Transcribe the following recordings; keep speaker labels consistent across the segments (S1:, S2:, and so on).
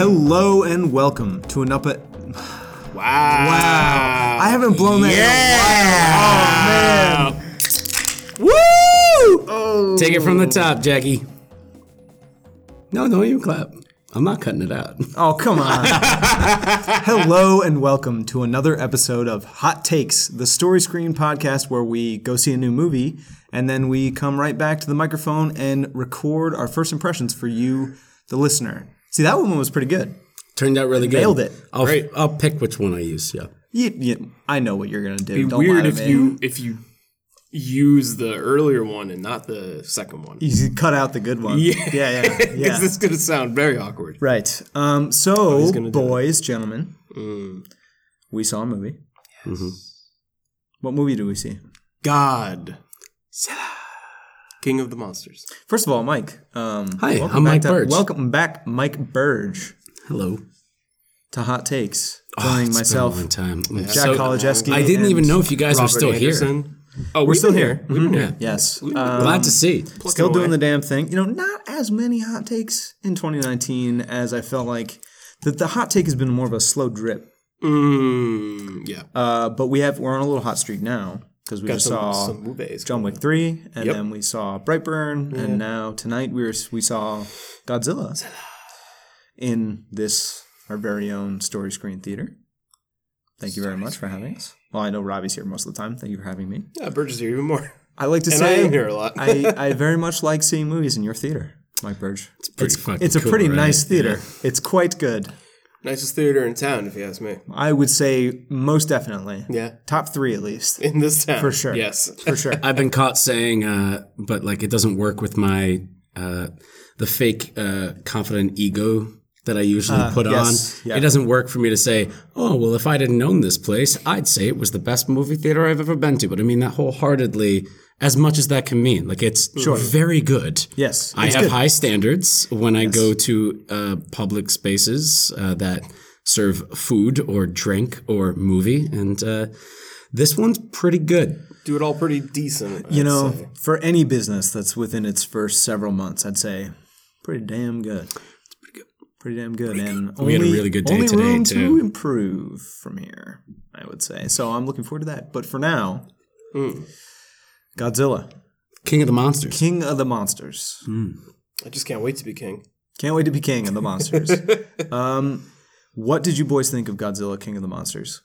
S1: Hello and welcome to an up at.
S2: Wow.
S1: I haven't blown that.
S2: Yeah.
S1: Woo!
S3: Oh, Take it from the top, Jackie. No, don't even clap. I'm not cutting it out.
S1: Oh, come on. Hello and welcome to another episode of Hot Takes, the story screen podcast where we go see a new movie and then we come right back to the microphone and record our first impressions for you, the listener. See, that one was pretty good.
S3: Turned out really good.
S1: Nailed it.
S3: I'll, I'll pick which one I use. Yeah.
S1: You, you, I know what you're going to do.
S2: It'd be
S1: Don't lie
S2: weird
S1: to
S2: if
S1: me.
S2: you if you use the earlier one and not the second one.
S1: You should cut out the good one.
S2: Yeah.
S1: yeah, yeah.
S2: Because
S1: yeah.
S2: it's going to sound very awkward.
S1: Right. Um,
S3: Oh,
S1: so,
S2: gonna do
S1: boys, gentlemen,
S3: Mm.
S1: we saw a movie.
S3: Mm-hmm.
S1: What movie did we see?
S2: God. King of the Monsters.
S1: First of all, Mike. Um,
S3: Hi,
S1: welcome
S3: I'm
S1: back
S3: Mike
S1: to-
S3: Burge.
S1: Welcome back, Mike Burge,
S3: Hello.
S1: to Hot Takes.
S3: Oh,
S1: Joining
S3: it's
S1: myself,
S3: been a long time. I'm
S1: Jack
S3: so-
S1: Kolejewski.
S3: I didn't
S1: and-
S3: even know if you guys were
S2: Robert
S3: still here. Mm-hmm.
S2: Anderson. Oh, we're
S1: still here.
S2: We've been here.
S1: Yes. Um,
S3: Glad to see.
S1: still
S2: away.
S1: doing the damn thing. You know, not as many hot takes in 2019 as I felt like. The, the hot take has been more of a slow drip.
S2: Mm, yeah.
S1: Uh, but we have we're on a little hot streak now because we just
S2: some,
S1: saw
S2: some movies.
S1: John Wick three, and
S2: Yep. Mm-hmm.
S1: then we saw Brightburn, and now tonight we were we saw Godzilla in this our very own Story Screen Theater. Thank you very much for having us. Well, I know Robbie's here most of the time. Thank you for having me.
S2: Yeah, Burgess here even more.
S1: I like to
S2: And I
S1: say
S2: am here a lot.
S1: I, I very much like seeing movies in your theater, Mike Burge. It's,
S3: pretty fucking
S1: it's a
S3: cool,
S1: pretty
S3: right?
S1: nice theater. It's quite good.
S2: Nicest theater in town, if you ask me.
S1: I would say most definitely.
S2: Yeah.
S1: Top three at least.
S2: In this town. For
S1: sure.
S2: Yes.
S1: For sure.
S3: I've been caught saying, uh, but like it doesn't work with my uh, the fake uh, confident ego that I usually put
S1: Uh, yes,
S3: on.
S1: yeah.
S3: It doesn't work for me to say, oh well, if I didn't own this place, I'd say it was the best movie theater I've ever been to. But I mean that wholeheartedly, as much as that can mean. Like it's very good.
S1: Yes.
S3: I
S1: it's
S3: have
S1: good.
S3: high standards when I go to uh, public spaces uh, that serve food or drink or movie, and uh, this one's pretty good.
S2: Do it all pretty decent.
S1: You know, for any business that's within its first several months, I'd say pretty damn good. Pretty damn good, and
S3: We had a
S1: only-
S3: really good day
S1: only
S3: today,
S1: room to
S3: too.
S1: improve from here, I would say. So I'm looking forward to that. But for now, Mm. Godzilla,
S3: King of the Monsters.
S1: King of the Monsters.
S2: I just can't wait to be king.
S1: Can't wait to be King of the Monsters. um, what did you boys think of Godzilla, King of the Monsters?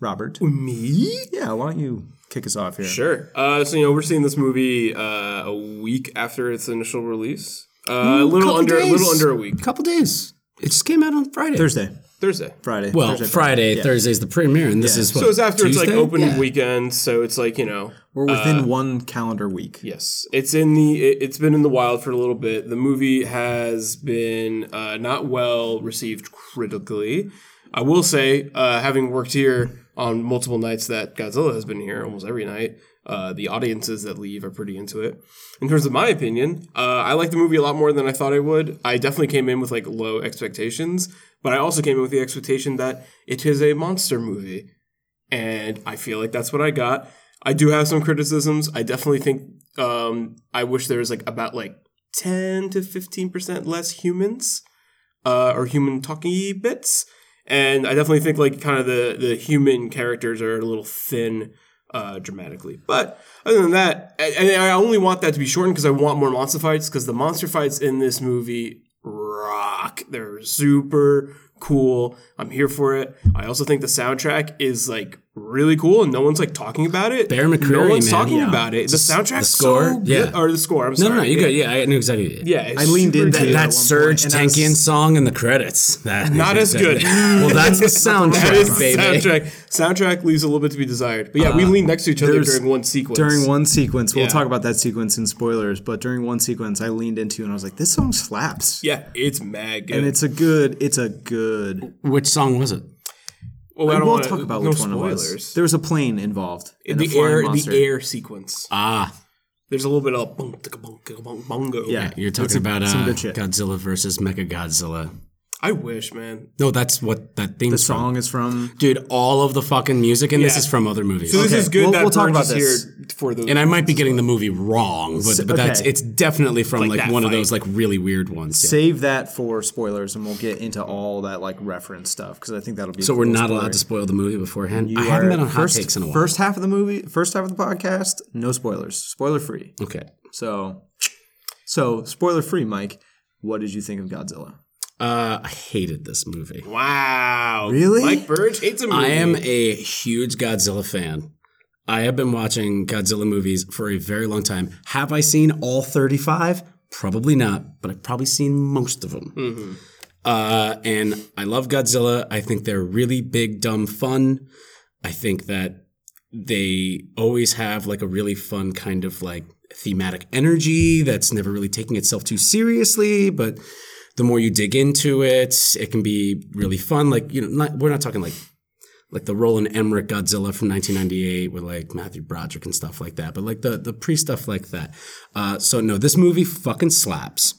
S1: Robert,
S2: Me?
S1: yeah, why don't you kick us off here?
S2: Sure. Uh, so you know, we're seeing this movie uh, a week after its initial release. Uh, a little
S3: Couple
S2: under, a
S3: days.
S2: little under a week.
S3: Couple days. It just came out on Friday.
S1: Thursday,
S2: Thursday.
S1: Friday.
S3: Well,
S1: Thursday,
S3: Friday, Thursday's the premiere, and this is what,
S2: So it's after it's like
S3: Tuesday?
S2: opening
S3: Yeah.
S2: weekend. So it's like you know,
S1: We're
S3: Uh,
S1: within one calendar week.
S2: Yes, it's in the it, it's been in the wild for a little bit. The movie has been uh, not well received critically. I will say, uh, having worked here on multiple nights that Godzilla has been here, almost every night, uh, the audiences that leave are pretty into it. In terms of my opinion, uh, I like the movie a lot more than I thought I would. I definitely came in with like low expectations, but I also came in with the expectation that it is a monster movie and I feel like that's what I got. I do have some criticisms. I definitely think um, I wish there was like about like ten to fifteen percent less humans uh, or human talking bits, and I definitely think like kind of the the human characters are a little thin uh, dramatically. But other than that, and and I only want that to be shortened because I want more monster fights because the monster fights in this movie rock. They're super cool. I'm here for it. I also think the soundtrack is like really cool and no one's like talking about it.
S3: Bear
S2: no
S3: McCreary,
S2: one's
S3: man.
S2: talking
S3: Yeah.
S2: about it. The soundtrack,
S3: score?
S2: so
S3: Yeah.
S2: good- or the score. I'm
S3: No,
S2: sorry.
S3: no, no, you go. Yeah, I knew exactly.
S2: yeah, it's
S1: I leaned
S2: super
S1: into
S2: good.
S1: it. at
S3: That
S1: one
S3: Serge
S1: point, and I was-
S3: Tankian song in the credits. That
S2: Not as good.
S3: well, that's the soundtrack,
S2: That is the
S3: baby.
S2: soundtrack. Soundtrack leaves a little bit to be desired. But yeah, we lean next to each other
S1: Uh, there's-
S2: during one sequence.
S1: During one sequence, we'll
S2: Yeah.
S1: talk about that sequence in spoilers, but during one sequence, I leaned into and I was like, "This song slaps."
S2: yeah, it's mad good.
S1: And it's a good, it's a good.
S3: Which song was it?
S2: well, I
S1: And
S2: don't
S1: we'll
S2: wanna-
S1: talk about
S2: no
S1: which one
S2: spoilers.
S1: it was. There was a plane involved. and a
S2: the
S1: flying
S2: air,
S1: monster. Uh,
S2: the air sequence.
S3: Ah,
S2: There's a little bit of bong, ticka, bong, ticka, bong, bongo.
S1: Yeah.
S3: you're
S1: It's
S3: talking
S1: a-
S3: about
S1: some
S3: uh,
S1: good shit.
S3: Godzilla versus Mechagodzilla.
S2: I wish, man.
S3: No, that's what that theme
S1: The
S3: song.
S1: song is from.
S3: Dude, all of the fucking music in this
S2: Yeah.
S3: is from other movies.
S2: So this
S1: Okay,
S2: is good
S1: we'll-
S2: that
S1: we'll talk
S2: Burns
S1: about this.
S2: is here for the.
S3: and I might be getting the movie wrong, but, but that's
S1: okay.
S3: it's definitely from like,
S2: that
S3: one of
S2: fight.
S3: those like really weird ones. yeah.
S1: Save that for spoilers, and we'll get into all that like reference stuff because I think that'll be.
S3: So we're not allowed to spoil the movie beforehand. I haven't been on
S1: first,
S3: hot takes in a while.
S1: First half of the movie, first half of the podcast, no spoilers, spoiler free.
S3: okay.
S1: So, so spoiler free, Mike. What did you think of Godzilla?
S3: Uh, I hated this movie.
S2: wow.
S1: Really?
S2: Mike Burge hates a movie.
S3: I am a huge Godzilla fan. I have been watching Godzilla movies for a very long time. Have I seen all 35? Probably not, but I've probably seen most of them. Uh, and I love Godzilla. I think they're really big, dumb fun. I think that they always have like a really fun kind of like thematic energy that's never really taking itself too seriously, but the more you dig into it, it can be really fun. Like, you know, not, we're not talking like like the Roland Emmerich Godzilla from 1998 with like Matthew Broderick and stuff like that, but like the the pre stuff like that. Uh, so no, this movie fucking slaps.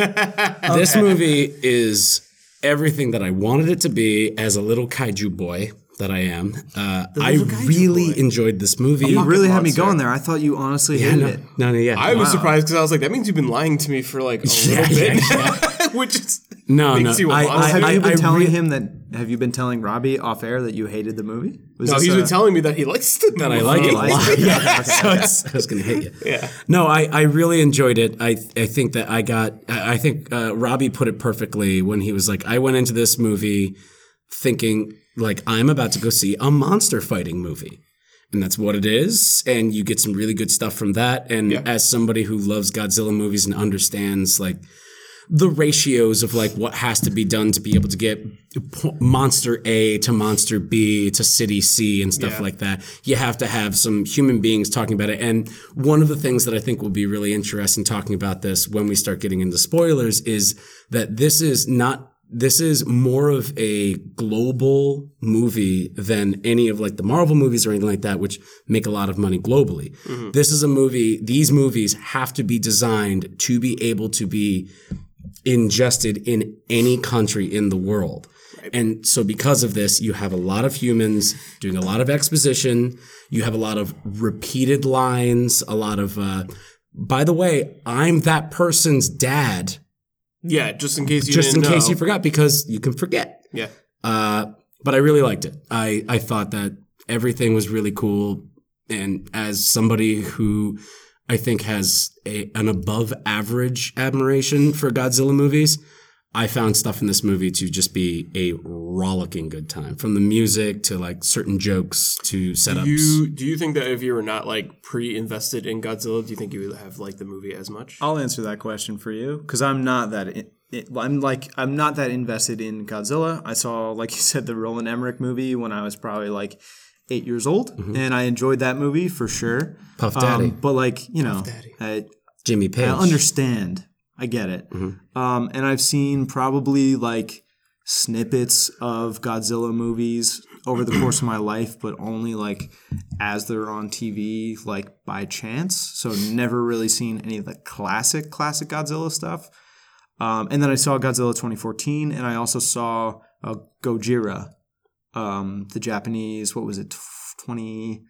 S3: This movie is everything that I wanted it to be as a little kaiju boy that I am. Uh, I really enjoyed this movie.
S1: You really had me going there. I thought you honestly hated
S3: no,
S1: it.
S3: no, no, yeah.
S2: I was surprised because I was like, that means you've been lying to me for like a little
S3: Yeah,
S2: bit,
S3: yeah,
S2: which is
S3: no, no.
S2: makes you a
S3: I,
S2: monster.
S3: I,
S1: Have
S3: I,
S1: you been
S3: I
S1: telling
S3: re-
S1: him that? Have you been telling Robbie off air that you hated the movie? Was
S2: no,
S1: this
S2: he's
S1: a-
S2: been telling me that he likes to
S3: that I like it a
S1: likes
S3: lot.
S1: it.
S3: yeah, so it's, I was gonna hit you.
S2: Yeah.
S3: No, I, I really enjoyed it. I I think that I got. I I think uh, Robbie put it perfectly when he was like, I went into this movie thinking like I'm about to go see a monster fighting movie. And that's what it is. And you get some really good stuff from that. And as somebody who loves Godzilla movies and understands like the ratios of like what has to be done to be able to get p- monster A to monster B to city C and stuff like that. You have to have some human beings talking about it. And one of the things that I think will be really interesting talking about this when we start getting into spoilers is that this is not this is more of a global movie than any of like the Marvel movies or anything like that, which make a lot of money globally. This is a movie, these movies have to be designed to be able to be ingested in any country in the world. And so, because of this, you have a lot of humans doing a lot of exposition. You have a lot of repeated lines, a lot of, uh, by the way, I'm that person's dad,
S2: Yeah, just in case you
S3: just in
S2: didn't
S3: case
S2: know.
S3: you forgot, because you can forget.
S2: yeah.
S3: Uh, but I really liked it. I, I thought that everything was really cool. And as somebody who I think has a, an above average admiration for Godzilla movies, I found stuff in this movie to just be a rollicking good time from the music to like certain jokes to setups.
S2: You do you think that if you were not like pre-invested in Godzilla, do you think you would have liked the movie as much?
S1: I'll answer that question for you because I'm not that. In, it, I'm like I'm not that invested in Godzilla. I saw, like you said, the Roland Emmerich movie when I was probably like eight years old, and I enjoyed that movie for sure.
S3: Mm-hmm.
S1: Um,
S3: Puff Daddy.
S1: but like you know, I,
S3: Jimmy Page.
S1: I understand. I get it.
S3: Mm-hmm.
S1: Um, and I've seen probably like snippets of Godzilla movies over the course of my life, but only like as they're on TV, like by chance. So never really seen any of the classic, classic Godzilla stuff. Um, and then I saw Godzilla 2014, and I also saw uh, Gojira, um, the Japanese. What was it? 2016,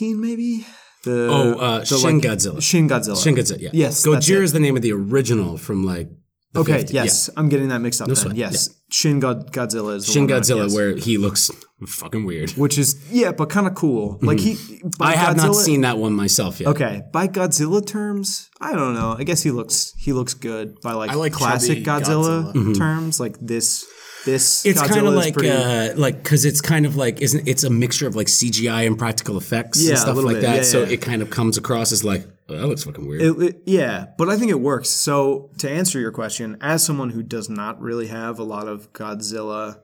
S1: maybe. The
S3: oh, uh,
S1: the,
S3: Shin
S1: like,
S3: Godzilla.
S1: Shin Godzilla.
S3: Shin Godzilla, yeah.
S1: Yes, that's
S3: Gojira
S1: it.
S3: is the name of the original from like the
S1: Okay,
S3: 50s.
S1: yes, I'm getting that mixed up. then.
S3: sweat,
S1: Yes, Shin God- Godzilla is the
S3: Yeah. Shin
S1: one that I
S3: Godzilla,
S1: guessed.
S3: where he looks fucking weird.
S1: which is yeah, but kind of cool. Like he, by
S3: Mm-hmm. I have not
S1: Godzilla-
S3: seen that one myself yet.
S1: Okay, by Godzilla terms, I don't know. I guess he looks he looks good by like,
S2: I like
S1: classic
S2: chubby
S1: Godzilla,
S2: Godzilla.
S1: terms. Like this, this
S3: Mm-hmm. It's
S1: Godzilla
S3: kind of
S1: is
S3: like,
S1: pretty,
S3: uh, like, because it's kind of like, isn't it's a mixture of like CGI and practical effects
S1: Yeah, a
S3: and stuff
S1: little
S3: like
S1: bit.
S3: that.
S1: Yeah,
S3: so
S1: yeah, yeah.
S3: it kind of comes across as like, oh, that looks fucking weird.
S1: It, it- yeah, but I think it works. So to answer your question, as someone who does not really have a lot of Godzilla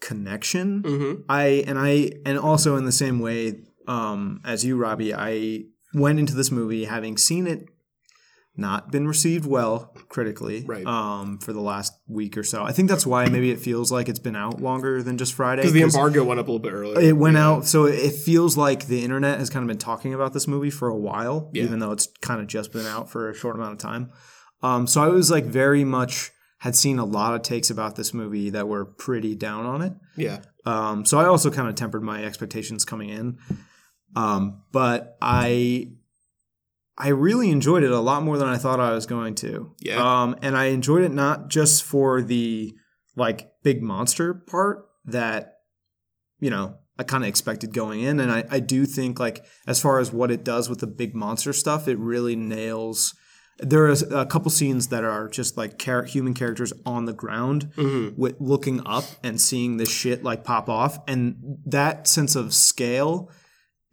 S1: connection,
S2: Mm-hmm.
S1: I and I and also in the same way um, as you, Robbie, I went into this movie having seen it not been received well critically
S2: Right.
S1: um, for the last week or so. I think that's why maybe it feels like it's been out longer than just Friday.
S2: Because the
S1: 'cause-
S2: embargo went up a little bit earlier.
S1: it went out, so it feels like the internet has kind of been talking about this movie for a while, even though it's kind of just been out for a short amount of time. Um, so I was like very much had seen a lot of takes about this movie that were pretty down on it.
S2: Yeah.
S1: Um, so I also kind of tempered my expectations coming in, um, but I I really enjoyed it a lot more than I thought I was going to.
S2: Yeah.
S1: Um, and I enjoyed it not just for the like big monster part that you know I kind of expected going in, and I I do think like as far as what it does with the big monster stuff, it really nails. There are a couple scenes that are just like char- human characters on the ground
S2: Mm-hmm.
S1: with looking up and seeing this shit like pop off, and that sense of scale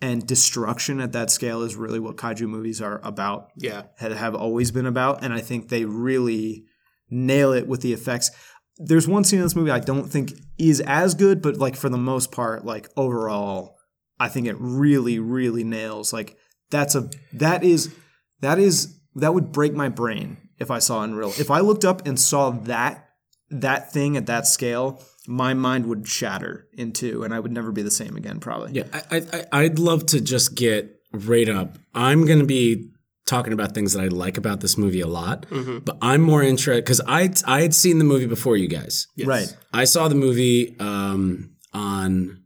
S1: and destruction at that scale is really what kaiju movies are about
S2: Yeah.
S1: had- have always been about and i think they really nail it with the effects there's one scene in this movie i don't think is as good but like for the most part like overall i think it really really nails like that's a that is that is that would break my brain if i saw in real if i looked up and saw that that thing at that scale my mind would shatter in two and i would never be the same again probably
S3: Yeah, I, I, I- I'd love to just get right up. I'm going to be talking about things that I like about this movie a lot, but I'm more interested because I I had seen the movie before you guys.
S1: right
S3: I saw the movie um, on,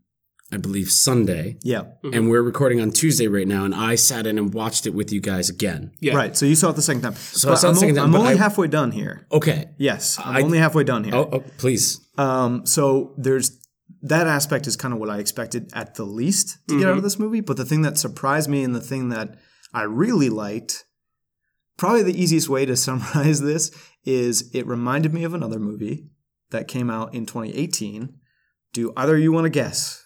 S3: I believe Sunday,
S1: yeah
S3: and we're recording on Tuesday right now, and I sat in and watched it with you guys again.
S2: Yeah.
S1: Right. So you saw it the second time. So
S3: I saw it
S1: I'm,
S3: the second
S1: o-
S3: time,
S1: I'm
S3: but
S1: only
S3: I-
S1: halfway done here.
S3: Okay.
S1: Yes, I'm only halfway done here.
S3: Oh, oh please.
S1: Um, so there's that aspect is kind of what I expected at the least to get out of this movie. But the thing that surprised me and the thing that I really liked, probably the easiest way to summarize this is it reminded me of another movie that came out in 2018. Do either of you want to guess?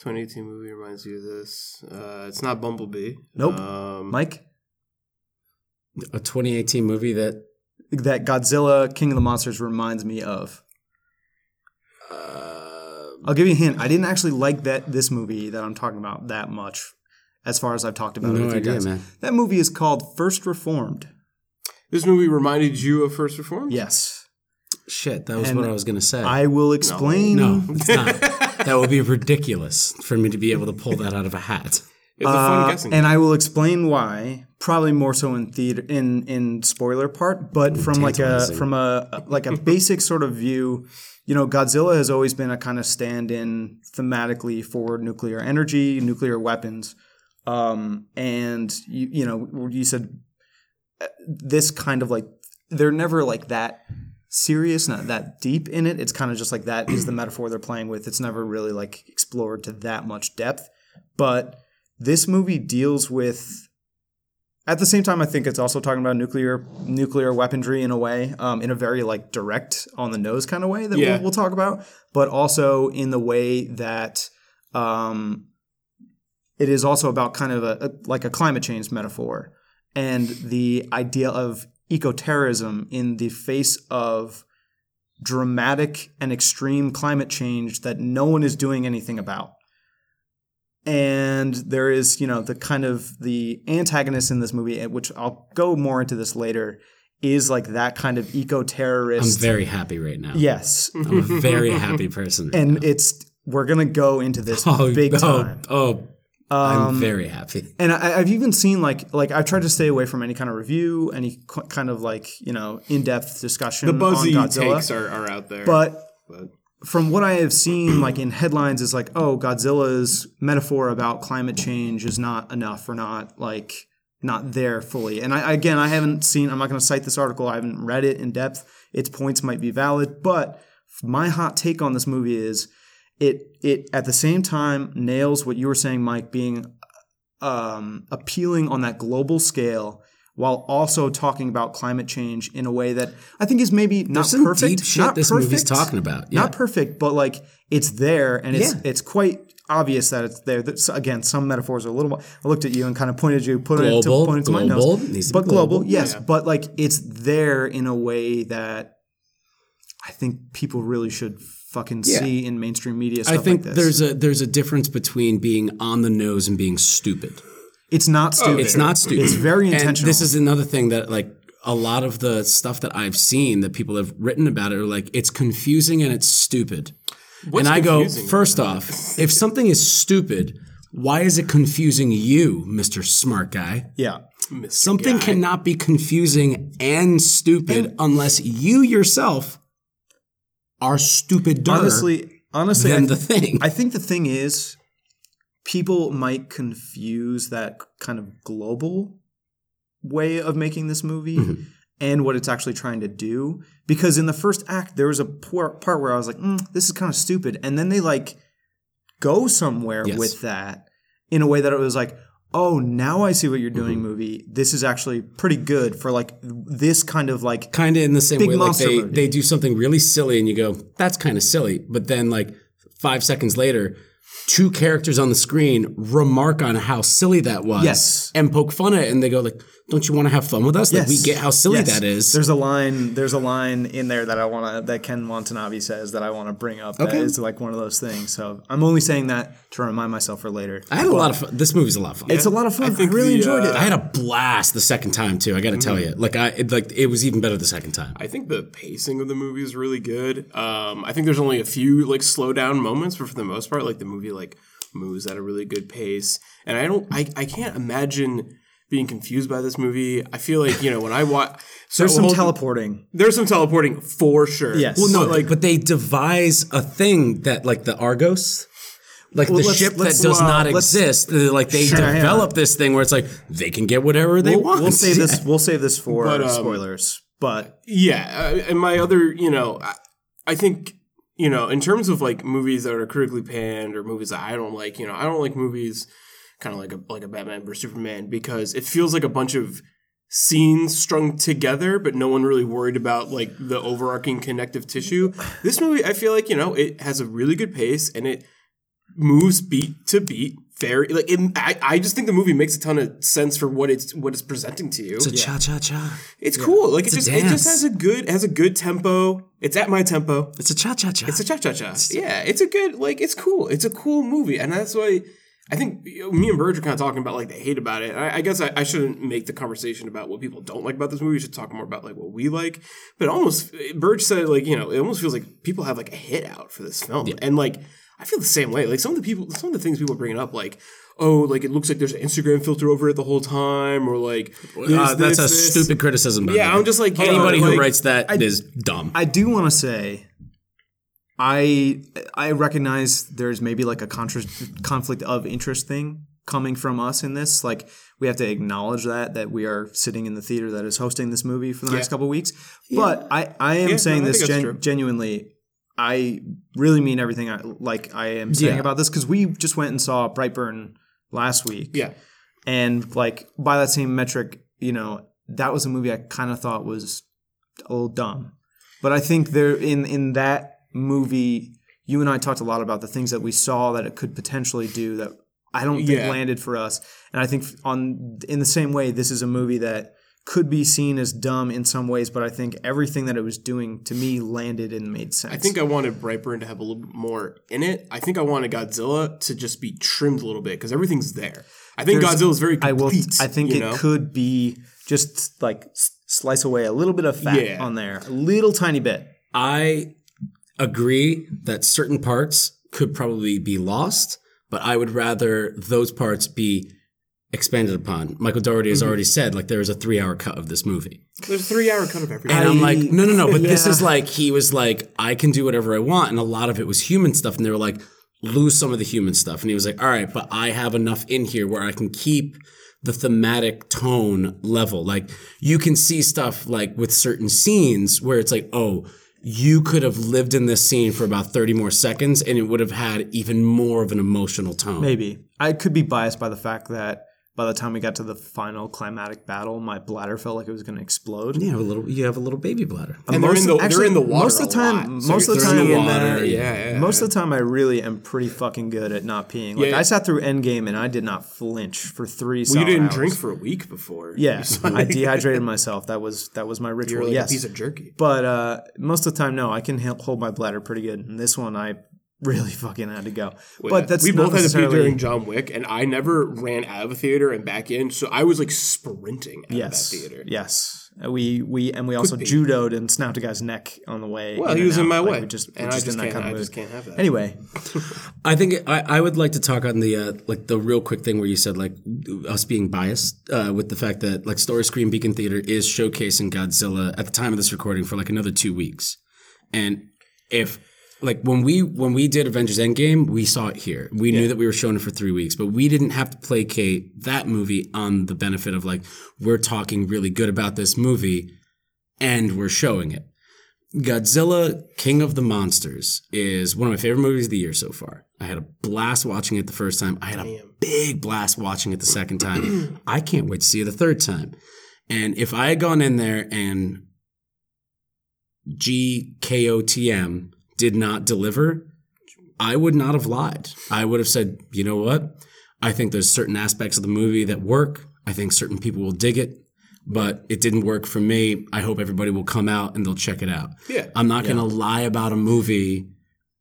S2: 2018 movie reminds you of this. Uh, it's not Bumblebee.
S1: Nope.
S2: Um,
S1: Mike,
S3: A 2018 movie that
S1: that Godzilla King of the Monsters reminds me of.
S3: Um,
S1: I'll give you a hint. I didn't actually like that this movie that I'm talking about that much, as far as I've talked about it
S3: No
S1: with you
S3: idea,
S1: guys.
S3: man.
S1: That movie is called First Reformed.
S2: This movie reminded you of First Reform?
S1: Yes,
S3: shit. That was
S1: And
S3: what I was going to say.
S1: I will explain.
S3: no, it's not. that would be ridiculous for me to be able to pull that out of a hat.
S2: It's a fun
S1: Uh,
S2: guessing.
S1: and I will explain why. Probably more so in theater in in spoiler part, but from like a from a like a basic sort of view, you know, Godzilla has always been a kind of stand-in thematically for nuclear energy, nuclear weapons, um, and you you know you said uh, this kind of like they're never like that serious, not that deep in it. It's kind of just like that is the metaphor they're playing with. It's never really like explored to that much depth, but this movie deals with at the same time i think it's also talking about nuclear nuclear weaponry in a way um, in a very like direct on the nose kind of way that
S2: Yeah.
S1: we'll, we'll talk about but also in the way that um, it is also about kind of a, a- like a climate change metaphor and the idea of ecoterrorism in the face of dramatic and extreme climate change that no one is doing anything about and there is you know the kind of the antagonist in this movie eh, which i'll go more into this later is like that kind of
S3: I'm
S1: eco-terrorist
S3: very happy right now.
S1: yes
S3: I'm a very happy person. right
S1: and it's we're gonna go into this
S3: now. oh,
S1: big
S3: oh,
S1: time Um,
S3: Oh, I'm very happy.
S1: and I, I've even seen like like I've tried to stay away from any kind of review, any qu- kind of like you know in depth discussion.
S2: the buzzy
S1: on Godzilla.
S2: takes are, are out there.
S1: but
S2: but-
S1: from what I have seen, like in headlines, is like oh Godzilla's metaphor about climate change is not enough or not like not there fully. And I again I haven't seen. I'm not going to cite this article. I haven't read it in depth. Its points might be valid, but my hot take on this movie is it it at the same time nails what you were saying, Mike, being um, appealing on that global scale while also talking about climate change in a way that I think is maybe not
S3: some
S1: perfect.
S3: deep shit
S1: not
S3: this
S1: perfect,
S3: movie's talking about. Yeah.
S1: Not perfect, but like it's there and it's
S3: Yeah.
S1: it's quite obvious that it's there. That's, again, some metaphors are a little. I looked at you and kind of pointed you, put it to
S3: Global,
S1: pointed to my
S3: global, needs
S1: nose,
S3: to
S1: but
S3: be
S1: global,
S3: global.
S1: yes. But like it's there in a way that I think people really should fucking see in mainstream media. Stuff
S3: I think
S1: like this.
S3: there's a there's a difference between being on the nose and being stupid.
S1: it's not stupid.
S3: Oh, It's not stupid.
S1: It's very
S3: And
S1: intentional.
S3: this is another thing that like a lot of the stuff that I've seen that people have written about it are like it's confusing and it's stupid. and I go
S2: confusing
S3: first off, if something is stupid, why is it confusing you, Mister Smart Guy?
S1: yeah.
S3: Something
S2: guy.
S3: cannot be confusing and stupid unless you yourself are stupid
S1: honestly, honestly, I
S3: than
S1: th-
S3: the thing.
S1: I think the thing is, people might confuse that kind of global way of making this movie and what it's actually trying to do. Because in the first act, there was a poor part where I was like, mm, "This is kind of stupid," and then they like go somewhere
S3: Yes.
S1: with that in a way that it was like. Oh, now I see what you're doing, movie. This is actually pretty good for like this kind of like
S3: kind of in the same
S1: Big
S3: way like
S1: monster
S3: they,
S1: movie.
S3: they do something really silly and you go that's kind of silly but then like five seconds later two characters on the screen remark on how silly that was
S1: Yes.
S3: and poke fun at it and they go like don't you want to have fun with us like we
S1: Yes.
S3: get how silly
S1: Yes.
S3: that is
S1: There's a line. There's a line in there that I want to that Ken Watanabe says that I want to bring up. That
S3: Okay.
S1: is like one of those things. So I'm only saying that to remind myself for later.
S3: i had a lot of fun this movie's a lot of fun
S1: it's a lot of fun. I,
S2: think
S1: really
S2: the, uh,
S1: enjoyed it.
S3: i had a blast the second time too i gotta tell you like i it, like it was even better the second time
S2: I think the pacing of the movie is really good. Um, I think there's only a few like slow down moments, but for the most part, like the movie like moves at a really good pace. And I don't, I, I can't imagine being confused by this movie. I feel like you know when I watch,
S1: There's some teleporting.
S2: there's some teleporting for sure.
S1: Yes.
S3: well no
S2: But, like
S3: like but they devise a thing that like the argos like the
S1: let's-
S3: ship
S1: let's,
S3: that does
S1: uh,
S3: not
S1: let's-
S3: exist they're, like they
S1: Sure, yeah.
S3: develop this thing where it's like they can get whatever they want
S1: We'll save this. We'll save this for
S2: But, um,
S1: spoilers. But
S2: Yeah, uh, and my other, you know, I, I think you know, in terms of like movies that are critically panned or movies that I don't like, you know, I don't like movies kind of like a like a Batman versus Superman because it feels like a bunch of scenes strung together, but no one really worried about like the overarching connective tissue. This movie, I feel like you know, it has a really good pace and it moves beat to beat. Very like it, I, I just think the movie makes a ton of sense for what it's what it's presenting to you.
S3: It's a cha cha cha.
S2: It's cool. Like it
S3: a
S2: just it
S3: dance.
S2: just has a good has a good tempo. It's at my tempo.
S3: It's a cha cha cha.
S2: It's a cha cha cha. Yeah, it's a good like it's cool. It's a cool movie, and that's why I think you know, me and Burge are kind of talking about like the hate about it. I, I guess I, I shouldn't make the conversation about what people don't like about this movie. We should talk more about like what we like. But almost Burge said like you know it almost feels like people have like a hit out for this film, and like I feel the same way. Like some of the people, some of the things people are bringing up like. Oh, like it looks like there's an Instagram filter over it the whole time, or like
S3: Uh,
S2: this,
S3: that's a
S2: this, this.
S3: stupid criticism. by
S2: Yeah,
S3: me.
S2: I'm just like
S3: anybody
S2: yo,
S3: who
S2: like,
S3: writes that is dumb.
S1: uh, I do want to say, I I recognize there's maybe like a contra- conflict of interest thing coming from us in this. Like we have to acknowledge that that we are sitting in the theater that is hosting this movie for the next couple weeks. But I I am
S2: no,
S1: saying
S2: I
S1: this
S2: think
S1: gen-
S2: that's true.
S1: genuinely. I really mean everything I like I am saying
S3: Yeah.
S1: about this because we just went and saw Brightburn last week.
S2: Yeah.
S1: And like by that same metric, you know, that was a movie I kind of thought was a little dumb. But I think there in in that movie, you and I talked a lot about the things that we saw that it could potentially do that I don't think
S2: Yeah.
S1: landed for us. And I think on in the same way, this is a movie that could be seen as dumb in some ways, but I think everything that it was doing to me landed and made sense.
S2: I think I wanted Brightburn to have a little bit more in it. I think I wanted Godzilla to just be trimmed a little bit because everything's there. I think
S1: There's-
S2: Godzilla is very complete.
S1: I will. I think
S2: you
S1: it
S2: know?
S1: could be just like s- slice away a little bit of fat
S2: Yeah.
S1: on there, a little tiny bit.
S3: I agree that certain parts could probably be lost, but I would rather those parts be expanded upon. Michael Dougherty
S1: Mm-hmm.
S3: has already said like there is a three hour cut of this movie.
S2: There's a three hour cut of everything.
S3: And I'm like, no, no, no. But this
S1: Yeah.
S3: is like, he was like, I can do whatever I want. And a lot of it was human stuff. And they were like, lose some of the human stuff. And he was like, all right, but I have enough in here where I can keep the thematic tone level. Like, you can see stuff like with certain scenes where it's like, oh, you could have lived in this scene for about 30 more seconds and it would have had even more of an emotional tone.
S1: Maybe I could be biased by the fact that by the time we got to the final climatic battle, my bladder felt like it was going to explode.
S3: You have a little, you have a little baby bladder.
S2: and they're in the they're in the water.
S1: most of the
S2: a lot.
S1: time,
S2: So
S1: most of the
S2: you're
S1: time,
S2: in the
S1: in
S2: water.
S1: that-
S2: yeah, yeah, yeah.
S1: most of the time, I really am pretty fucking good at not peeing. Like
S2: Yeah.
S1: I sat through Endgame and I did not flinch for three.
S2: you
S1: solid
S2: didn't
S1: hours.
S2: drink for a week before.
S1: Yeah, I dehydrated myself. That was that was my ritual.
S2: You're like
S1: yes,
S2: a piece of jerky.
S1: But uh, most of the time, no, I can h- hold my bladder pretty good. And this one, I really fucking had to go.
S2: Yeah.
S1: But that's
S2: we
S1: not
S2: both had to pee
S1: necessarily-
S2: during John Wick, and I never ran out of a theater and back in, so I was like sprinting out
S1: yes,
S2: of that theater.
S1: Yes. Uh, We we and we also
S2: be.
S1: judoed and snapped a guy's neck on the way.
S2: Well, he was
S1: and
S2: in
S1: out.
S2: my
S1: Like,
S2: way,
S1: we just, we're
S2: and I
S1: just
S2: just
S1: in that
S2: can't.
S1: kind of
S2: I
S1: mood.
S2: just can't have that.
S1: Anyway,
S3: I think I, I would like to talk on the uh, like the real quick thing where you said like us being biased uh, with the fact that like Story Screen Beacon Theater is showcasing Godzilla at the time of this recording for like another two weeks, and if like when we when we did Avengers Endgame, we saw it here. We knew that we were showing it for three weeks, but we didn't have to placate that movie on the benefit of like we're talking really good about this movie and we're showing it. Godzilla King of the Monsters is one of my favorite movies of the year so far. I had a blast watching it the first time. I had a big blast watching it the second time. I can't wait to see it the third time. And if I had gone in there and GKOTM did not deliver, I would not have lied. I would have said, you know what? I think there's certain aspects of the movie that work. I think certain people will dig it, but it didn't work for me. I hope everybody will come out and they'll check it out.
S2: Yeah.
S3: I'm not going to lie about a movie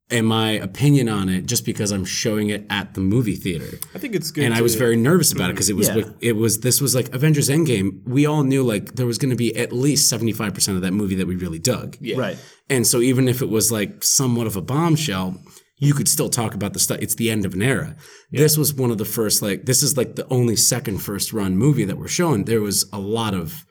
S3: and my opinion on it just because I'm showing it at the movie theater
S2: I think it's good.
S3: and I
S2: to-
S3: was very nervous about it because it was
S1: Yeah.
S3: with- it was this was like Avengers Endgame. We all knew like there was going to be at least seventy five percent of that movie that we really dug.
S2: Yeah.
S1: right.
S3: And so even if it was like somewhat of a bombshell, you could still talk about the stuff. It's the end of an era. This was one of the first like this is like the only second first run movie that we're showing. There was a lot of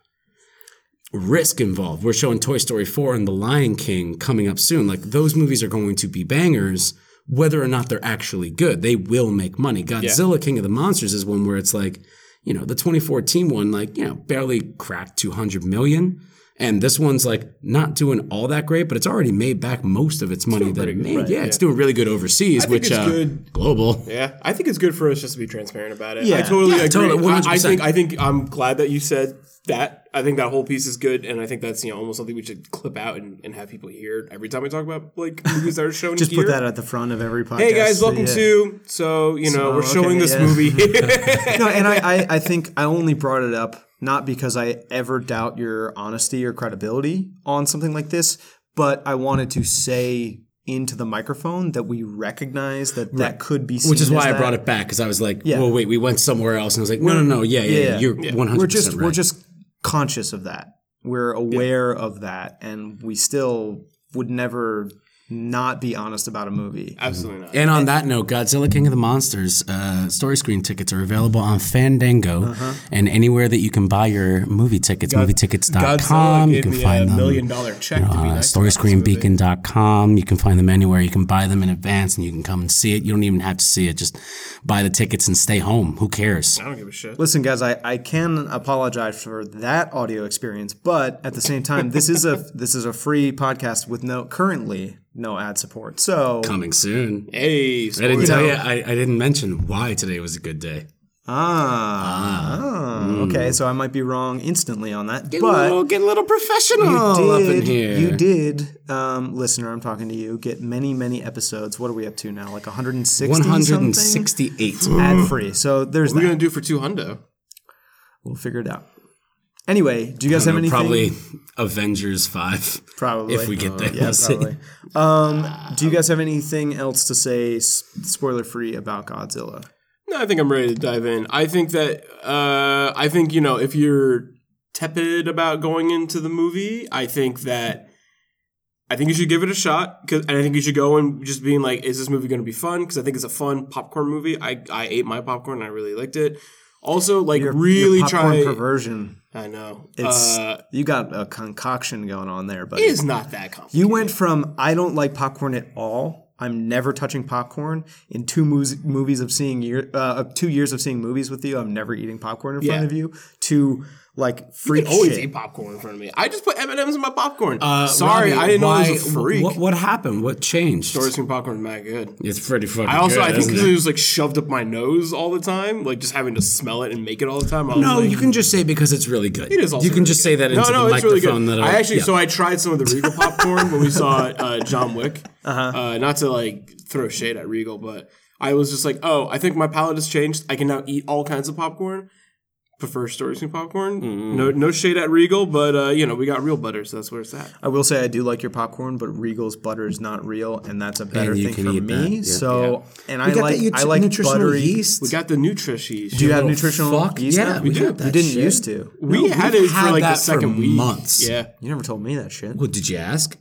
S3: risk involved. We're showing Toy Story 4 and The Lion King coming up soon. Like those movies are going to be bangers whether or not they're actually good. They will make money. Godzilla King of the Monsters is one where it's like, you know, the 2014 one like, you know, barely cracked 200 million and this one's like not doing all that great, but it's already made back most of its money that it made. yeah, it's doing really good overseas,
S2: think
S3: which
S2: it's
S3: uh,
S2: good.
S3: global.
S2: Yeah, I think it's good for us just to be transparent about it. I
S1: Yeah.
S2: totally
S3: Yeah,
S2: agree.
S3: totally,
S2: I, I
S3: 100%.
S2: think I think I'm glad that you said that. I think that whole piece is good, and I think that's you know almost something we should clip out and, and have people hear every time we talk about like movies that are shown.
S1: Just
S2: here.
S1: put that at the front of every podcast.
S2: Hey guys, welcome
S1: Yeah.
S2: to. So you know we're
S1: okay,
S2: showing this
S1: yeah.
S2: movie.
S1: no, and I, I, I think I only brought it up not because I ever doubt your honesty or credibility on something like this, but I wanted to say into the microphone that we recognize that that could be seen
S3: Which is
S1: as
S3: why I
S1: that.
S3: brought it back because I was like, "Well, wait, we went somewhere else," and I was like, "No, no, no, yeah, yeah, yeah,
S1: Yeah.
S3: you're one hundred
S1: We're just
S3: percent
S1: we're
S3: right."
S1: just conscious of that. We're aware of that, and we still would never not be honest about a movie.
S2: Absolutely not.
S3: And on that note, Godzilla King of the Monsters uh, story screen tickets are available on Fandango
S2: Uh-huh.
S3: and anywhere that you can buy your movie tickets, movietickets.com.
S2: Godzilla
S3: You
S2: gave
S3: can
S2: me a
S3: find them.
S2: million dollar check to be
S3: Uh,
S2: nice.
S3: storyscreenbeacon.com. You can find them anywhere. You can buy them in advance and you can come and see it. You don't even have to see it. Just buy the tickets and stay home. Who cares?
S2: I don't give a shit.
S1: Listen, guys, I, I can apologize for that audio experience, but at the same time, this is a this is a free podcast with no currently no ad support. So
S3: Coming soon.
S2: Hey,
S3: I didn't
S2: spoiler.
S3: tell you. I, I didn't mention why today was a good day.
S1: ah, ah, okay, so I might be wrong instantly on that,
S3: Mm. Get, a,
S1: but
S3: little, Oh, get a little professional
S1: you
S3: up
S1: did,
S3: in here.
S1: you did, um, listener. I'm talking to you. Get many many episodes. What are we up to now? Like 160 something
S3: 168.
S1: ad free. So there's
S2: What are we
S1: that.
S2: gonna do for two hundo?
S1: We'll figure it out. Anyway, do you guys have anything?
S3: Probably Avengers 5.
S1: Probably. Oh,
S3: If we get there.
S1: Yeah, probably. Um, do you guys have anything else to say, spoiler free, about Godzilla?
S2: No, I think I'm ready to dive in. I think that uh, I think you know if you're tepid about going into the movie, I think that I think you should give it a shot. 'cause- and I think you should go and just being like, is this movie going to be fun? Because I think it's a fun popcorn movie. I I ate my popcorn. and I really liked it. Also, like really
S1: Your popcorn
S2: try.
S1: perversion.
S2: I know
S1: It's
S2: uh,
S1: you got a concoction going on there, but
S2: it is not that complicated.
S1: you went from I don't like popcorn at all. I'm never touching popcorn in two movies, movies of seeing year, uh, of two years of seeing movies with you. I'm never eating popcorn in front
S2: Yeah.
S1: of you. To like freak
S2: always
S1: shit. Uh,
S2: eat popcorn in front of me. I just put M and M's in my popcorn. Sorry, I didn't know it was a freak.
S3: What, what happened? What changed?
S2: Sour cream popcorn is mad good.
S3: It's pretty fucking
S2: I also
S3: good,
S2: I think
S3: isn't
S2: because
S3: it?
S2: it was like shoved up my nose all the time, like just having to smell it and make it all the time. I was
S3: No,
S2: like,
S3: you can just say because it's really good. It
S2: "This is also
S3: you can
S2: really
S3: just
S2: good."
S3: say that into the microphone that
S2: I actually so I tried some of the Regal popcorn when we saw uh, John Wick. Uh-huh. not to like throw shade at Regal, but I was just like, oh, I think my palate has changed. I can now eat all kinds of popcorn. prefer stories and popcorn.
S3: Mm-hmm.
S2: No, no shade at Regal, but uh, you know we got real butter, so that's where it's at.
S1: I will say I do like your popcorn, but Regal's butter is not real, and that's a better
S3: you
S1: thing for
S3: can
S1: me.
S3: eat that, yeah.
S1: So, and I
S3: You got
S1: like
S3: that nut-
S1: I like
S3: nutritional
S1: buttery.
S3: yeast.
S2: We got the Nutrishies.
S1: Do you have
S3: Little
S1: nutritional
S3: fuck.
S1: yeast?
S3: Yeah,
S1: now?
S3: we
S1: you
S3: got
S1: didn't-
S3: that
S1: You didn't
S3: shit.
S1: used to.
S2: we
S3: we've
S2: had it for
S3: had
S2: like
S3: that
S2: the
S3: for
S2: second week.
S3: months.
S2: Yeah.
S1: You never told me that shit.
S3: Well, did you ask?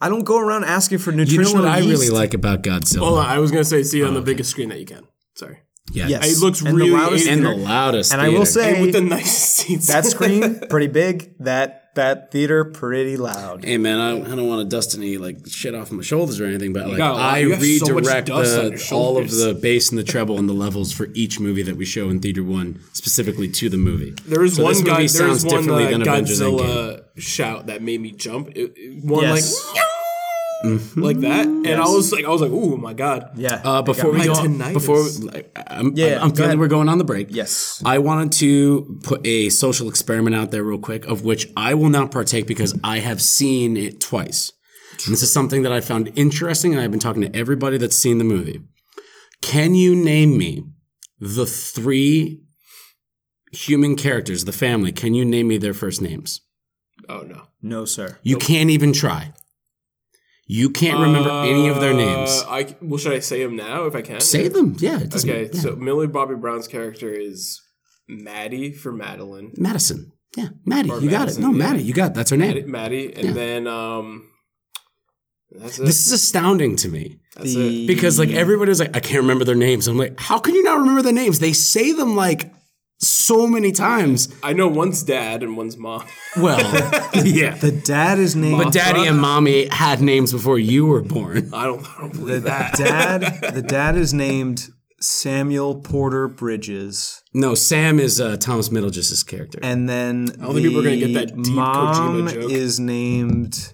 S1: I don't go around asking for
S3: You
S1: nutritional
S3: know what I
S1: yeast.
S3: really like about Godzilla?
S2: Hold on, I was gonna say, see it on the biggest screen that you can. Sorry.
S3: yes.
S1: Yes.
S2: It looks
S1: And the
S2: really
S1: loudest-
S3: and
S2: and
S3: the loudest.
S1: And I will
S3: theater.
S1: say
S2: with the nicest seats.
S1: that screen pretty big. That that theater pretty loud.
S3: Hey man, I don't, I don't want to dust any like shit off my shoulders or anything, but like
S2: got a lot-
S3: I
S2: you have so much
S3: redirect
S2: dust
S3: the,
S2: on your
S3: all of
S2: shoulders.
S3: the bass and the treble and the levels for each movie that we show in theater one specifically to the movie.
S2: There is
S3: So
S2: one
S3: this movie
S2: guy. There
S3: sounds
S2: is one
S3: differently
S2: uh,
S3: than Avengers Endgame.
S2: Godzilla shout that made me jump. It- it- one
S1: Yes.
S2: like like that, and I was like, I was like, oh my god.
S1: Yeah.
S3: Uh,
S1: they got
S3: before we
S1: me.
S3: go,
S2: tinnitus.
S3: before like, I'm,
S1: Yeah,
S3: I'm, I'm
S1: go
S3: feeling
S1: ahead.
S3: we're going on the break.
S1: Yes.
S3: I wanted to put a social experiment out there real quick, of which I will not partake because I have seen it twice. And This is something that I found interesting, and I've been talking to everybody that's seen the movie. Can you name me the three human characters, the family? Can you name me their first names?
S2: Oh no.
S1: no sir.
S3: You can't even try. You can't remember any of their names.
S2: Uh, I well, should I say them now if I can?
S3: Say them. Yeah. It doesn't-
S2: Okay,
S3: yeah.
S2: so Millie Bobby Brown's character is Maddie for Madeline.
S3: Madison. Yeah. Maddie.
S2: Or
S3: you got
S2: Madison,
S3: it. No,
S2: yeah.
S3: Maddie. You got it. That's her name.
S2: Maddie, Maddie and then um, that's it.
S3: This is astounding to me.
S2: that's it.
S1: The-
S3: because like everybody's like, I can't remember their names. I'm like, how can you not remember the names? They say them like so many times.
S2: I know one's dad and one's mom.
S3: Well, yeah.
S1: the dad is named
S3: But daddy and mommy had names before you were born.
S2: I don't, I don't
S1: the
S2: believe that.
S1: dad. The dad is named Samuel Porter Bridges,
S3: No, Sam is uh, Thomas Middlejustice's character.
S1: and then I
S2: don't think people are gonna get that deep Kojima
S1: mom
S2: joke.
S1: is named.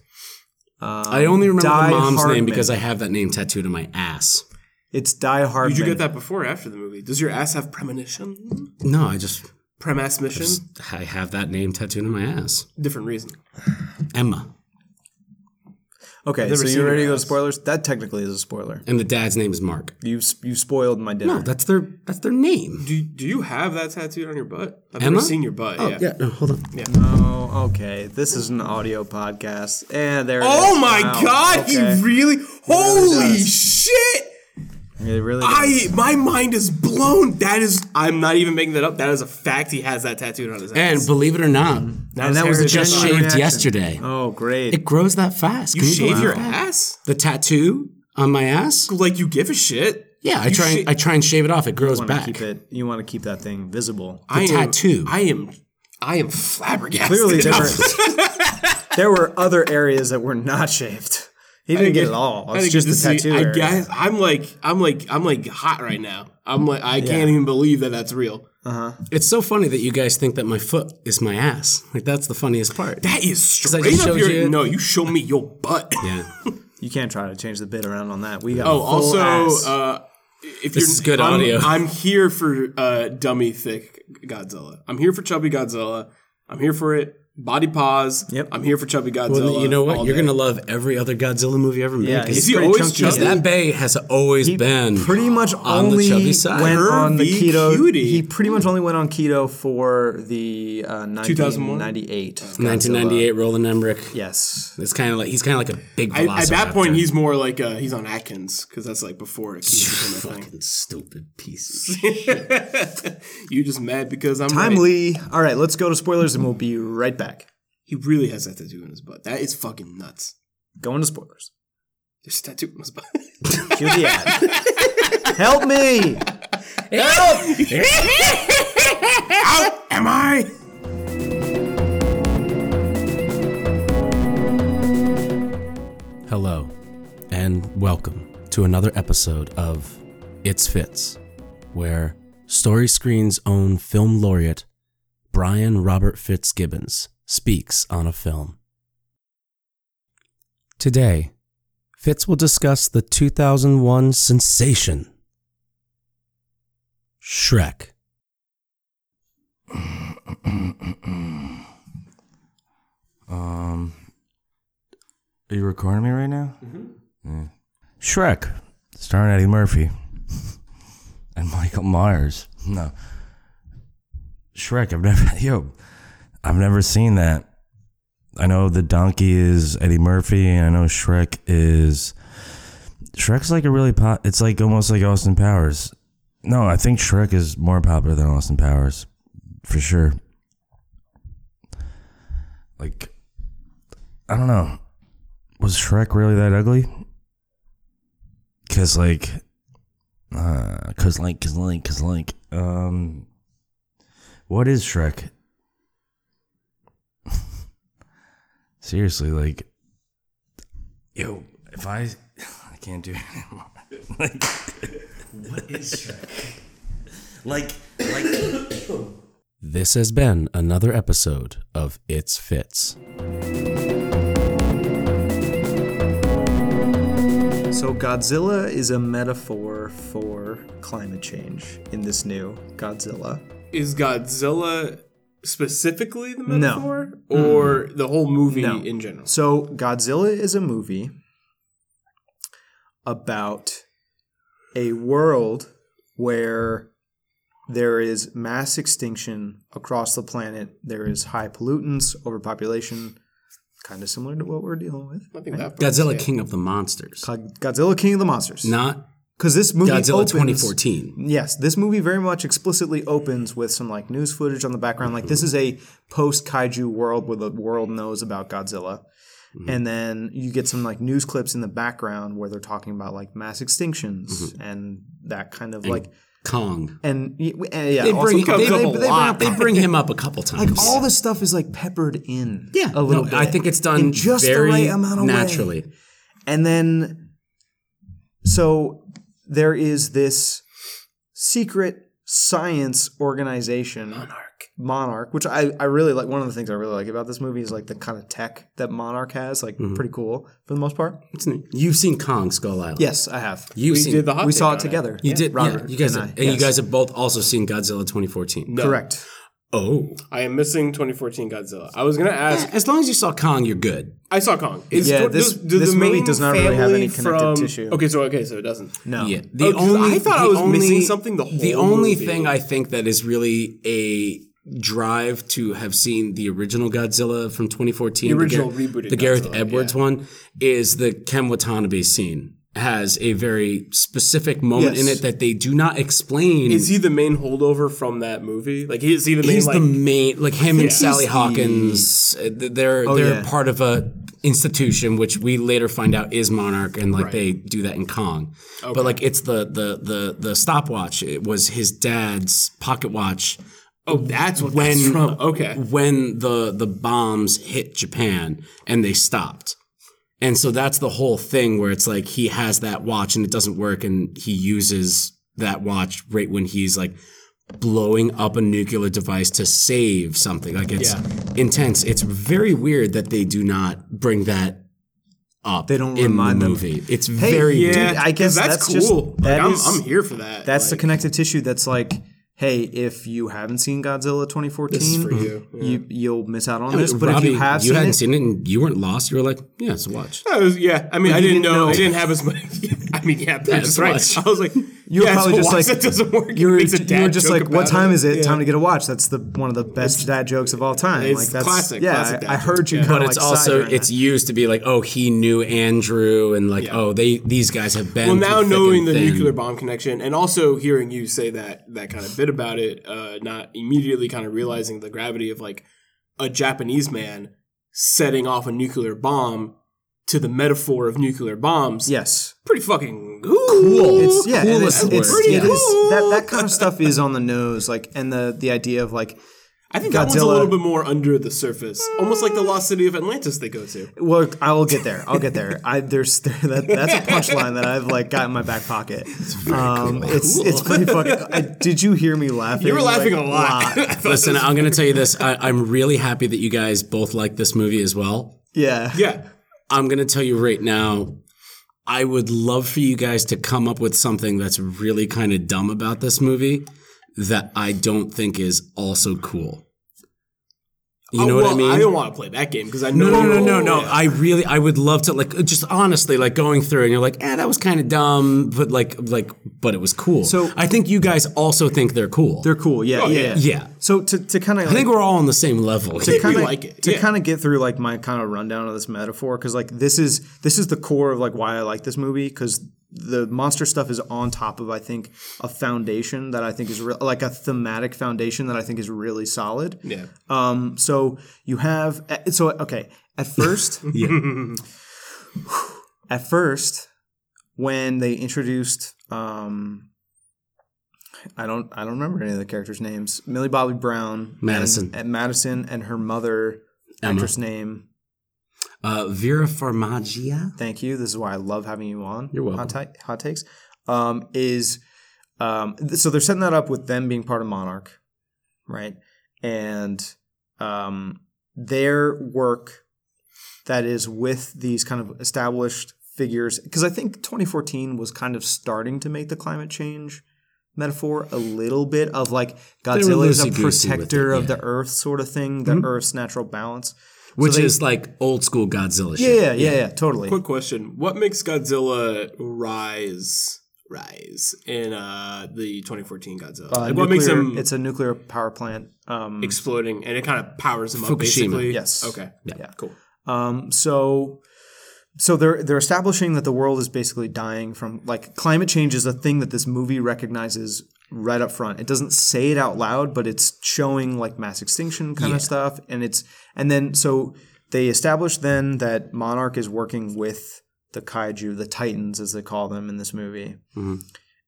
S3: I only remember
S1: Die
S3: the mom's
S1: Hardman.
S3: name because I have that name tattooed on my ass.
S1: It's Die Hard.
S2: Did you get that before or after the movie? Does your ass have premonition?
S3: No, I just
S2: Premass mission?
S3: I have that name tattooed on my ass.
S2: Different reason.
S3: Emma.
S1: Okay, so
S2: seen
S1: you ready
S2: it,
S1: to go to
S2: guys.
S1: spoilers? That technically is a spoiler.
S3: And the dad's name is Mark.
S1: You you spoiled my dinner.
S3: No, that's their that's their name.
S2: Do, do you have that tattooed on your butt? I've
S3: Emma?
S2: never seen your butt. yeah.
S3: Oh, no, hold on.
S1: Oh, okay. This is an audio podcast. And there. it
S2: Oh
S1: is.
S2: my
S1: Wow.
S2: god,
S1: Okay.
S2: he really Holy
S1: does.
S2: shit!
S1: It really.
S2: I my mind is blown. That is I'm not even making that up. That is a fact he has that tattooed on his ass.
S3: And believe it or not,
S2: Mm-hmm.
S1: and that was the
S3: just
S1: genuine
S3: shaved
S1: reaction.
S3: yesterday.
S1: Oh great.
S3: It grows that fast.
S2: you
S3: Can
S2: shave
S3: believe
S2: your
S3: that?
S2: ass?
S3: The tattoo on my ass?
S2: Like you give a shit.
S3: Yeah, I try.
S2: sha-
S3: and, I try and shave it off. It grows
S1: you want
S3: back.
S1: to keep it. You want to keep that thing visible.
S2: I am,
S3: tattoo.
S2: I am I am flabbergasted.
S1: Clearly, there were, there were other areas that were not shaved. He didn't get it all. It's just the tattoo.
S2: I
S1: area.
S2: guess I'm like I'm like I'm like hot right now. I'm like I can't even believe that that's real.
S3: It's so funny that you guys think that my foot is my ass. Like that's the funniest part.
S2: That is straight
S3: just
S2: up
S3: showed
S2: your
S3: you-
S2: no. You show me your butt.
S3: yeah,
S1: You can't try to change the bit around on that. We got.
S2: Oh, also,
S1: ass.
S2: uh, if
S3: This
S2: you're
S3: is good
S2: I'm,
S3: audio.
S2: I'm here for uh, dummy thick Godzilla. I'm here for chubby Godzilla. I'm here for it. Body paws.
S1: Yep.
S2: I'm here for chubby Godzilla.
S3: you know what?
S2: all
S3: You're
S2: day.
S3: gonna love every other Godzilla movie ever made.
S1: yeah,
S3: 'cause
S1: he's
S2: Is he
S1: pretty
S2: always
S1: chunky.
S2: chubby?
S3: that bay has always been
S1: pretty much
S3: on
S1: only
S3: the chubby side.
S1: went on the
S2: Curvy
S1: keto.
S2: cutie.
S1: He pretty much only went on keto for the uh, 1998.
S3: 1998 Roland Emmerich.
S1: Yes.
S3: It's kind of like he's kind of like a big.
S2: I- at that
S3: velociraptor.
S2: point, he's more like uh, he's on Atkins because that's like before it became a thing.
S3: fucking stupid piece.
S2: You just mad because I'm right.
S1: Timely. All right, let's go to spoilers and we'll be right back.
S2: He really has that tattoo in his butt. That is fucking nuts.
S1: Going to spoilers.
S2: There's a tattoo in his butt.
S1: Cue the ad. Help me.
S2: Out am I?
S3: Hello, and welcome to another episode of It's Fits, where Story Screen's own film laureate, Brian Robert Fitzgibbons, speaks on a film. Today, Fitz will discuss the 2001 sensation Shrek.
S4: Um, are you recording me right now? Mm-hmm. Shrek, starring Eddie Murphy and Michael Myers. No, Shrek. I've never, yo, I've never seen that. I know the donkey is Eddie Murphy, and I know Shrek is. Shrek's like a really pop. It's like almost like Austin Powers. No, I think Shrek is more popular than Austin Powers, for sure. Like, I don't know. Was Shrek really that ugly? Cause like, uh, cause like, cause like, cause like, um, what is Shrek? Seriously, like, yo, if I, I can't do it anymore. like, what is Shrek? like, like,
S3: This has been another episode of It's Fits.
S1: So Godzilla is a metaphor for climate change in this new Godzilla.
S2: Is Godzilla specifically the
S1: No.
S2: metaphor, or the whole movie
S1: No.
S2: in general?
S1: So Godzilla is a movie about a world where there is mass extinction across the planet. There is high pollutants, overpopulation, kind of similar to what we're dealing with.
S2: I think that
S3: Godzilla King of the Monsters.
S1: God- Godzilla King of the Monsters.
S3: Not
S1: Because this movie
S3: Godzilla
S1: opens-
S3: 2014.
S1: Yes, this movie very much explicitly opens with some like news footage on the background. Like this is a post kaiju world where the world knows about Godzilla.
S3: Mm-hmm.
S1: And then you get some like news clips in the background where they're talking about like mass extinctions
S3: Mm-hmm.
S1: and that kind of like
S3: Kong.
S1: and, y- w- and yeah,
S3: They
S1: also
S3: bring,
S1: comes
S3: they,
S1: up
S3: they,
S1: a
S3: they, bring
S1: lot.
S3: up- they bring him up a couple times.
S1: all this stuff is like peppered in
S3: yeah,
S1: a little
S3: no,
S1: bit.
S3: I think it's done
S1: in just
S3: very
S1: the right amount of way.
S3: naturally.
S1: And then, so there is this secret science organization, Monarch. Monarch, which I, I really like. One of the things I really like about this movie is like the kind of tech that Monarch has, like pretty cool for the most part.
S3: It's neat. You've seen Kong Skull Island.
S1: Yes, I have.
S3: You've
S2: we
S3: seen
S2: did the hot
S1: we
S2: take
S1: saw
S2: on
S1: it together.
S3: You did,
S1: Robert.
S3: yeah. You guys,
S1: and
S3: have,
S1: I,
S3: and
S1: yes.
S3: you guys have both also seen Godzilla 2014.
S2: No.
S1: correct.
S3: Oh,
S2: I am missing 2014 Godzilla. I was gonna ask.
S3: as long as you saw Kong, you're good.
S2: I saw Kong. Is
S1: Yeah,
S2: do-
S1: this-
S2: does- do
S1: this
S2: the
S1: movie
S2: main
S1: does not really have any
S2: family
S1: connective tissue.
S2: Okay, so okay, so it doesn't.
S1: No,
S3: Yeah. The
S2: Oh, 'cause
S3: only
S2: I thought I
S3: the
S2: was
S3: only-
S2: missing something the
S3: the
S2: whole
S3: only
S2: movie.
S3: thing I think that is really a drive to have seen the original Godzilla from 2014,
S2: The original
S3: Gar-
S2: rebooted
S3: the Gareth
S2: Godzilla,
S3: Edwards one, is the Ken Watanabe scene has a very specific moment in
S1: Yes.
S3: it that they do not explain.
S2: Is he the main holdover from that movie? Like, is he the main
S3: He's
S2: like?
S3: the main, like him and
S2: he's Oh,
S3: Sally
S1: the-
S3: Hawkins. uh, th- They're they're
S1: yeah.
S3: part of a institution which we later find out is Monarch, and like they do that in Kong. But like it's the the the the stopwatch. It was his dad's pocket watch
S2: oh, that's what
S3: when
S2: that's from. Okay,
S3: when the the bombs hit Japan and they stopped. And so that's the whole thing where it's like he has that watch and it doesn't work and he uses that watch right when he's like blowing up a nuclear device to save something. Like it's intense. It's very weird that they do not bring that up
S1: They don't
S3: in
S1: remind
S3: the
S1: them.
S3: movie. It's very
S1: yeah.
S3: weird.
S1: Dude, I guess
S2: 'cause that's,
S1: that's just-
S2: cool.
S1: that
S2: like,
S1: is-
S2: I'm, I'm here for that.
S1: that's the
S2: like,
S1: connective tissue that's like hey if you haven't seen godzilla 2014
S2: for you,
S1: you you'll miss out on this but
S3: Robbie,
S1: if you have seen
S3: hadn't
S1: it,
S3: seen it and you weren't lost, you were like, yeah, it's a watch.
S2: I was, yeah, I mean, I
S1: you
S2: didn't,
S1: didn't
S2: know,
S1: know.
S2: I didn't have as much. I mean, yeah,
S3: it's
S2: that's right.
S3: watch.
S2: I was like,
S1: you
S2: you're
S1: were probably just like
S2: that doesn't work.
S1: You were,
S2: It's a
S1: you
S2: dad
S1: were just
S2: joke
S1: like, "What
S2: about
S1: time
S2: it.
S1: is it?
S2: Yeah.
S1: Time to get a watch." That's the one of the best dad jokes of all time.
S2: It's
S1: like that's
S2: classic,
S1: Yeah,
S2: classic dad
S1: I, I heard
S2: joke,
S1: you.
S2: yeah.
S1: kinda,
S3: but it's
S1: like, sigh
S3: also
S1: during
S3: it's
S1: that.
S3: used to be like oh he knew andrew and like oh they these guys have been
S2: Well, now
S3: through thick
S2: knowing
S3: and
S2: the
S3: thin.
S2: nuclear bomb connection, and also hearing you say that that kind of bit about it, uh, not immediately kind of realizing the gravity of like a Japanese man setting off a nuclear bomb to the metaphor of nuclear bombs.
S1: yes.
S2: pretty fucking cool.
S1: It's yeah,
S3: cool
S1: and it's,
S3: as
S1: it's,
S3: words,
S1: it
S3: yeah.
S1: is- that that kind of stuff is on the nose. Like, and the the idea of like,
S2: I think that one's a
S1: Godzilla-
S2: little bit more under the surface, almost like the lost city of Atlantis they go to.
S1: well, I will get there. I'll get there. I there's that, that's a punchline that I've like got in my back pocket. Um, it's it's pretty fucking. I, did you hear me laughing?
S2: You were laughing a lot.
S3: listen i'm gonna tell you this I, i'm really happy that you guys both like this movie as well
S1: Yeah.
S2: yeah,
S3: i'm gonna tell you right now i would love for you guys to come up with something that's really kind of dumb about this movie that i don't think is also cool You know what I mean?
S2: I don't want to play that game because I know.
S3: No, no,
S2: you're
S3: no, no,
S2: old.
S3: no.
S2: Yeah.
S3: I really, I would love to, like, just honestly, like going through, and you're like, eh, that was kind of dumb, but like, like, but it was cool.
S1: So-
S3: I think you guys also think they're cool.
S1: They're cool. Yeah, yeah,
S2: Oh, yeah.
S1: yeah.
S3: Yeah.
S1: So to, to kind of
S3: I think we're all on the same level.
S1: to kind of
S2: like it,
S1: to
S2: yeah.
S1: kind of get through like my kind of rundown of this metaphor because like this is this is the core of like why I like this movie because the monster stuff is on top of I think a foundation that I think is real like a thematic foundation that I think is really solid.
S2: Yeah.
S1: Um. So you have eh, so okay at first. At first, when they introduced um. I don't. I don't remember any of the characters' names. Millie Bobby Brown,
S3: Madison.
S1: and, and Madison, and her mother, actress name.
S3: Uh, Vera Farmagia.
S1: Thank you. This is why I love having you on.
S3: You're welcome.
S1: Hot, ta- hot takes um, is um, th- so they're setting that up with them being part of Monarch, right? And um, their work that is with these kind of established figures, because I think 2014 was kind of starting to make the climate change metaphor a little bit of like Godzilla is a
S3: loosey-goosey with it,
S1: protector of
S3: yeah. Mm-hmm.
S1: the Earth sort of thing, the Earth's natural balance.
S3: Which is like old school Godzilla shit.
S1: Yeah, yeah, yeah, yeah totally.
S2: Quick question: What makes Godzilla rise? Rise in uh, the 2014 Godzilla.
S1: Uh,
S2: Like, what makes
S1: nuclear-
S2: him
S1: It's a nuclear power plant. Um,
S2: exploding, and it kind of powers him up.
S3: Fukushima.
S2: Basically,
S1: Yes.
S2: Okay.
S1: Yeah.
S2: Cool.
S1: Um, so, so they're they're establishing that the world is basically dying from like climate change is a thing that this movie recognizes right up front. It doesn't say it out loud, but it's showing like mass extinction kind of stuff, and it's and then so they establish then that Monarch is working with the kaiju, the titans as they call them in this movie.
S3: Mm-hmm.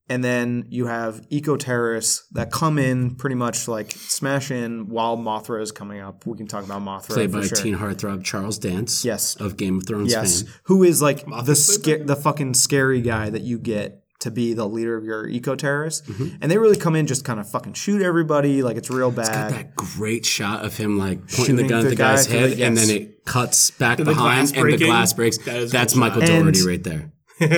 S1: And then you have eco terrorists that come in pretty much like smash in while Mothra is coming up. We can talk about Mothra.
S3: Played
S1: for
S3: by
S1: sure.
S3: teen heartthrob Charles Dance.
S1: Yes.
S3: Of Game of Thrones
S1: Yes,
S3: fame.
S1: who is like the sca- the fucking scary guy that you get to be the leader of your eco terrorists, and they really come in just kind of fucking shoot everybody like it's real bad.
S3: That great shot of him like pointing
S1: Shooting
S3: the gun at
S1: the
S3: the, guy's
S1: guy through
S3: head,
S1: the-
S3: and then
S1: yes.
S3: it cuts back
S2: the
S3: behind,
S2: glass
S3: and the
S2: breaking?
S3: glass breaks.
S2: That is a
S3: That's
S2: good
S3: Michael
S1: shot.
S3: Doherty
S1: And-
S3: right there.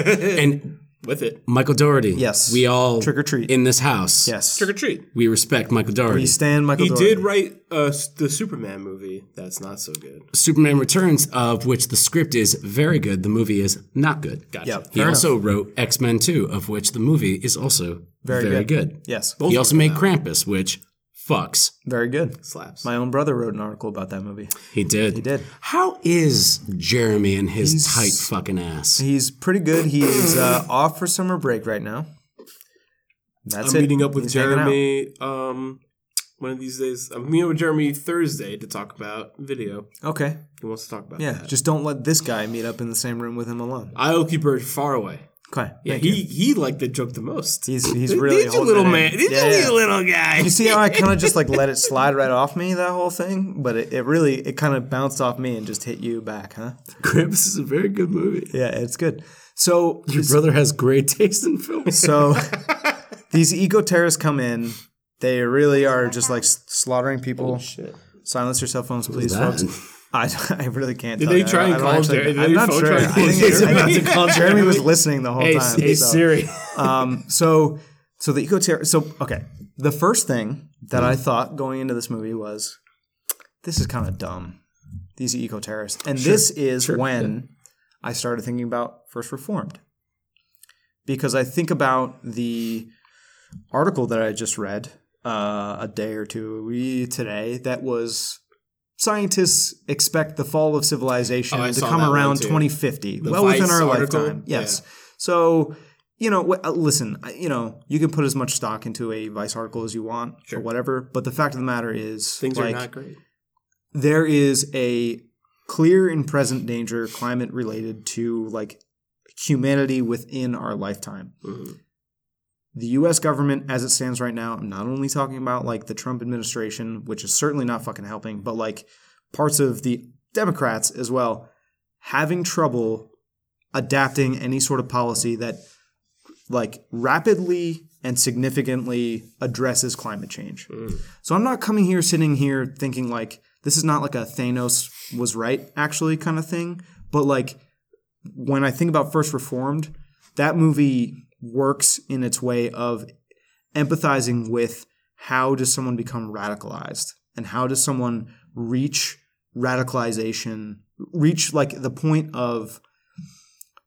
S3: and
S2: With it,
S3: Michael Doherty.
S1: Yes.
S3: We all
S1: Trick or treat.
S3: in this house.
S1: yes,
S2: trick or treat.
S3: We respect Michael Doherty.
S1: you stand Michael.
S2: He
S1: Doherty.
S2: did write uh, s- the Superman movie. That's not so good.
S3: Superman Returns, of which the script is very good, the movie is not good. Gotcha.
S1: Yeah,
S3: He also wrote X Men 2, of which the movie is also very, good.
S1: Yes,
S3: He also made Krampus, which fucks.
S1: very good.
S2: Slaps.
S1: My own brother wrote an article about that movie.
S3: He did. He
S1: did.
S3: How is Jeremy and his tight fucking ass?
S1: He's pretty good. He is uh, off for summer break right now. That's
S2: I'm
S1: it.
S2: meeting up with
S1: He's hanging out.
S2: Jeremy um, one of these days. I'm meeting up with Jeremy Thursday to talk about video.
S1: Okay,
S2: He wants to talk about
S1: yeah.
S2: that.
S1: Just don't let this guy meet up in the same room with him alone.
S2: I'll keep her far away.
S1: Okay.
S2: Yeah,
S1: thank
S2: he
S1: you.
S2: he liked the joke the most.
S1: He's he's really
S2: did you
S1: holding
S2: little
S1: it in.
S2: man? Did
S1: Yeah,
S2: you
S1: yeah.
S2: little guy?
S1: You see how I kind of just like let it slide right off me that whole thing, but it, it really it kind of bounced off me and just hit you back, huh?
S3: Krampus is a very good movie.
S1: Yeah, it's good. So
S3: Your brother has great taste in films.
S1: so these eco terrorists come in. They really are just like s- slaughtering people.
S2: shit.
S1: Silence your cell phones, please,
S3: that?
S1: folks. I, I really can't. Did
S2: they try and call Jerry- did
S1: I'm
S2: they
S1: not
S2: phone
S1: sure.
S2: try
S1: I
S2: and call
S1: think it's-
S2: Jeremy?
S1: I think Jeremy was listening the whole
S2: Hey,
S1: time.
S2: hey
S1: so.
S2: Siri.
S1: Um, so, so the eco terror. So, okay. The first thing that I thought going into this movie was, this is kind of dumb. These eco terrorists, and this is when I started thinking about First Reformed, because I think about the article that I just read uh, a day or two we- today that was. Scientists expect the fall of civilization
S2: Oh, I
S1: to
S2: saw
S1: come
S2: that one
S1: around
S2: too.
S1: 2050, well within
S2: Vice
S1: our
S2: article?
S1: lifetime.
S2: Yeah.
S1: Yes. So, you know, wh- uh, listen, I- you know, you can put as much stock into a Vice article as you want or whatever, but the fact of the matter is,
S2: Things
S1: like,
S2: are not great.
S1: there is a clear and present danger climate related to like humanity within our lifetime.
S2: mm-hmm.
S1: The US government as it stands right now, I'm not only talking about like the Trump administration, which is certainly not fucking helping, but like parts of the Democrats as well having trouble adapting any sort of policy that like rapidly and significantly addresses climate change. So I'm not coming here sitting here thinking like this is not like a Thanos was right actually kind of thing, but like when I think about First Reformed, that movie works in its way of empathizing with how does someone become radicalized and how does someone reach radicalization, reach like the point of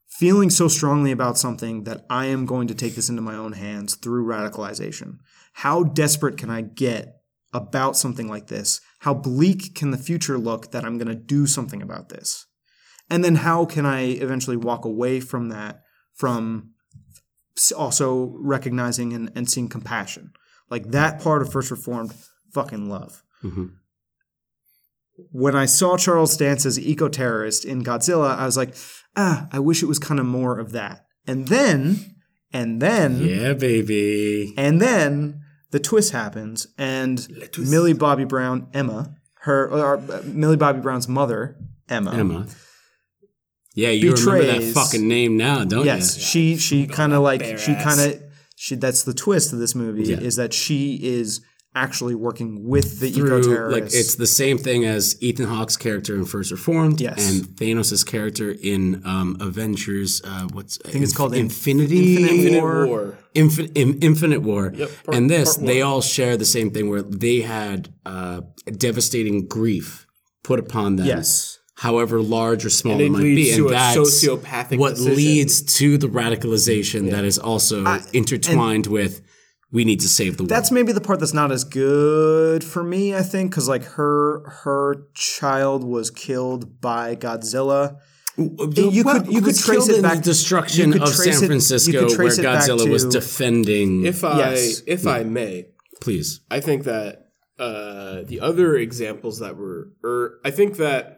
S1: feeling so strongly about something that I am going to take this into my own hands through radicalization. How desperate can I get about something like this? How bleak can the future look that I'm going to do something about this? And then how can I eventually walk away from that from s- also recognizing and, and seeing compassion? Like that part of First Reformed, fucking love
S3: Mm-hmm.
S1: when I saw Charles Dance as eco terrorist in Godzilla, I was like, ah, I wish it was kind of more of that. And then, and then,
S3: Yeah, baby.
S1: and then the twist happens, and Millie Bobby Brown, Emma, her, or, uh, Millie Bobby Brown's mother, Emma.
S3: Emma. Um, Yeah, you remember that
S1: Betrays-
S3: fucking name now, don't
S1: Yes,
S3: you?
S1: she she kind of like she
S3: ass.
S1: kind of she. That's the twist of this movie is that she is actually working with the eco
S3: Through, like
S1: terrorists.
S3: it's the same thing as Ethan Hawke's character in First Reformed,
S1: Yes.
S3: and Thanos' character in um, Avengers. Uh, what's I think
S1: it's called Inf-
S3: Infinity,
S2: Infinite
S3: War.
S2: War.
S3: Infin- in- Infinite War.
S2: part-
S3: and this,
S2: part one.
S3: they all share the same thing where they had uh, devastating grief put upon them.
S1: Yes.
S3: However large or small
S2: And
S3: it,
S2: it
S3: might be.
S2: leads to
S3: And
S2: a
S3: that's
S2: sociopathic
S3: what
S2: decision.
S3: leads to the radicalization that is also intertwined with we need to save the world.
S1: that's maybe the part that's not as good for me i think because like her her child was killed by godzilla you could- you
S3: it
S1: could
S3: was
S1: trace
S3: killed
S1: it
S3: in
S1: back-
S3: the destruction
S1: you could
S3: of
S1: trace it-
S3: San
S1: you
S3: Francisco
S1: could
S3: where
S1: trace it back
S3: Godzilla was
S1: to-
S3: defending.
S2: If I
S1: Yes.
S2: if I may,
S3: please.
S2: I think that uh, the other examples that were, or I think that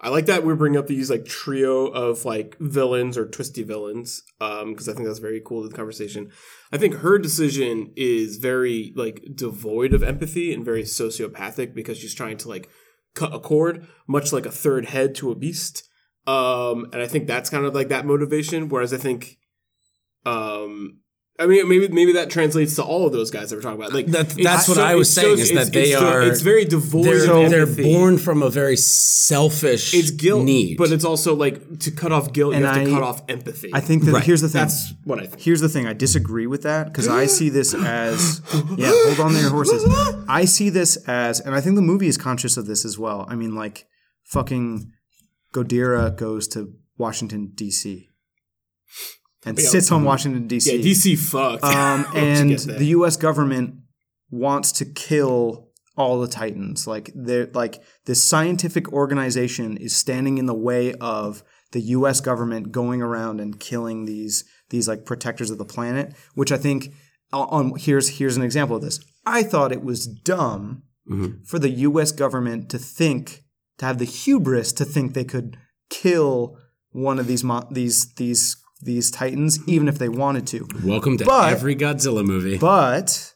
S2: I like that we bring up these like trio of like villains or twisty villains because I think that's very cool to the conversation. I think her decision is very like devoid of empathy and very sociopathic because she's trying to like cut a cord, much like a third head to a beast. Um, and I think that's kind of like that motivation. Whereas I think, um, I mean, maybe maybe that translates to all of those guys that we're talking about. Like
S3: That-
S2: it's
S3: that's what I was saying,
S2: it's-
S3: is that they
S2: it's so-
S3: are-
S2: It's very devoid.
S3: They're,
S2: of
S3: they're
S2: empathy.
S3: born from a very selfish
S2: It's guilt,
S3: need.
S2: but it's also like to cut off guilt,
S1: And
S2: you have to
S1: I-
S2: cut off empathy.
S1: i think that here's the thing
S2: that's what I think.
S1: here's the thing i disagree with that because i see this as yeah hold on to your horses i see this as and i think the movie is conscious of this as well i mean like fucking godira goes to washington d.c and sits on washington
S2: Yeah, DC fucked.
S1: Um,
S2: get
S1: and
S2: that.
S1: the U.S. government wants to kill all the titans. Like they're like this scientific organization is standing in the way of the U.S. government going around and killing these these like protectors of the planet. Which I think uh, on on- here's here's an example of this. I thought it was dumb for the U.S. government to think to have the hubris to think they could kill one of these mo- these these these titans even if they wanted to
S3: Welcome to
S1: but-
S3: every Godzilla movie.
S1: but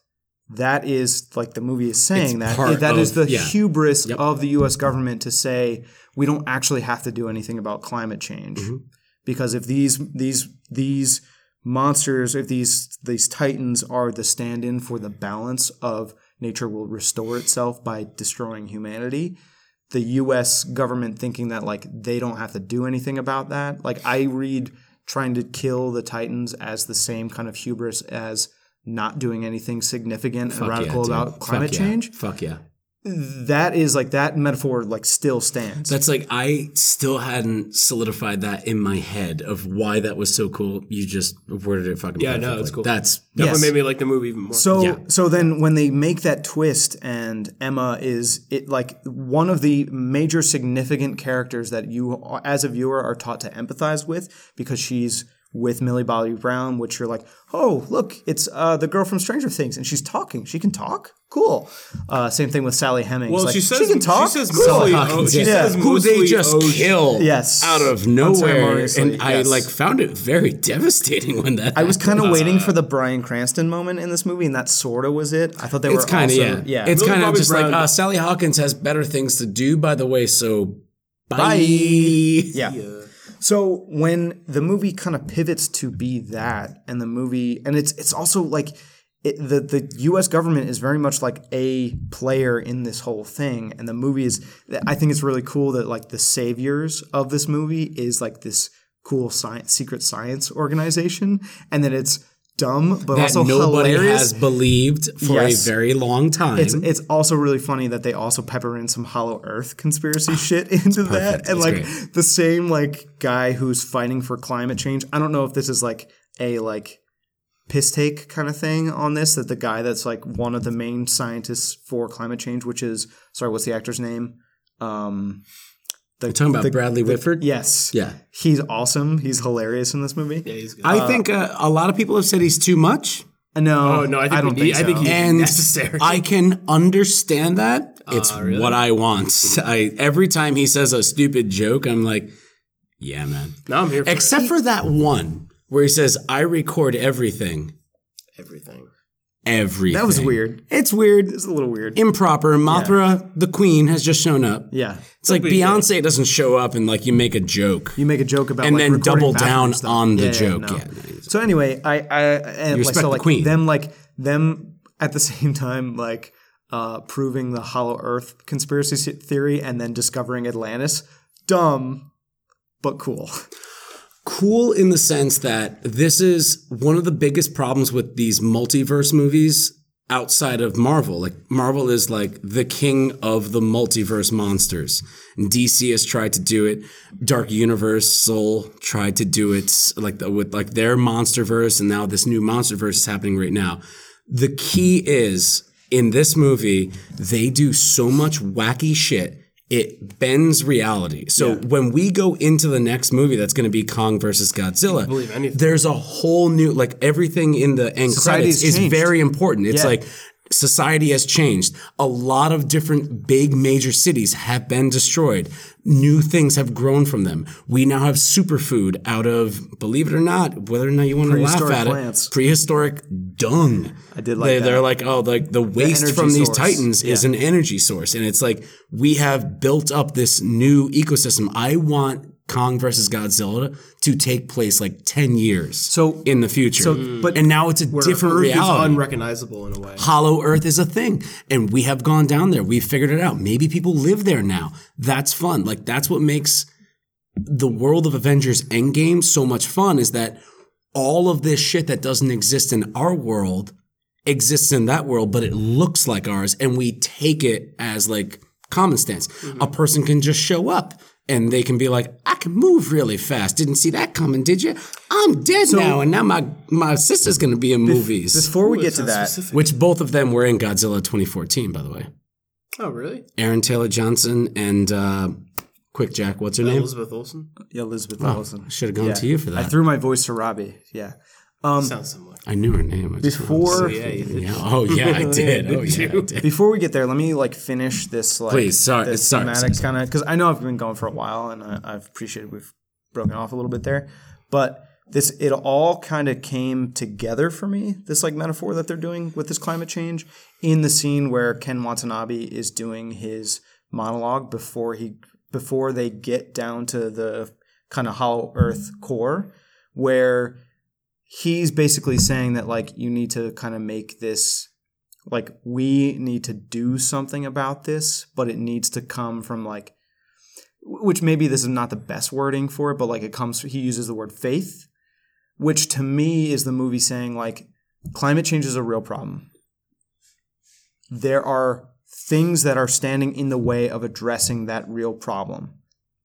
S1: that is like the movie is saying that
S3: It's part
S1: that is
S3: of-
S1: the
S3: yeah.
S1: hubris of the U.S. government to say we don't actually have to do anything about climate change
S3: Mm-hmm.
S1: because if these these these monsters if these these titans are the stand-in for the balance of nature will restore itself by destroying humanity the US government thinking that like they don't have to do anything about that. Like I read trying to kill the Titans as the same kind of hubris as not doing anything significant and
S3: Fuck yeah,
S1: radical
S3: dude.
S1: about
S3: Fuck
S1: climate
S3: yeah.
S1: change.
S3: Fuck yeah.
S1: That is like that metaphor like still stands.
S3: That's like I still hadn't solidified that in my head of why that was so cool. You just worded it fucking.
S2: Yeah, no,
S3: perfectly.
S2: it's cool.
S3: That's
S2: that
S1: yes.
S2: one made me like the movie even more.
S1: So so then when they make that twist and Emma is it like one of the major significant characters that you as a viewer are taught to empathize with because she's with Millie Bobby Brown, which you're like, oh look, it's uh, the girl from Stranger Things, and she's talking. She can talk. Cool. Uh, same thing with Sally Hemings.
S2: well,
S1: like,
S2: she says
S1: she can talk.
S2: She says
S1: Cool."
S2: mostly,
S3: Fuck,
S2: oh, she
S3: yeah.
S2: says
S3: who
S2: mostly
S3: they just
S2: oh, she-
S3: killed
S1: Yes.
S3: out of nowhere.
S1: Unceremoniously,
S3: And I
S1: yes.
S3: like found it very devastating when that
S1: I was kind of waiting for the Brian Cranston moment in this movie, and that sort of was it. I thought they
S3: it's
S1: were
S3: kind of
S1: also- yeah.
S3: yeah. It's
S2: Millie
S3: kind of
S2: Bobby
S3: just
S2: Brown-
S3: like uh, Sally Hawkins has better things to do by the way, so bye.
S1: Bye.
S3: Yeah.
S1: Yeah. So when the movie kind of pivots to be that, and the movie, and it's it's also like it, the the U.S. government is very much like a player in this whole thing, and the movie is. I think it's really cool that like the saviors of this movie is like this cool science, secret science organization, and that it's dumb, but
S3: that
S1: also
S3: nobody
S1: hilarious.
S3: has believed for
S1: Yes.
S3: a very long time.
S2: Mm-hmm.
S1: it's, it's also really funny that they also pepper in some Hollow Earth conspiracy
S2: Ah,
S1: shit into that, and
S3: It's
S1: like
S3: great.
S1: the same like guy who's fighting for climate change. I don't know if this is like a like piss take kind of thing on this. That the guy that's like one of the main scientists for climate change, which is sorry, what's the actor's name? Um, the,
S3: You're talking about
S1: the-
S3: Bradley Whitford?
S1: Yes.
S3: Yeah.
S1: He's awesome. He's hilarious in this movie.
S2: he's good.
S3: I think uh, a lot of people have said he's too much.
S1: Uh, No,
S2: Oh, no, I think
S1: don't
S2: we
S1: think
S2: need- I think
S1: so.
S2: he-
S3: and
S2: Necessary.
S3: I can understand that.
S1: Ah,
S3: It's what I want. I every time he says a stupid joke, I'm like, yeah, man.
S2: now I'm here for
S3: Except for that one where he says, "I record everything,
S2: everything.
S3: everything."
S1: that was weird.
S3: It's weird,
S1: It's a little weird.
S3: improper. Mothra, the queen, has just shown up.
S1: yeah.
S3: It's like Beyonce doesn't show up and like you make a joke
S1: You make a joke about
S3: and
S1: like,
S3: then
S1: recording
S3: double
S1: bathroom
S3: down
S1: stuff.
S3: on the
S1: Yeah, yeah,
S3: joke.
S1: no.
S3: Yeah,
S1: So anyway, I I and like,
S3: respect
S1: so
S3: the
S1: like
S3: queen.
S1: them like them at the same time like uh, proving the Hollow Earth conspiracy se- theory and then discovering Atlantis. Dumb, but cool.
S3: cool in the sense that this is one of the biggest problems with these multiverse movies outside of Marvel. Like Marvel is like the king of the multiverse monsters. And DC has tried to do it. Dark Universe Soul tried to do it like the, with like their monsterverse and now this new monsterverse is happening right now. The key is in this movie they do so much wacky shit it bends reality. So when we go into the next movie, that's going to be Kong versus Godzilla. There's a whole new like everything in the end
S1: Society's
S3: credits is
S1: changed.
S3: very important. It's
S1: Yeah.
S3: like society has changed. A lot of different big major cities have been destroyed. New things have grown from them. We now have superfood out of believe it or not, whether or not you want to laugh
S1: Prehistoric
S3: at
S1: plants.
S3: it, prehistoric dung. I
S1: did like
S3: they,
S1: that.
S3: They're like oh like the waste
S1: energy
S3: from these
S1: source.
S3: titans is an energy source and it's like we have built up this new ecosystem i want kong versus godzilla to take place like 10 years
S1: So-
S3: in the future
S1: so- but-
S3: and now it's a different
S2: Earth is
S3: reality
S2: unrecognizable in a way.
S3: hollow earth is a thing and we have gone down there we've figured it out maybe people live there now that's fun like that's what makes the world of avengers endgame so much fun is that all of this shit that doesn't exist in our world exists in that world but it looks like ours and we take it as like common sense a person can just show up and they can be like i can move really fast didn't see that coming did you i'm dead now and now my my sister's gonna be in movies
S1: Before we get to that,
S3: which both of them were in Godzilla 2014, by the way.
S2: Oh, really?
S3: Aaron Taylor Johnson and uh, Quick Jack, what's her name?
S2: Elizabeth Olsen
S1: yeah, Elizabeth Olsen.
S3: Should have gone to you for
S1: I
S3: that. I,
S1: threw my voice to Robbie. Yeah.
S2: sounds similar.
S3: knew her name. I just
S1: Before
S3: wanted
S2: Yeah, you
S3: to- yeah. Oh yeah, I did. Oh yeah, I did.
S1: before we get there, let me like finish this like
S3: Please, sorry,
S1: this
S3: sorry,
S1: thematic kind of because I know I've been going for a while and I, I've appreciated we've broken off a little bit there, but this it all kind of came together for me. This like metaphor that they're doing with this climate change in the scene where Ken Watanabe is doing his monologue before he before they get down to the kind of hollow earth core where he's basically saying that like you need to kind of make this like we need to do something about this but it needs to come from like which maybe this is not the best wording for it but like it comes he uses the word faith which to me is the movie saying like climate change is a real problem there are things that are standing in the way of addressing that real problem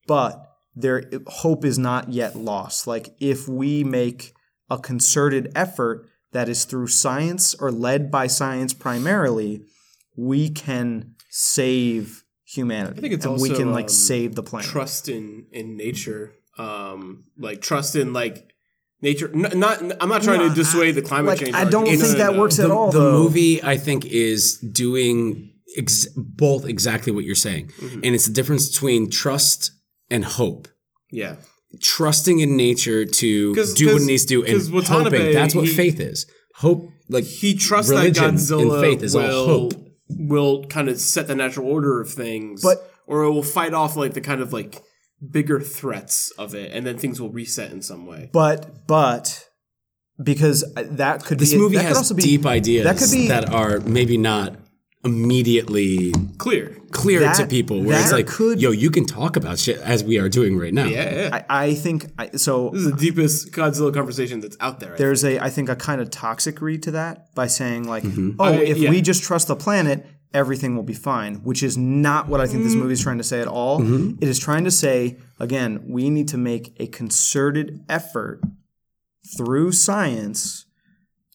S1: but their hope is not yet lost. Like if we make a concerted effort that is through science or led by science primarily, we can save humanity. I
S2: think it's
S1: and we
S2: also,
S1: can like
S2: um,
S1: save the planet.
S2: Trust in in nature, um, like trust in like nature. N- not, I'm not trying to dissuade the climate
S1: like,
S2: change.
S1: I don't
S2: argument.
S1: think that works at
S3: the,
S1: all.
S3: the
S1: though.
S3: movie i think is doing ex- both exactly what you're saying and it's the difference between trust and hope
S2: Yeah,
S3: trusting in nature to
S2: 'Cause-
S3: do what
S2: 'cause-
S3: it needs to do and
S2: 'cause Watanabe,
S3: hoping that's what
S2: he-
S3: faith is hope like
S2: he trusts
S3: religion
S2: that Godzilla
S3: and faith is
S2: will
S3: all hope
S2: will kind of set the natural order of things,
S1: But-
S2: or it will fight off like the kind of like bigger threats of it, and then things will reset in some way.
S1: but but because that could
S3: this
S1: be
S3: movie
S1: that could
S3: has
S1: also be
S3: deep ideas
S1: that could be
S3: that are maybe not immediately
S2: Clear.
S3: clear to
S1: That-
S3: people where it's
S1: that
S3: like
S1: could-
S3: yo you can talk about shit as we are doing right now
S2: Yeah, yeah.
S1: I, I think I, so.
S2: This is the deepest Godzilla conversation that's out there. I think.
S1: There's a I think a kind of toxic read to that by saying like, oh,
S2: I-
S1: if
S2: yeah.
S1: we just trust the planet, everything will be fine, which is not what I think
S3: Mm.
S1: this movie is trying to say at all. It is trying to say again, we need to make a concerted effort through science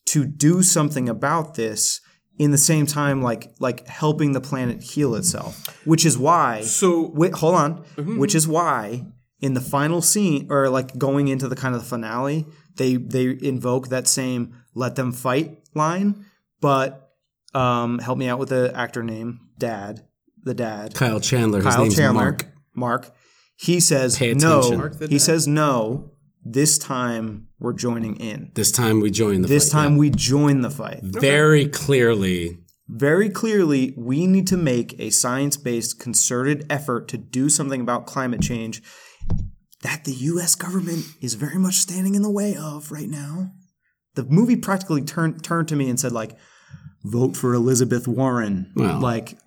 S1: to do something about this in the same time like like helping the planet heal itself which is why
S2: So- Mm-hmm.
S1: wait, hold on which is why in the final scene or like going into the kind of the finale they they invoke that same let them fight line but um help me out with the actor name dad the dad
S3: kyle chandler his
S1: Kyle
S3: name's
S1: Chandler,
S3: mark
S1: Mark, he says
S3: Pay attention.
S1: no.
S3: Mark
S2: the
S1: He
S2: dad.
S1: says no. This time we're joining in.
S3: this time we join the
S1: This
S3: fight.
S1: time we join the fight.
S3: very clearly
S1: Very clearly, we need to make a science-based concerted effort to do something about climate change that the US government is very much standing in the way of right now. The movie practically turned turned to me and said like vote for Elizabeth Warren.
S3: Well.
S1: like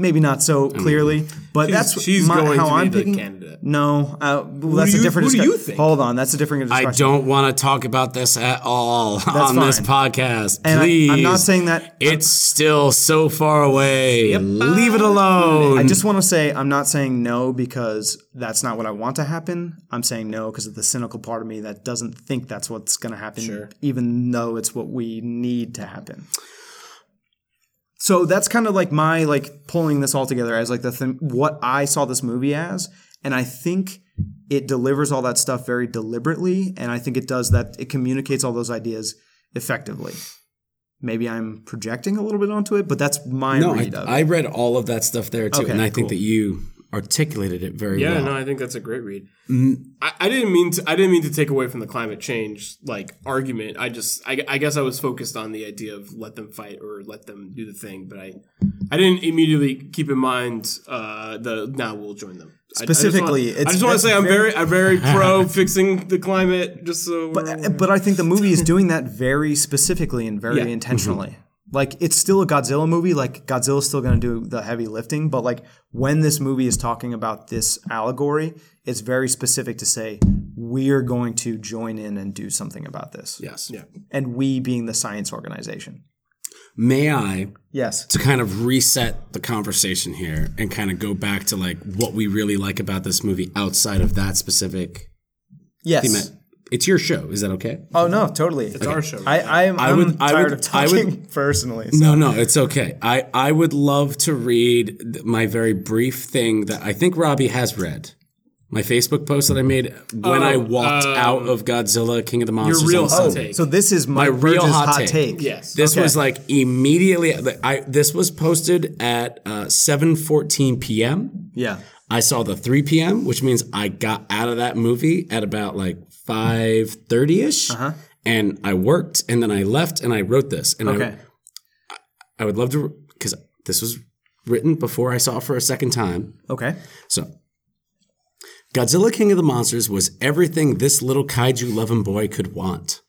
S1: maybe not so clearly, but that's
S2: she's
S1: my-
S2: going
S1: how
S2: to be
S1: I'm
S2: the
S1: picking.
S2: candidate.
S1: No, uh, well, that's
S2: you-
S1: a different.
S2: who do
S1: discuss-
S2: you think?
S1: Hold on, that's a different discussion.
S3: I don't want to talk about this at all on this podcast.
S1: And I-
S3: Please.
S1: I'm not saying that.
S3: It's still so far away. Leave it alone.
S1: I just want to say I'm not saying no because that's not what I want to happen. I'm saying no because of the cynical part of me that doesn't think that's what's going to happen, even though it's what we need to happen. So that's kind of like my like pulling this all together as like the thing what I saw this movie as, and I think it delivers all that stuff very deliberately, and I think it does that. It communicates all those ideas effectively. Maybe I'm projecting a little bit onto it, but that's my
S3: no, I,
S1: read of it.
S3: I read all of that stuff there too,
S1: Okay,
S3: and I think that you articulated it very
S2: Yeah,
S3: well.
S2: no, I think that's a great read.
S1: Mm-hmm.
S2: I, I didn't mean to. I didn't mean to take away from the climate change like argument. I just, I, I guess, I was focused on the idea of let them fight or let them do the thing. But I, I didn't immediately keep in mind uh, the now we'll join them. I- I just wanna-
S1: Specifically,
S2: I
S1: it's-
S2: just want to
S1: it's
S2: say I'm very, I'm very pro fixing the climate. Just so, we're aware.
S1: But uh, I think the movie is doing that very specifically and very
S2: Yeah.
S3: Mm-hmm.
S1: intentionally. Like it's still a Godzilla movie. Like Godzilla's still going to do the heavy lifting, but like when this movie is talking about this allegory, it's very specific to say we're going to join in and do something about this.
S3: yes.
S1: And we being the science organization.
S3: May I
S1: Yes.
S3: to kind of reset the conversation here and kind of go back to like what we really like about this movie outside of that specific
S1: Yes.
S3: theme? It's your show. Is that okay?
S1: Oh no, totally. It's
S2: our show.
S1: I I'm, I
S3: would-
S1: am
S3: I
S1: tired
S3: would-
S1: of
S3: I would-
S1: talking personally. so-
S3: No, no, it's okay. I, I would love to read th- my very brief thing that I think Robbie has read. My Facebook post that I made when I walked out of Godzilla King of the Monsters.
S2: Oh, um, real
S3: on
S2: hot
S3: Sunday.
S2: take.
S1: So this is my,
S3: real
S1: Burgess
S3: hot
S1: hot
S3: take.
S1: take.
S2: yes,
S3: This was like immediately. I this was posted at uh, seven fourteen p.m.
S1: Yeah.
S3: I saw the three p.m., which means I got out of that movie at about like five thirty ish, and I worked, and then I left, and I wrote this, and I
S1: Okay.
S3: I would love to because this was written before I saw it for a second time.
S1: Okay.
S3: So, Godzilla King of the Monsters was everything this little kaiju loving boy could want.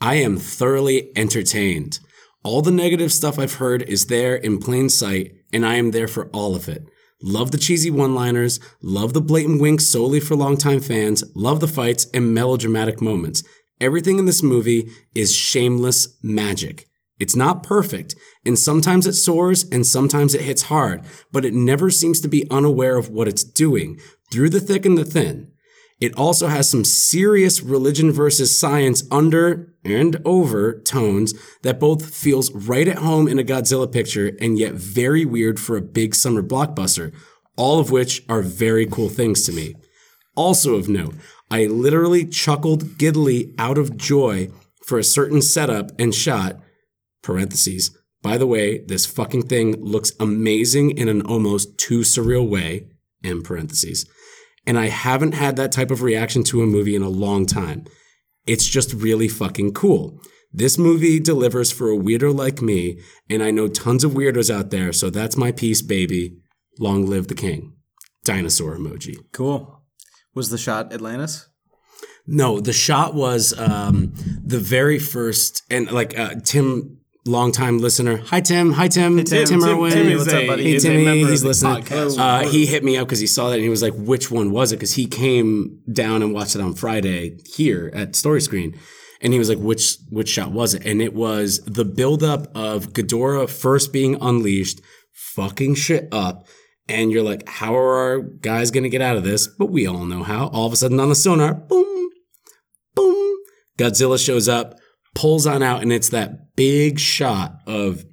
S3: I am thoroughly entertained. All the negative stuff I've heard is there in plain sight, and I am there for all of it. Love the cheesy one liners, love the blatant winks solely for longtime fans, love the fights and melodramatic moments. Everything in this movie is shameless magic. It's not perfect, and sometimes it soars and sometimes it hits hard, but it never seems to be unaware of what it's doing, through the thick and the thin. It also has some serious religion versus science under and over tones that both feels right at home in a Godzilla picture and yet very weird for a big summer blockbuster, all of which are very cool things to me. Also of note, I literally chuckled giddily out of joy for a certain setup and shot parentheses. By the way, this fucking thing looks amazing in an almost too surreal way, end parentheses. And I haven't had that type of reaction to a movie in a long time. It's just really fucking cool. This movie delivers for a weirdo like me, and I know tons of weirdos out there, so that's my piece, baby. Long live the king. Dinosaur emoji.
S1: Cool. Was the shot Atlantis?
S3: No, the shot was um, the very first, and like uh, Tim longtime listener. Hi, Tim. Hi, Tim.
S1: Tim.
S3: Tim
S1: Tim-
S3: Irwin.
S2: Tim is
S1: what's
S2: a-
S1: up, buddy?
S3: Hey
S2: is a
S3: Timmy,
S2: member of
S3: he's
S2: the
S3: listening.
S2: podcast.
S3: Uh, he hit me up because he saw that and he was like, "Which one was it?" Because he came down and watched it on Friday here at Story Screen, and he was like, "Which which shot was it?" And it was the buildup of Ghidorah first being unleashed, fucking shit up, and you're like, "How are our guys gonna get out of this?" But we all know how. All of a sudden on the sonar, boom, boom, Godzilla shows up, pulls on out, and it's that big shot of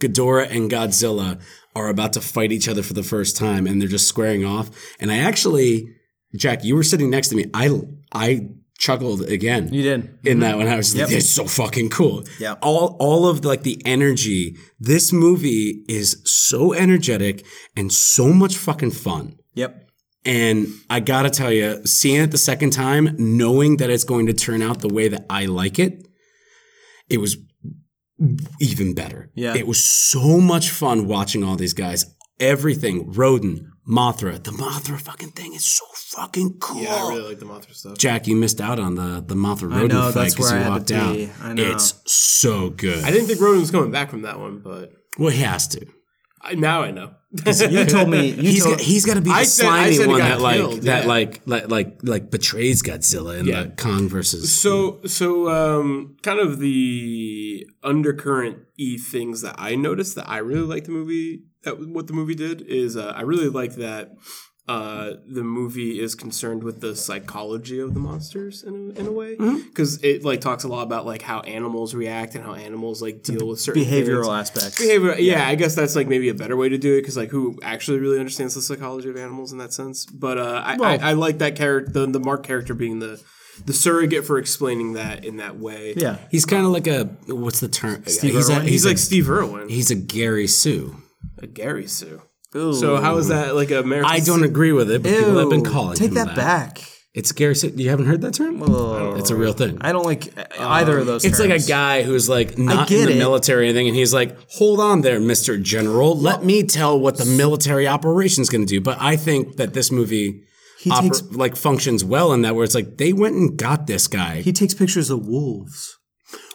S3: Ghidorah and Godzilla are about to fight each other for the first time, and they're just squaring off. And I actually, Jack, you were sitting next to me. I I chuckled again
S1: You did.
S3: in that one. I was like, "It's so fucking cool."
S1: Yeah.
S3: all all of like the energy. This movie is so energetic and so much fucking fun.
S1: Yep.
S3: And I gotta tell you, seeing it the second time, knowing that it's going to turn out the way that I like it, it was even better.
S1: Yeah.
S3: It was so much fun watching all these guys. Everything, Roden, Mothra. The Mothra fucking thing is so fucking cool.
S2: Yeah, I really like the monster stuff.
S3: Jack, you missed out on the the Mothra Roden
S1: know,
S3: fight
S1: that's
S3: because
S1: where
S3: you
S1: I had
S3: walked
S1: to
S3: out.
S1: be. I know.
S3: It's so good.
S2: I didn't think Roden was coming back from that one, but
S3: well, he has to.
S2: I, now I know.
S1: You told me. You
S3: He's
S1: told,
S3: got, he's got to be the
S2: I said- I
S3: slimy
S2: said he
S3: one
S2: got
S3: that like
S2: killed,
S3: that
S2: yeah.
S3: like like like like betrays Godzilla in
S2: Yeah.
S3: the Kong versus
S2: So, so um, kind of the undercurrent e things that I noticed that I really liked the movie. That what the movie did is uh, I really like that uh, the movie is concerned with the psychology of the monsters in a, in a way because it like talks a lot about like how animals react and how animals like deal with certain things.
S1: behavioral aspects.
S2: Behavior, yeah. I guess that's like maybe a better way to do it because like who actually really understands the psychology of animals in that sense. But uh, I, I, I like that character, the, the Mark character being the the surrogate for explaining that in that way.
S1: yeah.
S3: He's kind of like a what's the term? he's,
S1: Irwin?
S3: A,
S2: he's,
S3: he's,
S2: like Steve Irwin,
S3: a, he's a Gary Sue.
S2: a Gary Sue. So how is that like a American?
S3: I don't agree with it, but people have been
S1: Ew,
S3: calling
S1: Take
S3: him
S1: that back.
S3: It's Gary Sue. You haven't heard that term? it's a real thing.
S1: I don't like either of those.
S3: it's like a
S1: terms.
S3: guy who's like not
S1: get
S3: in the
S1: it.
S3: military or anything, and he's like, "Hold on there, Mister General. Let me tell what the military operation's going to do." But I think that this movie. oper-
S1: takes-
S3: like functions well in that where it's like they went and got this guy.
S1: He takes pictures of wolves.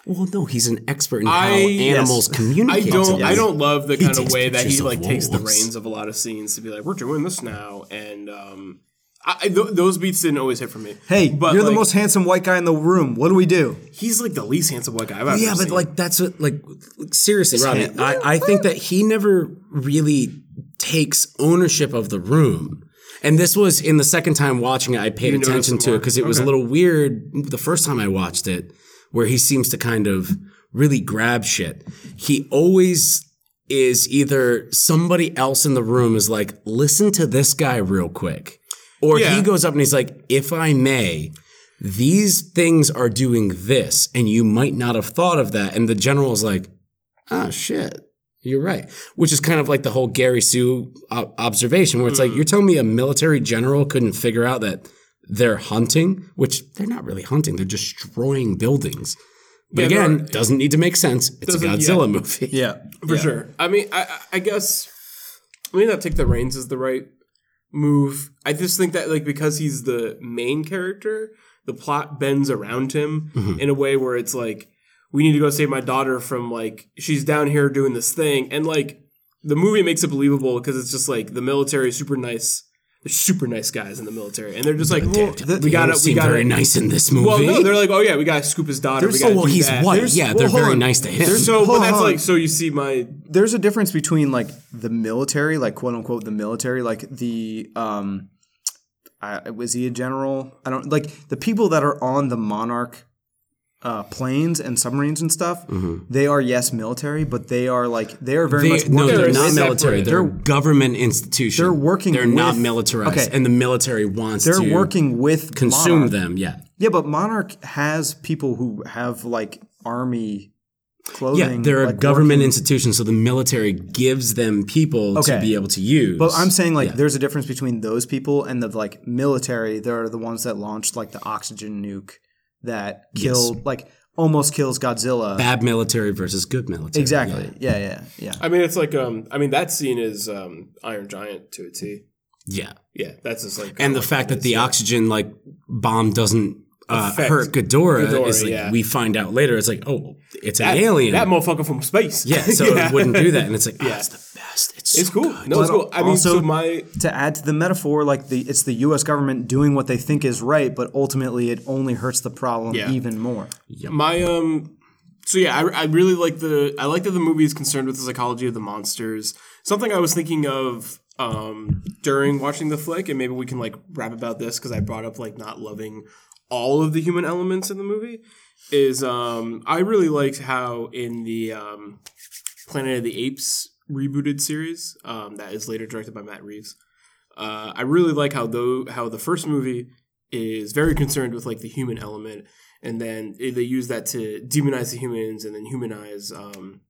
S3: well, no, he's an expert in
S2: I-
S3: how
S2: yes.
S3: animals
S2: I
S3: communicate.
S2: don't.
S3: to
S2: I
S3: us.
S2: don't love the kind of
S3: takes
S2: way that
S3: pictures
S2: he
S3: of
S2: like takes the
S3: wolves.
S2: reins of a lot of scenes to be like, we're doing this now, and um, I, I- th- those beats didn't always hit for me.
S1: Hey,
S2: but
S1: you're the
S2: like,
S1: most handsome white guy in the room. What do we do?
S2: He's like the least handsome white guy I've ever
S3: Yeah, but
S2: seen.
S3: like that's what like seriously, Robbie. I, I think that he never really takes ownership of the room. And this was in the second time watching it, I paid
S2: noticed
S3: attention
S2: it
S3: to it
S2: more.
S3: because it was a little weird the first time I watched it, where he seems to kind of really grab shit. He always is either somebody else in the room is like, listen to this guy real quick. Or
S2: Yeah.
S3: he goes up and he's like, if I may, these things are doing this, and you might not have thought of that. And the general is like, ah, shit, you're right. Which is kind of like the whole Gary Sue o- observation, where it's
S2: Hmm.
S3: like, you're telling me a military general couldn't figure out that they're hunting, which they're not really hunting, they're destroying buildings. But
S2: Yeah,
S3: again, doesn't need to make sense. It's a
S2: Doesn't- yeah.
S3: Godzilla movie.
S1: Yeah.
S2: for sure. I mean, I, I- I guess maybe not take the reins is the right move. I just think that like because he's the main character, the plot bends around him
S3: Mm-hmm.
S2: in a way where it's like we need to go save my daughter from like she's down here doing this thing, and like the movie makes it believable because it's just like the military is super nice. They're super nice guys in the military, and they're just like, well,
S3: we
S2: we
S3: don't
S2: gotta, we
S3: seem
S2: gotta.
S3: very nice in this movie.
S2: Well, no, they're like, oh yeah, we gotta scoop his daughter. we
S3: oh,
S2: gotta
S3: well,
S2: do
S3: he's
S2: that.
S3: white.
S2: There's-
S3: yeah, they're
S1: well, hold
S3: very
S1: on.
S3: nice to him.
S2: So, but
S1: Hold
S2: that's
S1: on.
S2: like, so you see my
S1: There's a difference between like the military, like quote unquote the military, like the um I, was he a general? I don't like the people that are on the monarch uh, planes and submarines and stuff. They are yes military, but they are like they are very
S3: Mm-hmm. They-
S1: much
S3: no,
S1: working
S3: they're
S1: with-
S3: not
S2: separate.
S3: military. They're, a government institution.
S1: They're working
S3: They're not
S1: with-
S3: militarized,
S1: okay.
S3: and the military wants
S1: They're
S3: to
S1: working with
S3: consume
S1: Monarch.
S3: them. Yeah,
S1: Yeah, but Monarch has people who have like army
S3: yeah.
S1: clothing.
S3: They're a
S1: like,
S3: government
S1: working-
S3: institution, so the military gives them people
S1: Okay.
S3: to be able to use.
S1: But I'm saying like there's a difference between those people and the like military. They're the ones that launched like the oxygen nuke that killed like almost kills Godzilla.
S3: bad military versus good military.
S1: exactly. Yeah, yeah, yeah.
S2: I mean, it's like um, I mean that scene is um, Iron Giant to a T.
S3: Yeah,
S2: Yeah, that's just like
S3: and the fact that the oxygen like bomb doesn't uh,
S2: effect.
S3: her Ghidorah,
S2: Ghidorah,
S3: is like,
S2: yeah.
S3: we find out later, it's like, oh, it's an alien.
S2: That motherfucker from space.
S3: yeah, so it wouldn't do that. And it's like, oh,
S2: Yeah.
S3: it's the best. It's,
S2: It's
S3: so
S2: cool.
S3: good.
S2: No, it's
S1: But
S2: cool. I mean,
S1: also-
S2: so my
S1: to add to the metaphor, like the it's the U.S. government doing what they think is right, but ultimately it only hurts the problem
S2: Yeah.
S1: even more.
S2: my um so yeah I, I really like the i like that the movie is concerned with the psychology of the monsters something i was thinking of um during watching the flick and maybe we can like rap about this because i brought up like not loving all of the human elements in the movie is um i really liked how in the um planet of the apes rebooted series um that is later directed by matt reeves uh, I really like how though how the first movie is very concerned with like the human element, and then it- they use that to demonize the humans and then humanize um,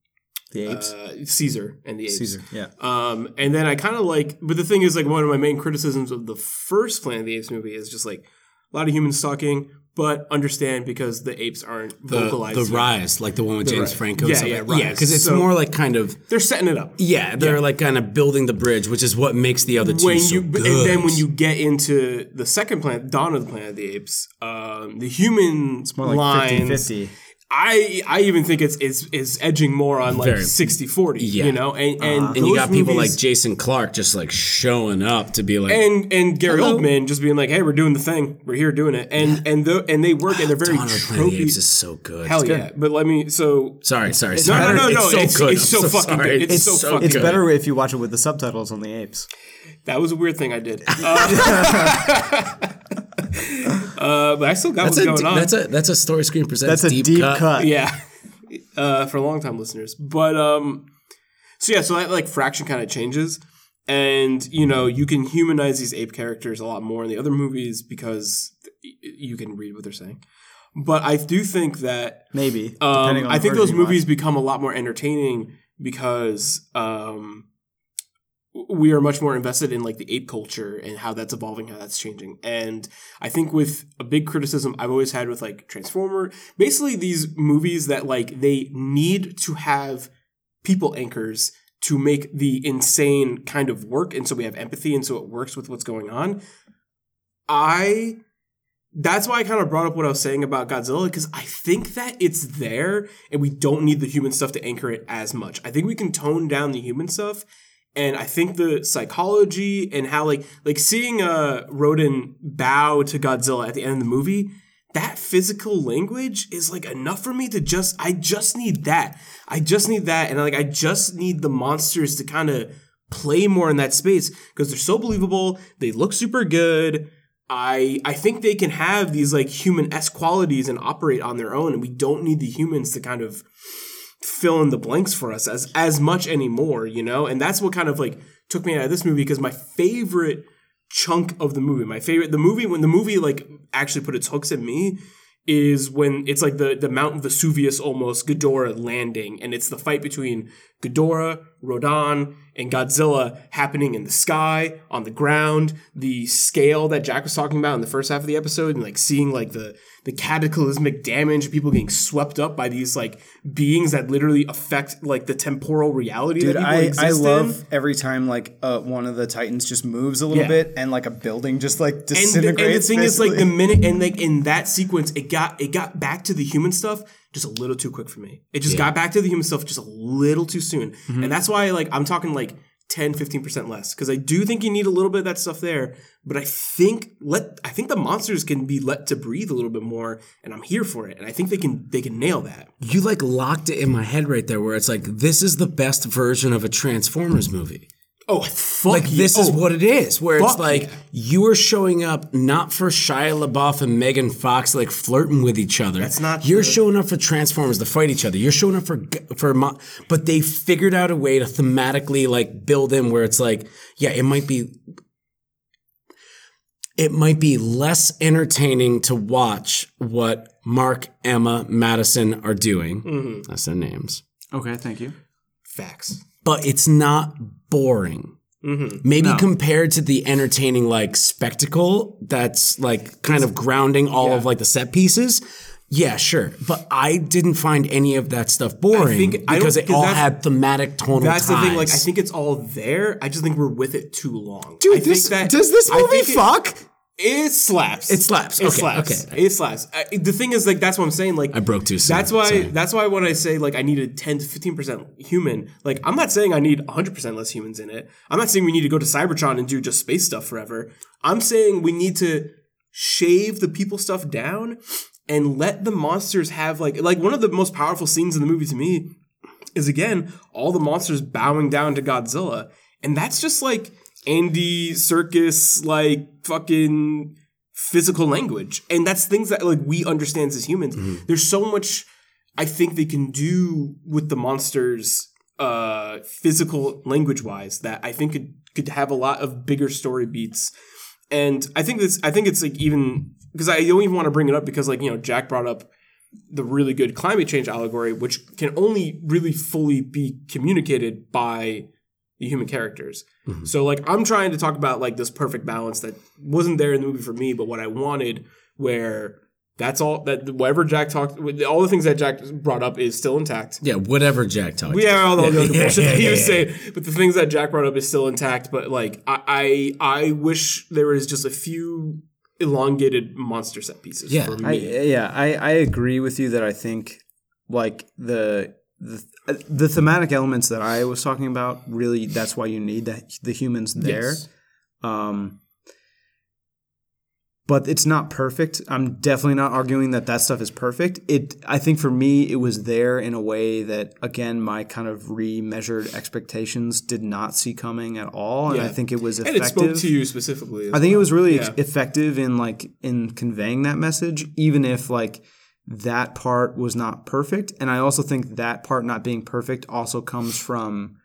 S1: The apes,
S2: uh, Caesar and the apes.
S1: Caesar, yeah.
S2: Um, and then I kind of like, but the thing is, like, one of my main criticisms of the first Planet of the Apes movie is just like a lot of humans talking, but understand because the apes aren't vocalized.
S3: the, the
S2: yet.
S3: rise, like the one with James
S2: Rise.
S3: Franco.
S2: Yeah,
S3: and stuff
S2: yeah,
S3: like that. yeah,
S2: Rise.
S3: because it's
S2: So-
S3: more like kind of
S2: They're setting it up.
S3: yeah, they're like kind of building the bridge, which is what makes the other two
S2: when
S3: so
S2: you
S3: good.
S2: and then when you get into the second planet, Dawn of the Planet of the Apes, um, the human it's
S1: more like 50 50.
S2: I I even think it's it's it's edging more on like
S3: Very-
S2: 60-40,
S3: yeah. Uh-huh.
S2: you know, and and,
S3: and you
S2: those
S3: got people
S2: movies-
S3: like Jason Clark just like showing up to be like,
S2: and and Gary
S3: Hello.
S2: Oldman just being like, hey, we're doing the thing, we're here doing it, and and the, and they work and they're very
S3: Ah, Dawn of the Planet of the
S2: tropey.
S3: Apes is so good.
S2: Hell yeah! But let me so.
S3: Sorry, sorry,
S2: No,
S3: sorry.
S2: no, no, no!
S3: It's so good.
S2: It's
S3: I'm
S2: so fucking
S3: sorry.
S2: good. It's so fucking
S1: It's
S2: good.
S1: better if you watch it with the subtitles on the apes.
S2: That was a weird thing I did. Uh, uh, but I still got
S3: That's
S2: what's
S3: a,
S2: going on.
S3: that's a that's a story screen presents
S1: That's a deep,
S3: deep,
S1: cut.
S2: yeah uh, for long time listeners but um so yeah so that like fraction kind of changes and you know you can humanize these ape characters a lot more in the other movies because y- you can read what they're saying but i do think that
S1: Maybe. depending on
S2: um, i
S1: the
S2: think
S1: version
S2: those
S1: you watch.
S2: movies become a lot more entertaining because um we are much more invested in like the ape culture and how that's evolving, how that's changing. And I think with a big criticism I've always had with like Transformer, basically these movies that like they need to have people anchors to make the insane kind of work and so we have empathy and so it works with what's going on. I that's why I kind of brought up what I was saying about Godzilla because I think that it's there and we don't need the human stuff to anchor it as much. I think we can tone down the human stuff and I think the psychology and how like like seeing uh Rodin bow to Godzilla at the end of the movie, that physical language is like enough for me to just I just need that. I just need that and like I just need the monsters to kind of play more in that space because they're so believable, they look super good. I I think they can have these like human esque qualities and operate on their own and we don't need the humans to kind of fill in the blanks for us as as much anymore, you know? And that's what kind of like took me out of this movie because my favorite chunk of the movie, my favorite the movie when the movie like actually put its hooks at me is when it's like the the Mount Vesuvius almost Ghidorah landing and it's the fight between Ghidorah, Rodan, and Godzilla happening in the sky, on the ground, the scale that Jack was talking about in the first half of the episode, and like seeing like the the cataclysmic damage, people getting swept up by these like beings that literally affect like the temporal reality
S1: Dude,
S2: that people
S1: I,
S2: exist
S1: I
S2: in.
S1: love every time like uh, one of the Titans just moves a little
S2: Yeah.
S1: bit and like a building just like
S2: and the,
S1: disintegrates.
S2: and the thing is like the
S1: basically.
S2: minute and like in that sequence it got it got back to the human stuff just a little too quick for me it just got back to the human stuff just a little too soon
S3: Mm-hmm.
S2: and that's why like i'm talking like 10 15% less because i do think you need a little bit of that stuff there but i think let i think the monsters can be let to breathe a little bit more and i'm here for it and i think they can they can nail that
S3: You like locked it in my head right there, where it's like this is the best version of a Transformers movie.
S2: oh fuck
S3: Like
S2: yeah.
S3: this is
S2: Oh,
S3: what it is, where
S2: fuck
S3: it's like
S2: yeah.
S3: you are showing up not for Shia LaBeouf and Megan Fox like flirting with each other. That's
S2: not
S3: You're
S2: the-
S3: showing up for Transformers to fight each other. You're showing up for g- for mo- but they figured out a way to thematically like build in where it's like yeah, it might be it might be less entertaining to watch what Mark, Emma, Madison are doing.
S2: Mm-hmm.
S3: That's their names
S1: okay, thank you.
S2: facts
S3: but it's not boring.
S2: Mm-hmm.
S3: Maybe compared to the entertaining like spectacle that's like kind of grounding all of like the set pieces. Yeah, sure. But I didn't find any of that stuff boring
S2: think- I don't-
S3: because it
S2: 'cause
S3: all
S2: that's-
S3: had thematic tonal
S2: that's the thing. Like, I
S3: ties.
S2: think it's all there. I just think we're with it too long. I
S3: Dude,
S2: think
S3: this,
S2: that-
S3: does this
S2: I
S3: movie
S2: think it-
S3: fuck?
S2: it- It slaps.
S3: It slaps.
S2: It
S3: Okay,
S2: slaps.
S3: okay.
S2: It slaps. I, the thing is, like, that's what I'm saying. Like,
S3: I broke too soon.
S2: That's why.
S3: Sorry.
S2: That's why when I say like I needed 10 to 15 percent human, like I'm not saying I need 100 percent less humans in it. I'm not saying we need to go to Cybertron and do just space stuff forever. I'm saying we need to shave the people stuff down and let the monsters have like like one of the most powerful scenes in the movie to me is again all the monsters bowing down to Godzilla, and that's just like Andy Circus like fucking physical language, and that's things that like we understand as humans. There's so much I think they can do with the monsters uh physical language wise that I think could could have a lot of bigger story beats. And I think this I think it's like even because I don't even want to bring it up because like you know Jack brought up the really good climate change allegory, which can only really fully be communicated by the human characters.
S1: Mm-hmm.
S2: So like I'm trying to talk about like this perfect balance that wasn't there in the movie for me, but what I wanted where that's all that whatever Jack talked all the things that Jack brought up is still intact.
S3: yeah, whatever Jack talked.
S2: We have all the other
S3: yeah,
S2: bullshit that he
S3: yeah,
S2: was saying, but the things that Jack brought up is still intact. But like, I I, I wish there was just a few elongated monster set pieces.
S3: Yeah.
S2: for
S1: I,
S2: me.
S1: yeah, I, I agree with you that I think like the the uh, the thematic elements that I was talking about really that's why you need the, the humans there.
S2: Yes.
S1: Um, but it's not perfect. I'm definitely not arguing that that stuff is perfect. It I think for me it was there in a way that again my kind of remeasured expectations did not see coming at all, and I
S2: Yeah.
S1: think it was
S2: and
S1: effective.
S2: it spoke to you specifically. as
S1: I think it was really ex
S2: Yeah.
S1: effective in like in conveying that message, even if like that part was not perfect. And I also think that part not being perfect also comes from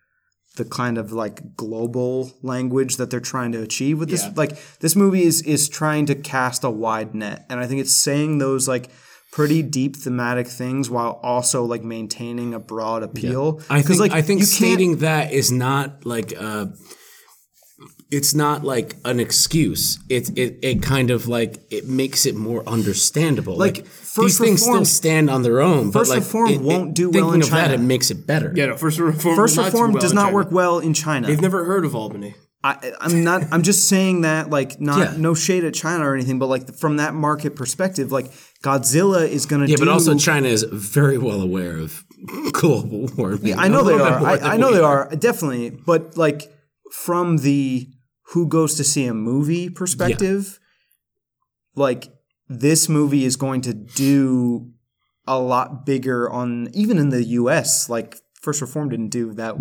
S1: the kind of like global language that they're trying to achieve with this.
S2: Yeah.
S1: Like this movie is is trying to cast a wide net, and I think it's saying those like pretty deep thematic things while also like maintaining a broad appeal.
S3: I think I think
S1: you can't-
S3: stating that is not like uh it's not like an excuse. It it it kind of like it makes it more understandable. Like,
S1: First
S3: these things
S1: Reform-
S3: still stand on their own.
S1: First
S3: but like,
S1: Reform
S3: it- it-
S1: won't do well in
S3: thinking of that,
S1: China.
S3: it makes it better.
S2: yeah, no, first reform.
S1: First
S2: will not do
S1: reform
S2: well
S1: does
S2: in
S1: not
S2: China.
S1: work well in China.
S2: I've never heard of Albany.
S1: I, I'm not. I'm just saying that, like, not
S3: Yeah.
S1: no shade at China or anything, but like from that market perspective, like Godzilla is going to.
S3: Yeah,
S1: do,
S3: but also China is very well aware of global warming.
S1: I know
S3: A
S1: they
S3: little bit
S1: are.
S3: more
S1: I,
S3: than
S1: I know
S3: we
S1: they are definitely, but like from the who goes to see a movie perspective, like this movie is going to do a lot bigger on even in the U.S. Like First Reform didn't do that,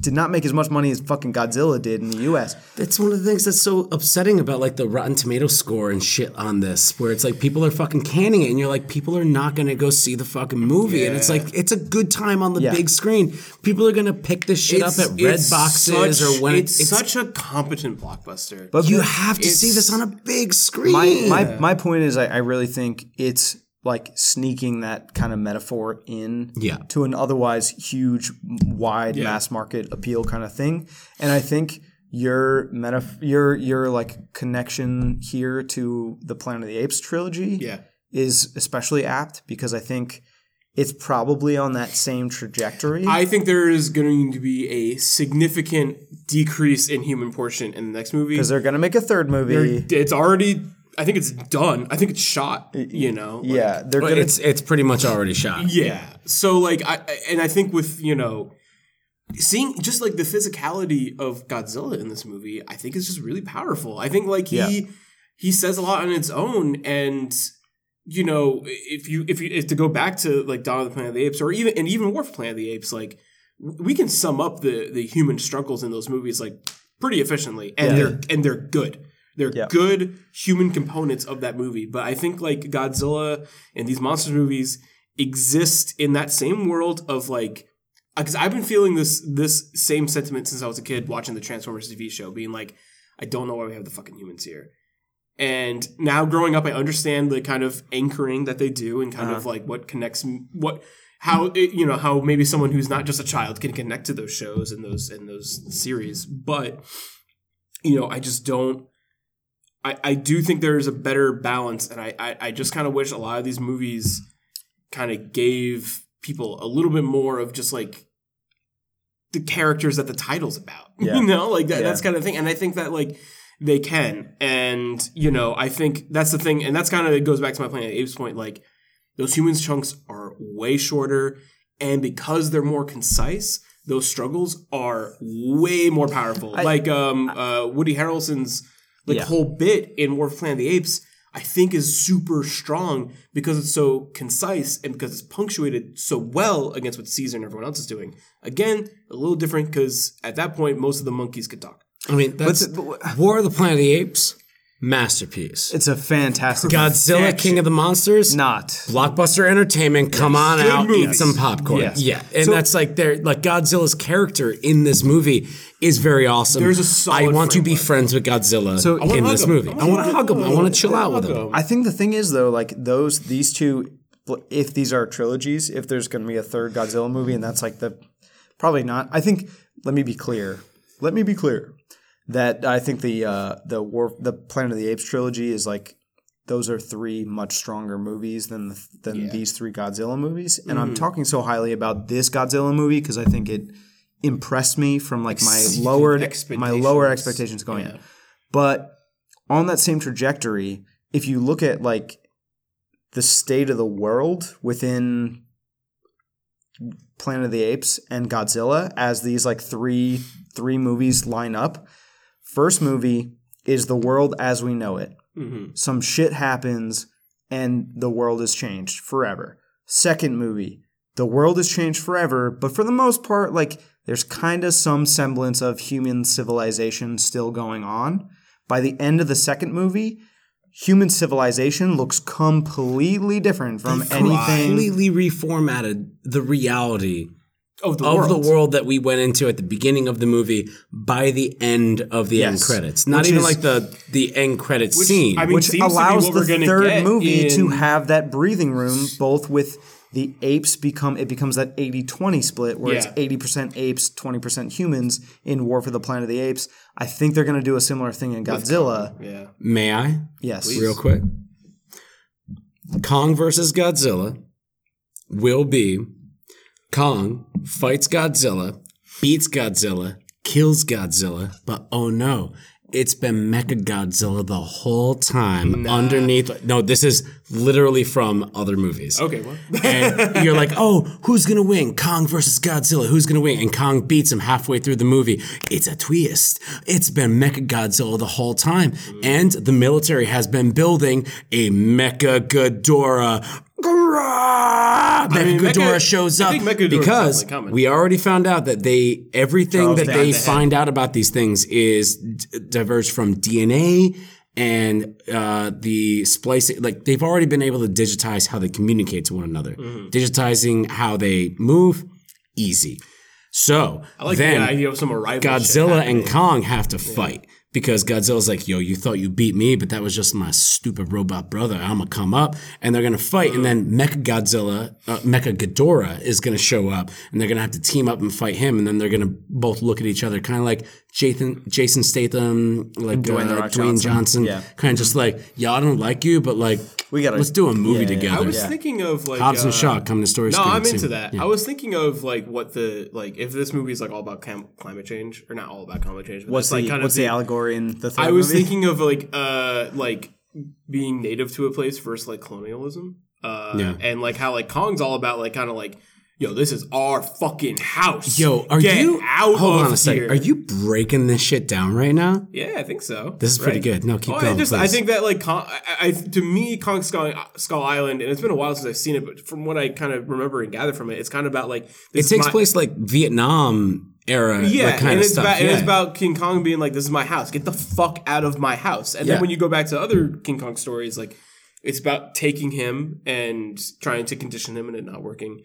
S1: did not make as much money as fucking Godzilla did in the U.S.
S3: That's one of the things that's so upsetting about like the Rotten Tomato score and shit on this, where it's like people are fucking canning it, and you're like, people are not gonna go see the fucking movie, and it's like it's a good time on the
S1: Yeah.
S3: big screen. People are gonna pick this shit
S2: It's-
S3: up at red
S2: it's
S3: boxes
S2: such-
S3: or when
S2: it's, such a competent blockbuster. But
S3: you have to see this on a big screen.
S1: my my, my point is I, I really think it's like sneaking that kind of metaphor in
S3: Yeah.
S1: to an otherwise huge wide mass market appeal kind of thing and i think your meta your your like connection here to the planet of the apes trilogy
S2: Yeah.
S1: is especially apt because i think it's probably on that same trajectory
S2: I think there is going to be a significant decrease in human portion in the next movie.
S1: because they're going to make a third movie
S2: It's already. I think it's done. I think it's shot. You know. like-
S1: yeah they're going
S3: it's it's pretty much already shot.
S2: Yeah. So like I I- and I think with, you know, seeing just like the physicality of Godzilla in this movie, I think is just really powerful. I think like he
S1: Yeah.
S2: he says a lot on its own and you know, if you if you if to go back to like Dawn of the Planet of the Apes or even and even War for Planet of the Apes, like w- we can sum up the the human struggles in those movies like pretty efficiently and they're and they're good. They're
S1: Yeah.
S2: good human components of that movie. But I think like Godzilla and these monsters movies exist in that same world of like because I've been feeling this this same sentiment since I was a kid watching the Transformers TV show, being like, I don't know why we have the fucking humans here. And now growing up, I understand the kind of anchoring that they do, and kind of like what connects m- what how it, you know how maybe someone who's not just a child can connect to those shows and those and those series. But you know, I just don't. I, I do think there's a better balance, and I I, I just kind of wish a lot of these movies kind of gave people a little bit more of just like the characters that the title's about.
S1: Yeah.
S2: You know, like that,
S1: Yeah.
S2: that's kind of thing. And I think that like they can. And, you know, I think that's the thing. And that's kind of, it goes back to my point at Abe's point. Like, those humans chunks are way shorter. And because they're more concise, those struggles are way more powerful. like, um, uh, Woody Harrelson's, like,
S1: Yeah.
S2: whole bit in War of Planet of the Apes, I think is super strong because it's so concise and because it's punctuated so well against what Caesar and everyone else is doing. Again, a little different because at that point, most of the monkeys could talk.
S3: I mean, that's War of the Planet of the Apes, masterpiece.
S1: It's a fantastic
S3: Godzilla, King of the Monsters,
S1: not.
S3: Blockbuster Entertainment. Come on out, eat some popcorn.
S1: Yes.
S3: Yeah, and that's like their like Godzilla's character in this movie is very awesome.
S2: There's a solid
S3: I want to be
S2: framework.
S3: friends with Godzilla in
S2: hug
S3: this
S2: him.
S3: movie.
S2: I
S3: I want to hug him. I want to chill out with
S2: hug
S3: him.
S2: him.
S1: I think the thing is though, like those these two, if these are trilogies, if there's going to be a third Godzilla movie, and that's like the probably not. I think let me be clear. Let me be clear that I think the uh, the war the Planet of the Apes trilogy is like those are three much stronger movies than the, than these three Godzilla movies, and I'm talking so highly about this Godzilla movie because I think it impressed me from like my lowered my lower expectations going in. But on that same trajectory, if you look at like the state of the world within Planet of the Apes and Godzilla as these like three three movies line up. First movie is the world as we know it.
S2: Mm-hmm.
S1: Some shit happens and the world is changed forever. Second movie, the world is changed forever, but for the most part like there's kind of some semblance of human civilization still going on. By the end of the second movie, human civilization looks completely different from anything
S3: Completely reformatted the reality
S2: Of the
S3: of
S2: world.
S3: the world that we went into at the beginning of the movie by the end of the end
S1: Yes.
S3: credits. Not
S1: Which
S3: even
S1: is-
S3: like the the end credit scene.
S2: I mean,
S1: which
S2: seems to be
S1: allows
S2: what we're
S1: the
S2: gonna
S1: third
S2: get
S1: movie to
S2: in-
S1: have that breathing room both with the apes become it becomes that 80-20 split where it's
S2: Yeah.
S1: 80% apes 20% humans in war for the planet of the apes i think they're going to do a similar thing in godzilla
S2: Yeah.
S3: May I?
S1: yes
S3: real quick. Kong versus Godzilla will be Kong fights Godzilla, beats Godzilla, kills Godzilla, but oh no, it's been Mecha Godzilla the whole time underneath. No, this is literally from other movies.
S2: Okay. Well,
S3: And you're like, oh, who's gonna win? Kong versus Godzilla. Who's gonna win? And Kong beats him halfway through the movie. It's a twist. It's been Mecha Godzilla the whole time, and the military has been building a Mecha Ghidorah. Grrrah! Mecha
S2: Mecha-
S3: Ghidorah shows
S2: I
S3: up
S2: think Mecha Ghidorah's
S3: because
S2: definitely coming.
S3: we already found out that they everything that
S1: Dance.
S3: they find out about these things is d- diverged from DNA and uh, the splicing. Like they've already been able to digitize how they communicate to one another,
S2: Mm-hmm.
S3: digitizing how they move. Easy. So
S2: I like
S3: then
S2: the idea of some arrival. shit
S3: Godzilla
S2: happening.
S3: and Kong have to fight because Godzilla's like, yo, you thought you beat me, but that was just my stupid robot brother. I'm gonna come up, and they're gonna fight, and then Mecha Godzilla, uh, Mecha Ghidorah is gonna show up, and they're gonna have to team up and fight him, and then they're gonna both look at each other, kind of like Jason, Jason Statham, like Dwayne,
S1: The
S3: uh,
S1: Rock
S3: Dwayne
S1: Johnson.
S3: Johnson,
S1: Yeah.
S3: kind of just like, yo, I don't like you, but like,
S1: We gotta-
S3: let's do a movie
S1: yeah, yeah,
S3: together.
S2: I was thinking of like
S3: Hobbs and
S2: uh,
S3: Shaw come to story.
S2: No,
S3: Screen
S2: I'm
S3: soon.
S2: into that. I was thinking of like what the like if this movie is like all about clim- climate change or not all about climate change. But
S1: what's,
S2: that's, like
S1: the,
S2: kind
S1: what's
S2: of
S1: the, allegory in the third
S2: I was
S1: movie?
S2: thinking of like uh like being native to a place versus like colonialism. Uh,
S3: Yeah.
S2: and like how like Kong's all about like kind of like yo this is our fucking house.
S3: Yo, are
S2: Get
S3: you
S2: out?
S3: Hold
S2: of
S3: on a second.
S2: here.
S3: Are you breaking this shit down right now?
S2: Yeah, I think so. Oh,
S3: This is pretty good. No, keep going,
S2: I, just, I
S3: please.
S2: think that like Kong, I, I, to me, Kong Skull, Skull Island, and it's been a while since I've seen it, but from what I kind of remember and gather from it, it's kind of about like this
S3: it
S2: is
S3: takes
S2: my-
S3: place like Vietnam era,
S2: Yeah,
S3: like, kind
S2: and
S3: of
S2: it's
S3: stuff.
S2: about and
S3: yeah.
S2: it's about King Kong being like, "This is my house. Get the fuck out of my house." And
S3: Yeah.
S2: then when you go back to other King Kong stories, like it's about taking him and trying to condition him, and it not working.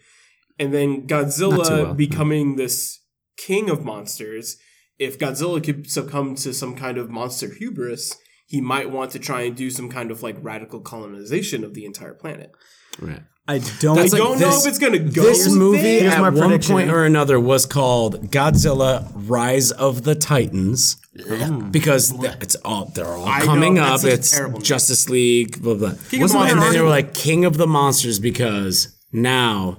S2: And then Godzilla
S3: well, no.
S2: becoming this king of monsters. If Godzilla could succumb to some kind of monster hubris, he might want to try and do some kind of like radical colonization of the entire planet.
S3: Right.
S1: i don't
S3: That's
S2: I
S3: like
S2: don't know
S3: this-
S2: if it's gonna go.
S3: This movie
S2: there.
S1: Here's
S3: at
S1: my
S3: one
S1: prediction.
S3: point or another was called Godzilla: Rise of the Titans because th- it's all they're all coming
S2: know, that's
S3: up.
S2: such a
S3: It's
S2: terrible name.
S3: Justice League, blah blah.
S2: of
S3: Wasn't
S2: the
S3: there- and then
S2: Monsters.
S3: they were like King of the Monsters because now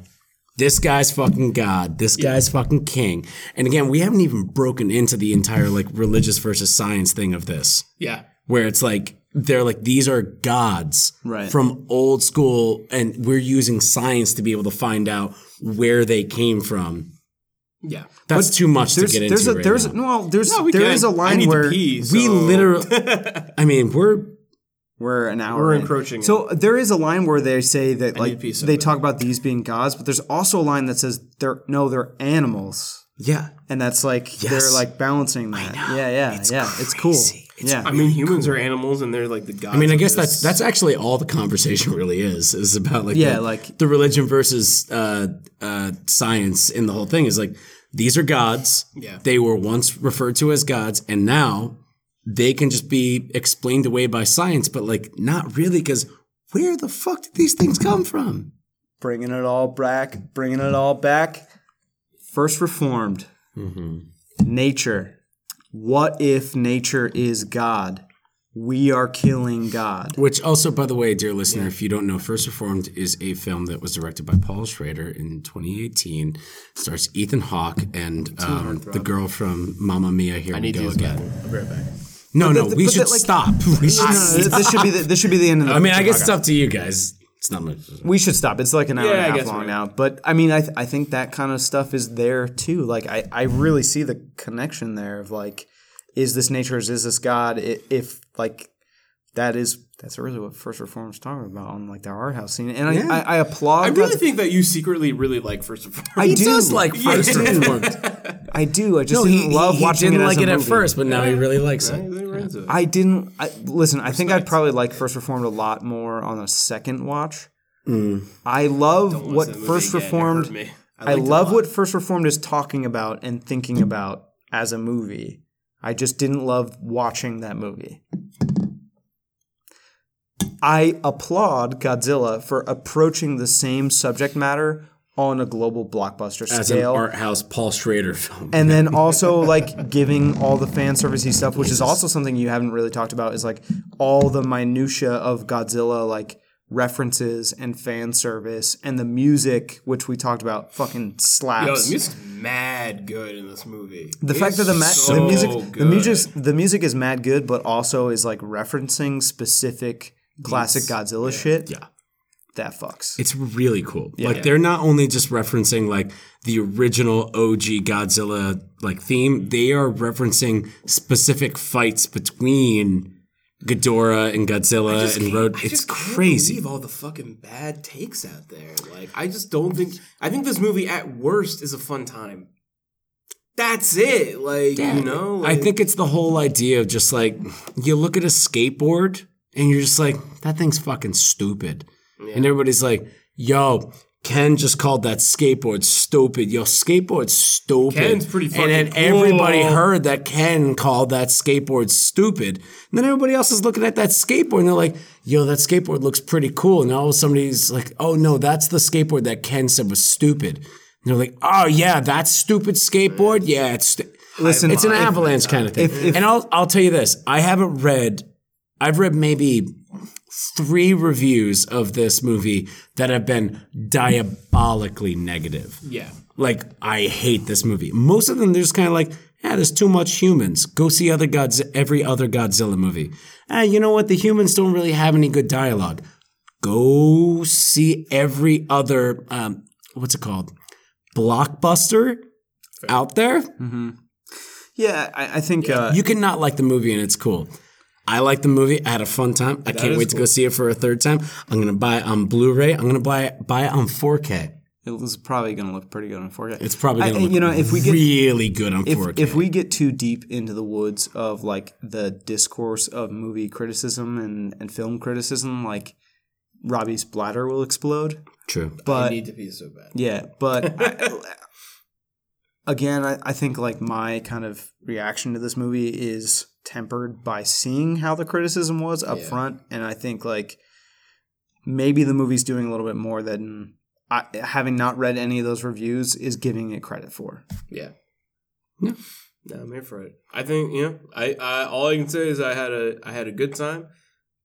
S3: This guy's fucking God. This guy's fucking king. And again, we haven't even broken into the entire like religious versus science thing of this,
S2: Yeah.
S3: where it's like they're like these are gods
S1: Right.
S3: from old school, and we're using science to be able to find out where they came from.
S2: Yeah.
S3: That's too much to
S1: There's,
S3: get into.
S1: there's a
S3: right
S1: there's
S3: now.
S1: no, well, there's
S2: No, we
S1: there
S2: can.
S1: is a
S2: I
S1: line
S2: need to
S1: where
S2: pee,
S3: we
S2: so-
S3: literally. I mean, we're
S1: we're an hour
S2: We're
S1: in.
S2: encroaching
S1: So there is a line where they say that like
S2: pee so
S1: they
S2: bad.
S1: talk about these being gods, but there's also a line that says they're no, they're animals.
S3: yeah.
S1: And that's like they're
S3: Yes.
S1: like balancing that. Yeah, yeah, yeah. It's cool.
S3: crazy. It's
S1: yeah.
S2: I mean, humans are animals, and they're like the gods.
S3: I mean, I
S2: of
S3: guess that's
S2: this.
S3: that's actually all the conversation really is is about like
S1: Yeah,
S3: the,
S1: like-
S3: the religion versus uh, uh, science in the whole thing is like these are gods.
S2: Yeah.
S3: they were once referred to as gods, and now they can just be explained away by science, but like not really because where the fuck did these things come from?
S1: bringing it all back, bringing it all back. First reformed
S3: Mm-hmm.
S1: nature. What if nature is God? We are killing God.
S3: Which also, by the way, dear listener, if you don't know, First Reformed is a film that was directed by Paul Schrader in 2018. Stars Ethan Hawke and um, the girl from Mamma Mia. Here we go again.
S2: I'll be right back.
S3: No, no,
S1: the-
S3: we
S1: but
S3: should
S1: the, like-
S3: stop. We should.
S1: No, no, this, this should be the, this should be the end of the.
S3: I mean, I guess it's up to you guys. It's not much.
S1: we should stop. It's like an hour
S2: Yeah, I
S1: and a half
S2: guess
S1: long
S2: we're-
S1: now. But I mean, I th- I think that kind of stuff is there too. Like I I really see the connection there of like, is this nature? Is this God? I- If like that is that's really what First Reform is talking about on like the art house scene. And I I, I applaud.
S2: I really
S1: that-
S2: think that you secretly really like First of all.
S1: I do
S3: does like First
S1: I do.
S3: Reformed.
S1: I do. I just
S3: No, he,
S1: didn't love
S3: he, he
S1: watching
S3: didn't
S1: it as
S3: like
S1: a
S3: it at
S1: movie.
S3: first, but now he really likes it.
S2: I,
S1: I didn't I, listen. I think I'd probably like First Reformed a lot more on a second watch.
S3: Mm.
S1: I love what First Reformed. I, love what First Reformed is talking about and thinking about as a movie. I just didn't love watching that movie. I applaud Godzilla for approaching the same subject matter on a global blockbuster
S3: As an
S1: scale.
S3: art house Paul Schrader film.
S1: and then also like giving all the fan servicey stuff, which is also something you haven't really talked about, is like all the minutia of Godzilla like references and fan service and the music, which we talked about, fucking
S2: Yo,
S1: slaps.
S2: the music's mad good in this movie.
S1: the fact that the, ma- the
S2: so
S1: music the
S2: good.
S1: music's, the music is mad good, but also is like referencing specific classic Godzilla shit.
S3: Yeah.
S1: that fucks.
S3: It's really cool. like they're not only just referencing like the original OG Godzilla like theme, they are referencing specific fights between Ghidorah and Godzilla and Road.
S2: I
S3: It's
S2: just can't
S3: crazy.
S2: believe all the fucking bad takes out there. Like, I just don't think. I think this movie, at worst, is a fun time. That's it. Like, you know,
S3: I
S2: like,
S3: think it's the whole idea of just like you look at a skateboard and you're just like that thing's fucking stupid, and everybody's like, "Yo." Ken just called that skateboard stupid. Yo, skateboard's stupid.
S2: Ken's pretty fucking
S3: And then
S2: cool.
S3: everybody heard that Ken called that skateboard stupid. And then everybody else is looking at that skateboard and they're like, yo, that skateboard looks pretty cool. And all of somebody's like, oh no, that's the skateboard that Ken said was stupid. And they're like, oh yeah, that stupid skateboard? Yeah, it's. St-
S1: Listen,
S3: it's an avalanche kind of thing. and I'll I'll tell you this: I haven't read. I've read maybe three reviews of this movie that have been diabolically negative.
S2: yeah.
S3: Like I hate this movie. Most of them they're just kind of like, yeah, there's too much humans. Go see other gods, every other Godzilla movie. Ah, you know what? The humans don't really have any good dialogue. Go see every other um, what's it called blockbuster out there.
S1: yeah, I, I think uh,
S3: You can not like the movie and it's cool. I like the movie. I had a fun time. I can't
S2: is
S3: wait to go see it for a third time. I'm gonna buy it on Blu-ray. I'm gonna buy it, buy it on 4K.
S1: it was probably going to look pretty good on 4K.
S3: It's probably
S1: I-
S3: gonna look
S1: you know if we get
S3: really good on
S1: if,
S3: 4K.
S1: if we get too deep into the woods of like the discourse of movie criticism and, and film criticism, like Robbie's bladder will explode.
S3: True.
S1: But
S2: need to be so bad.
S1: yeah, but I, again, I, I think like my kind of reaction to this movie is tempered by seeing how the criticism was up front, and I think like maybe the movie's doing a little bit more than I, having not read any of those reviews is giving it credit for.
S2: Yeah.
S3: No.
S2: No, I'm here for it. I think you know. I, I all I can say is I had a I had a good time.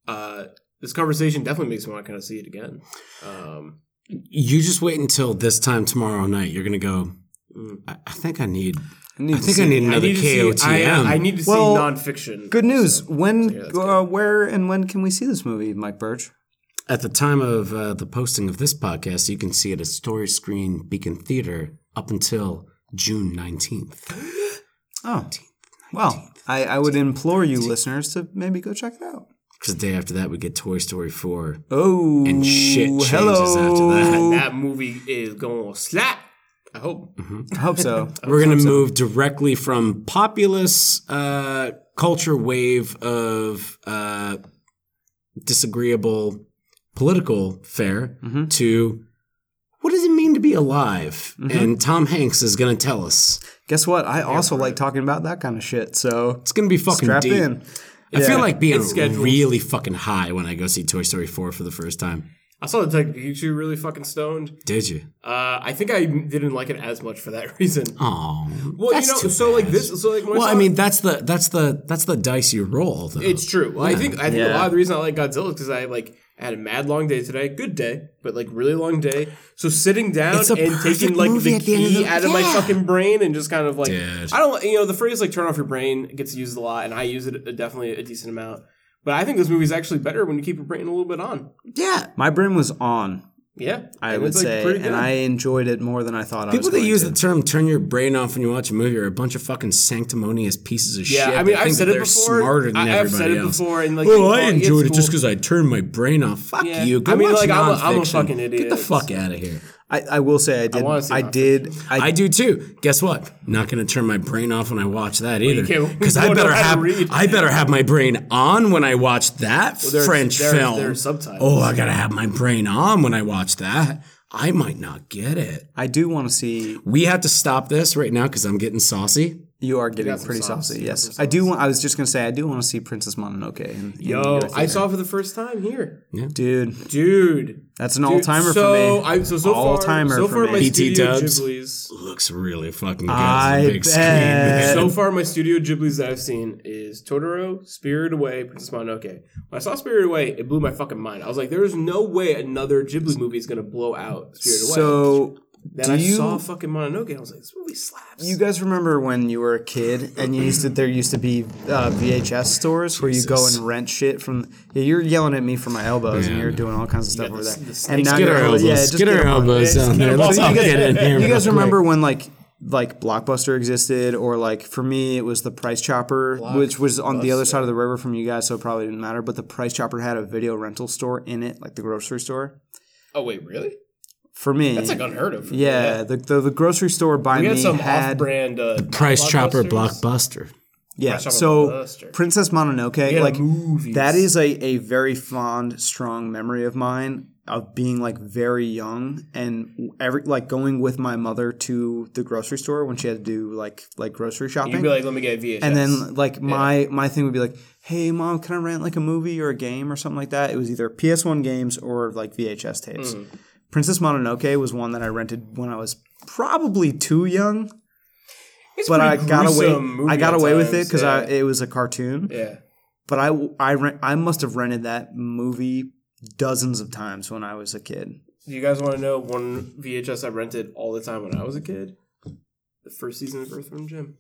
S2: Uh, this conversation definitely makes me want to kind of see it again. Um,
S3: You just wait until this time tomorrow night. You're gonna go. "Mm, I, I think I need. I,
S1: need to
S3: think I
S1: see-
S3: need another
S2: need to see-
S3: KOTM.
S2: I, I need to see
S1: Well,
S2: nonfiction.
S1: Good news. when, Uh, where, and when can we see this movie, Mike Birch?
S3: At the time of uh, the posting of this podcast, you can see it at Story Screen Beacon Theater up until June 19th.
S1: Oh, well, I, I would implore you, listeners, to maybe go check it out.
S3: Because the day after that, we get Toy Story 4.
S1: Oh,
S3: And shit changes after
S1: hello.
S2: That movie is going to slap. I hope.
S1: I hope so.
S3: We're going to move directly from populous uh, culture wave of uh, disagreeable political fare to what does it mean to be alive? And Tom Hanks is going to tell us.
S1: Guess what? I also like talking about that kind of shit. So
S3: It's going to be fucking
S1: strap
S3: deep.
S1: in.
S3: I feel like being
S2: scheduled.
S3: really fucking high when I go see Toy Story 4 for the first time.
S2: I saw Detective Pikachu really fucking stoned.
S3: Did you?
S2: Uh, I think I didn't like it as much for that reason.
S3: Oh.
S2: well, you know, so like this, so like when
S3: Well,
S2: saw
S3: I
S2: it-
S3: mean, that's the that's the that's the dice you roll though.
S2: It's true. Well, I think I think a
S1: Yeah.
S2: lot of the reason I like Godzilla is because I like had a mad long day today. Good day, but like really long day. So sitting down
S3: It's a
S2: and
S3: perfect
S2: taking like
S3: movie
S2: the
S3: at the end of
S2: key
S3: the-
S2: out of my
S3: yeah.
S2: fucking brain and just kind of like
S3: Dude.
S2: I don't you know the phrase like turn off your brain gets used a lot and I use it a- definitely a decent amount. But I think this movie's actually better when you keep your brain a little bit on.
S3: yeah.
S1: My brain was on.
S2: Yeah,
S1: I
S2: And
S1: would
S2: it's, like,
S1: say,
S2: pretty
S1: and
S2: good.
S1: I enjoyed it more than I thought. I was
S3: People that
S1: going
S3: use
S1: to.
S3: the term "turn your brain off" when you watch a movie are a bunch of fucking sanctimonious pieces of
S2: yeah,
S3: shit.
S2: I mean
S3: that think
S2: I've said
S3: that
S2: it
S3: they're
S2: before.
S3: Smarter than
S2: I, have
S3: everybody
S2: said it
S3: else.
S2: before, and like
S3: Oh,
S2: they
S3: I
S2: call at
S3: enjoyed it
S2: school-
S3: just because I turned my brain off. Fuck
S2: Yeah.
S3: you. Go
S2: I mean,
S3: watch
S2: like, I'm a- I'm a
S3: nonfiction.
S2: fucking
S3: Get the
S2: idiot.
S3: fuck out of here.
S1: I, I will say I did.
S2: wanna see
S1: I,
S2: nonfiction.
S1: did.
S3: I
S1: I,
S3: do too. Guess what? Not going to turn my brain off when I watch that either.
S2: can't-
S3: Because
S2: we
S3: I
S2: don't
S3: better
S2: know how to
S3: have
S2: read.
S3: I better have my brain on when I watch that
S2: there's-
S3: French
S2: there's-
S3: film.
S2: there's subtitles.
S3: Oh, I gotta have my brain on when I watch that. I might not get it.
S1: I do want to see.
S3: We have to stop this right now because I'm getting saucy.
S1: You are getting pretty saucy. Yes, I do. Want, I was just going to say I do want to see Princess Mononoke. In, in
S2: Yo,
S1: your
S2: I
S1: theater.
S2: saw it for the first time here,
S1: dude.
S2: dude.
S1: That's an all timer
S2: so
S1: for me.
S2: I, so so far,
S1: All-timer
S2: so
S1: for
S2: far
S1: me.
S2: my
S1: BT
S2: Studio
S3: dubs.
S2: Ghibli's.
S3: Looks really fucking good.
S1: I
S3: on the big screen,
S1: bet.
S3: man.
S2: So far, my Studio Ghibli's that I've seen is Totoro, Spirited Away, Princess Mononoke. When I saw Spirited Away, it blew my fucking mind. I was like, there is no way another Ghibli movie is gonna blow out Spirited Away.
S1: So,
S2: then
S1: do
S2: I
S1: you-
S2: saw fucking Mononoke, and I was like, this movie slaps.
S1: you guys remember when you were a kid and you used to there used to be uh, VHS stores where you go and rent shit from? Yeah, you're yelling at me for my elbows and you're doing all kinds of stuff over there. and now
S3: Get
S1: you're
S3: our elbows.
S1: yeah, just
S3: get our
S1: them on.
S3: elbows down there. Let's all get in here.
S1: You
S3: real
S1: guys
S3: quick.
S1: remember when like like Blockbuster existed, or like for me it was the Price Chopper, which was on the other side of the river from you guys, so it probably didn't matter. But the Price Chopper had a video rental store in it, like the grocery store.
S2: oh wait, really?
S1: For me,
S2: That's like unheard of.
S1: yeah, The, the the grocery store by
S2: we
S1: me
S2: had some
S1: had
S2: off-brand uh,
S3: Price Chopper
S2: blockbusters.
S3: Blockbuster?
S1: yeah.
S2: Chopper
S1: So
S2: Blockbuster.
S1: Princess Mononoke,
S2: Yeah,
S1: like
S2: movies.
S1: that is a a very fond, strong memory of mine of being like very young and every like going with my mother to the grocery store when she had to do like like grocery shopping.
S2: You'd be like, let me get VHS.
S1: And then like my my thing would be like, hey mom, can I rent like a movie or a game or something like that? It was either PS1 games or like VHS tapes.
S2: Mm.
S1: Princess Mononoke was one that I rented when I was probably too young,
S2: It's
S1: but I
S2: pretty
S1: got away
S2: gruesome movie
S1: I got
S2: at
S1: away with it
S2: times,
S1: because
S2: yeah.
S1: it was a cartoon.
S2: yeah.
S1: But I I rent I must have rented that movie dozens of times when I was a kid.
S2: Do you guys want to know one VHS I rented all the time when I was a kid? The first season of Earthworm Jim.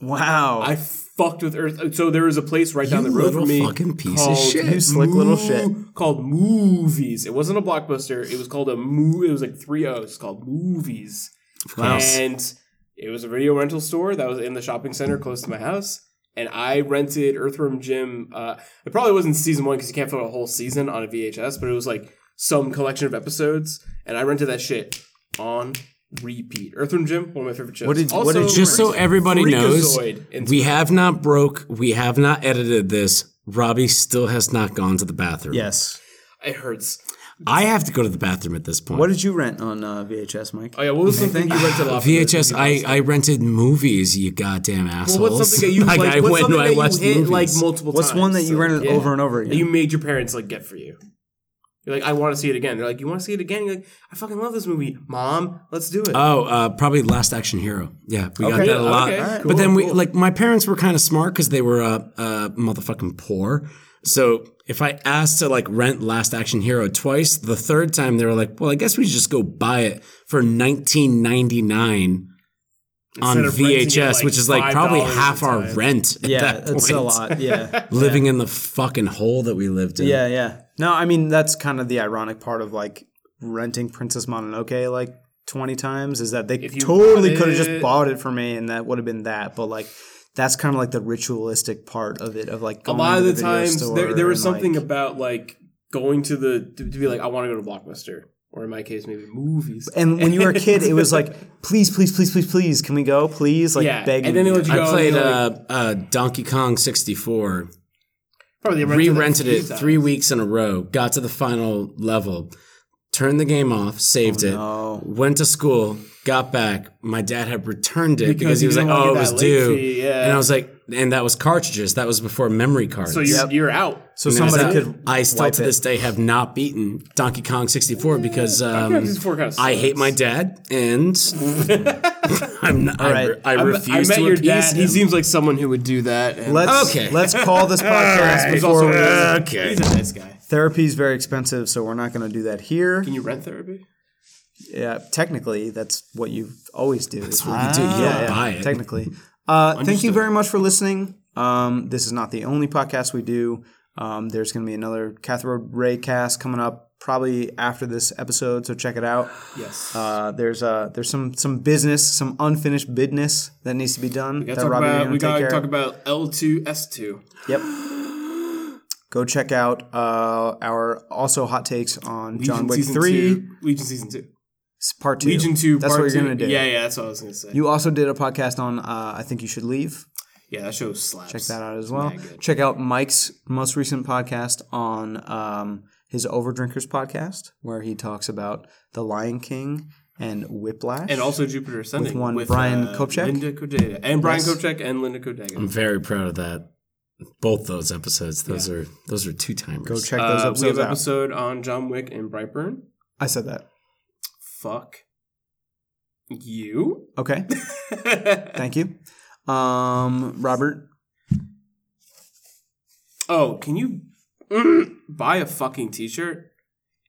S1: Wow,
S2: I fucked with Earth. So there was a place right down the
S3: You
S2: road
S3: little
S2: from me.
S3: fucking piece of
S2: called
S3: shit. You
S1: slick little shit.
S2: Called movies. It wasn't a blockbuster. It was called a movie. It was like three O's. It's called movies.
S3: course.
S2: And it was a video rental store that was in the shopping center close to my house. And I rented Earthworm Jim. Uh, it probably wasn't season one because you can't put a whole season on a VHS, but it was like some collection of episodes. And I rented that shit on repeat. Earthworm Jim, one of my favorite shows. What
S1: did- what
S2: also,
S1: did-
S3: Just so everybody knows,
S2: Freakazoid and
S3: we have not broke. We have not edited this. Robbie still has not gone to the bathroom.
S1: yes.
S2: it hurts.
S3: I have to go to the bathroom at this point.
S1: What did you rent on uh, VHS, Mike?
S2: Oh yeah, what was something you rented off?
S3: VHS? I, I rented movies. You goddamn assholes.
S2: Well, what's something that you
S3: like? I
S2: what's
S3: went
S2: something
S3: and I
S2: that you
S3: watched
S2: hit, like
S3: movies.
S2: multiple
S1: What's
S2: times.
S1: one that you
S2: So,
S1: rented
S2: yeah.
S1: over and over
S2: That
S1: again?
S2: You made your parents like get for you. You're like, I want to see it again. They're like, you want to see it again? You're like, I fucking love this movie, mom. Let's do it.
S3: Oh, uh, probably Last Action Hero. Yeah, we got
S2: Okay,
S3: that a lot.
S2: okay, All right.
S3: but then we
S2: cool.
S3: like my parents were kind of smart because they were uh, uh, motherfucking poor. So if I asked to like rent Last Action Hero twice, the third time they were like, "Well, I guess we just go buy it for 19.99 on
S2: Instead of renting it,
S3: VHS,
S2: like,
S3: which is like probably
S2: $5
S3: half
S2: at a
S3: our
S2: time.
S3: rent." At
S1: Yeah,
S3: that
S1: it's a
S3: point.
S1: lot. Yeah.
S3: Living in the fucking hole that we lived in.
S1: Yeah, yeah. No, I mean that's kind of the ironic part of like renting Princess Mononoke like twenty times is that they
S2: you
S1: totally
S2: bought
S1: could have just
S2: it-
S1: bought it for me and that would have been that, but like that's kind of like the ritualistic part of it of like
S2: a
S1: going
S2: lot
S1: to
S2: of the,
S1: the video
S2: times
S1: store
S2: there, there was
S1: and,
S2: something
S1: like,
S2: about like going to the to, to be like I want to go to Blockbuster or in my case maybe movies.
S1: and when you were a kid, it was like, please, please, please, please, please, can we go? Please, like,
S2: Yeah,
S1: begging.
S2: and then they let you
S1: I-
S3: I
S2: go.
S3: played
S2: like-
S3: uh, uh, Donkey Kong 64
S2: probably
S3: re
S2: that
S3: rented
S2: three
S3: it
S2: times.
S3: three weeks in a row, got to the final level, turned the game off,
S2: Oh,
S3: saved it, went to school, got back. My dad had returned it because,
S2: Because
S3: he was
S2: you
S3: like, oh,
S2: didn't wanna
S3: it
S2: get
S3: was
S2: that
S3: due.
S2: late fee, yeah.
S3: And I was like, and that was cartridges. That was before memory cards.
S2: So you're you're out.
S1: So
S3: And I was
S1: somebody
S3: like,
S1: could.
S3: I still
S1: wipe
S3: to
S1: it.
S3: this day have not beaten Donkey Kong 64 because um,
S2: Donkey Kong 64 kinda
S3: I hate
S2: sucks.
S3: my dad and I'm not, I,
S1: right.
S3: re- I
S2: I met-
S3: refuse
S2: I met
S3: to
S2: your
S3: appease
S2: dad. He
S3: him.
S2: seems like someone who would do that. and-
S1: Let's
S3: Okay.
S1: let's call this podcast
S2: He's
S1: before
S2: also
S1: we-
S2: he's a nice guy.
S1: therapy is very expensive, so we're not going to do that here.
S2: Can you rent therapy?
S1: Yeah, technically, that's what you always do. That's
S3: what you do. You don't
S1: yeah, yeah,
S3: buy it.
S1: Technically. Uh, thank you very much for listening. Um, this is not the only podcast we do. Um, there's going to be another Cathode Ray cast coming up probably after this episode, so check it out.
S2: Yes.
S1: Uh, there's uh, there's some some business, some unfinished business that needs to be done.
S2: we
S1: that
S2: gotta talk
S1: Robbie, you're
S2: about
S1: gonna
S2: we
S1: take care
S2: gotta
S1: of.
S2: talk about L two S two.
S1: Yep. Go check out uh, our also hot takes on John Wick
S2: season
S1: three,
S2: two. Legion season two.
S1: s- part two.
S2: Legion two.
S1: That's
S2: part
S1: what you're
S2: two.
S1: gonna do.
S2: Yeah, yeah. That's what I was gonna say.
S1: You also did a podcast on uh, I think you should leave.
S2: yeah, that show slaps.
S1: Check that out as well.
S2: mad good.
S1: Check out Mike's most recent podcast on um, his Overdrinkers podcast, where he talks about The Lion King and Whiplash.
S2: And also Jupiter Ascending
S1: With one Brian Mm.
S2: uh,
S1: Kopchak?
S2: Linda Kodega, and Brian Kopchak and Linda Kodega.
S3: I'm very proud of that. Both those episodes. Those are those are two timers.
S1: go check those
S2: Uh, we
S1: episodes
S2: have an
S1: out.
S2: episode on John Wick and Brightburn.
S1: I said that.
S2: Fuck you.
S1: Okay. Thank you, um, Robert.
S2: Oh, can you mm, buy a fucking t-shirt?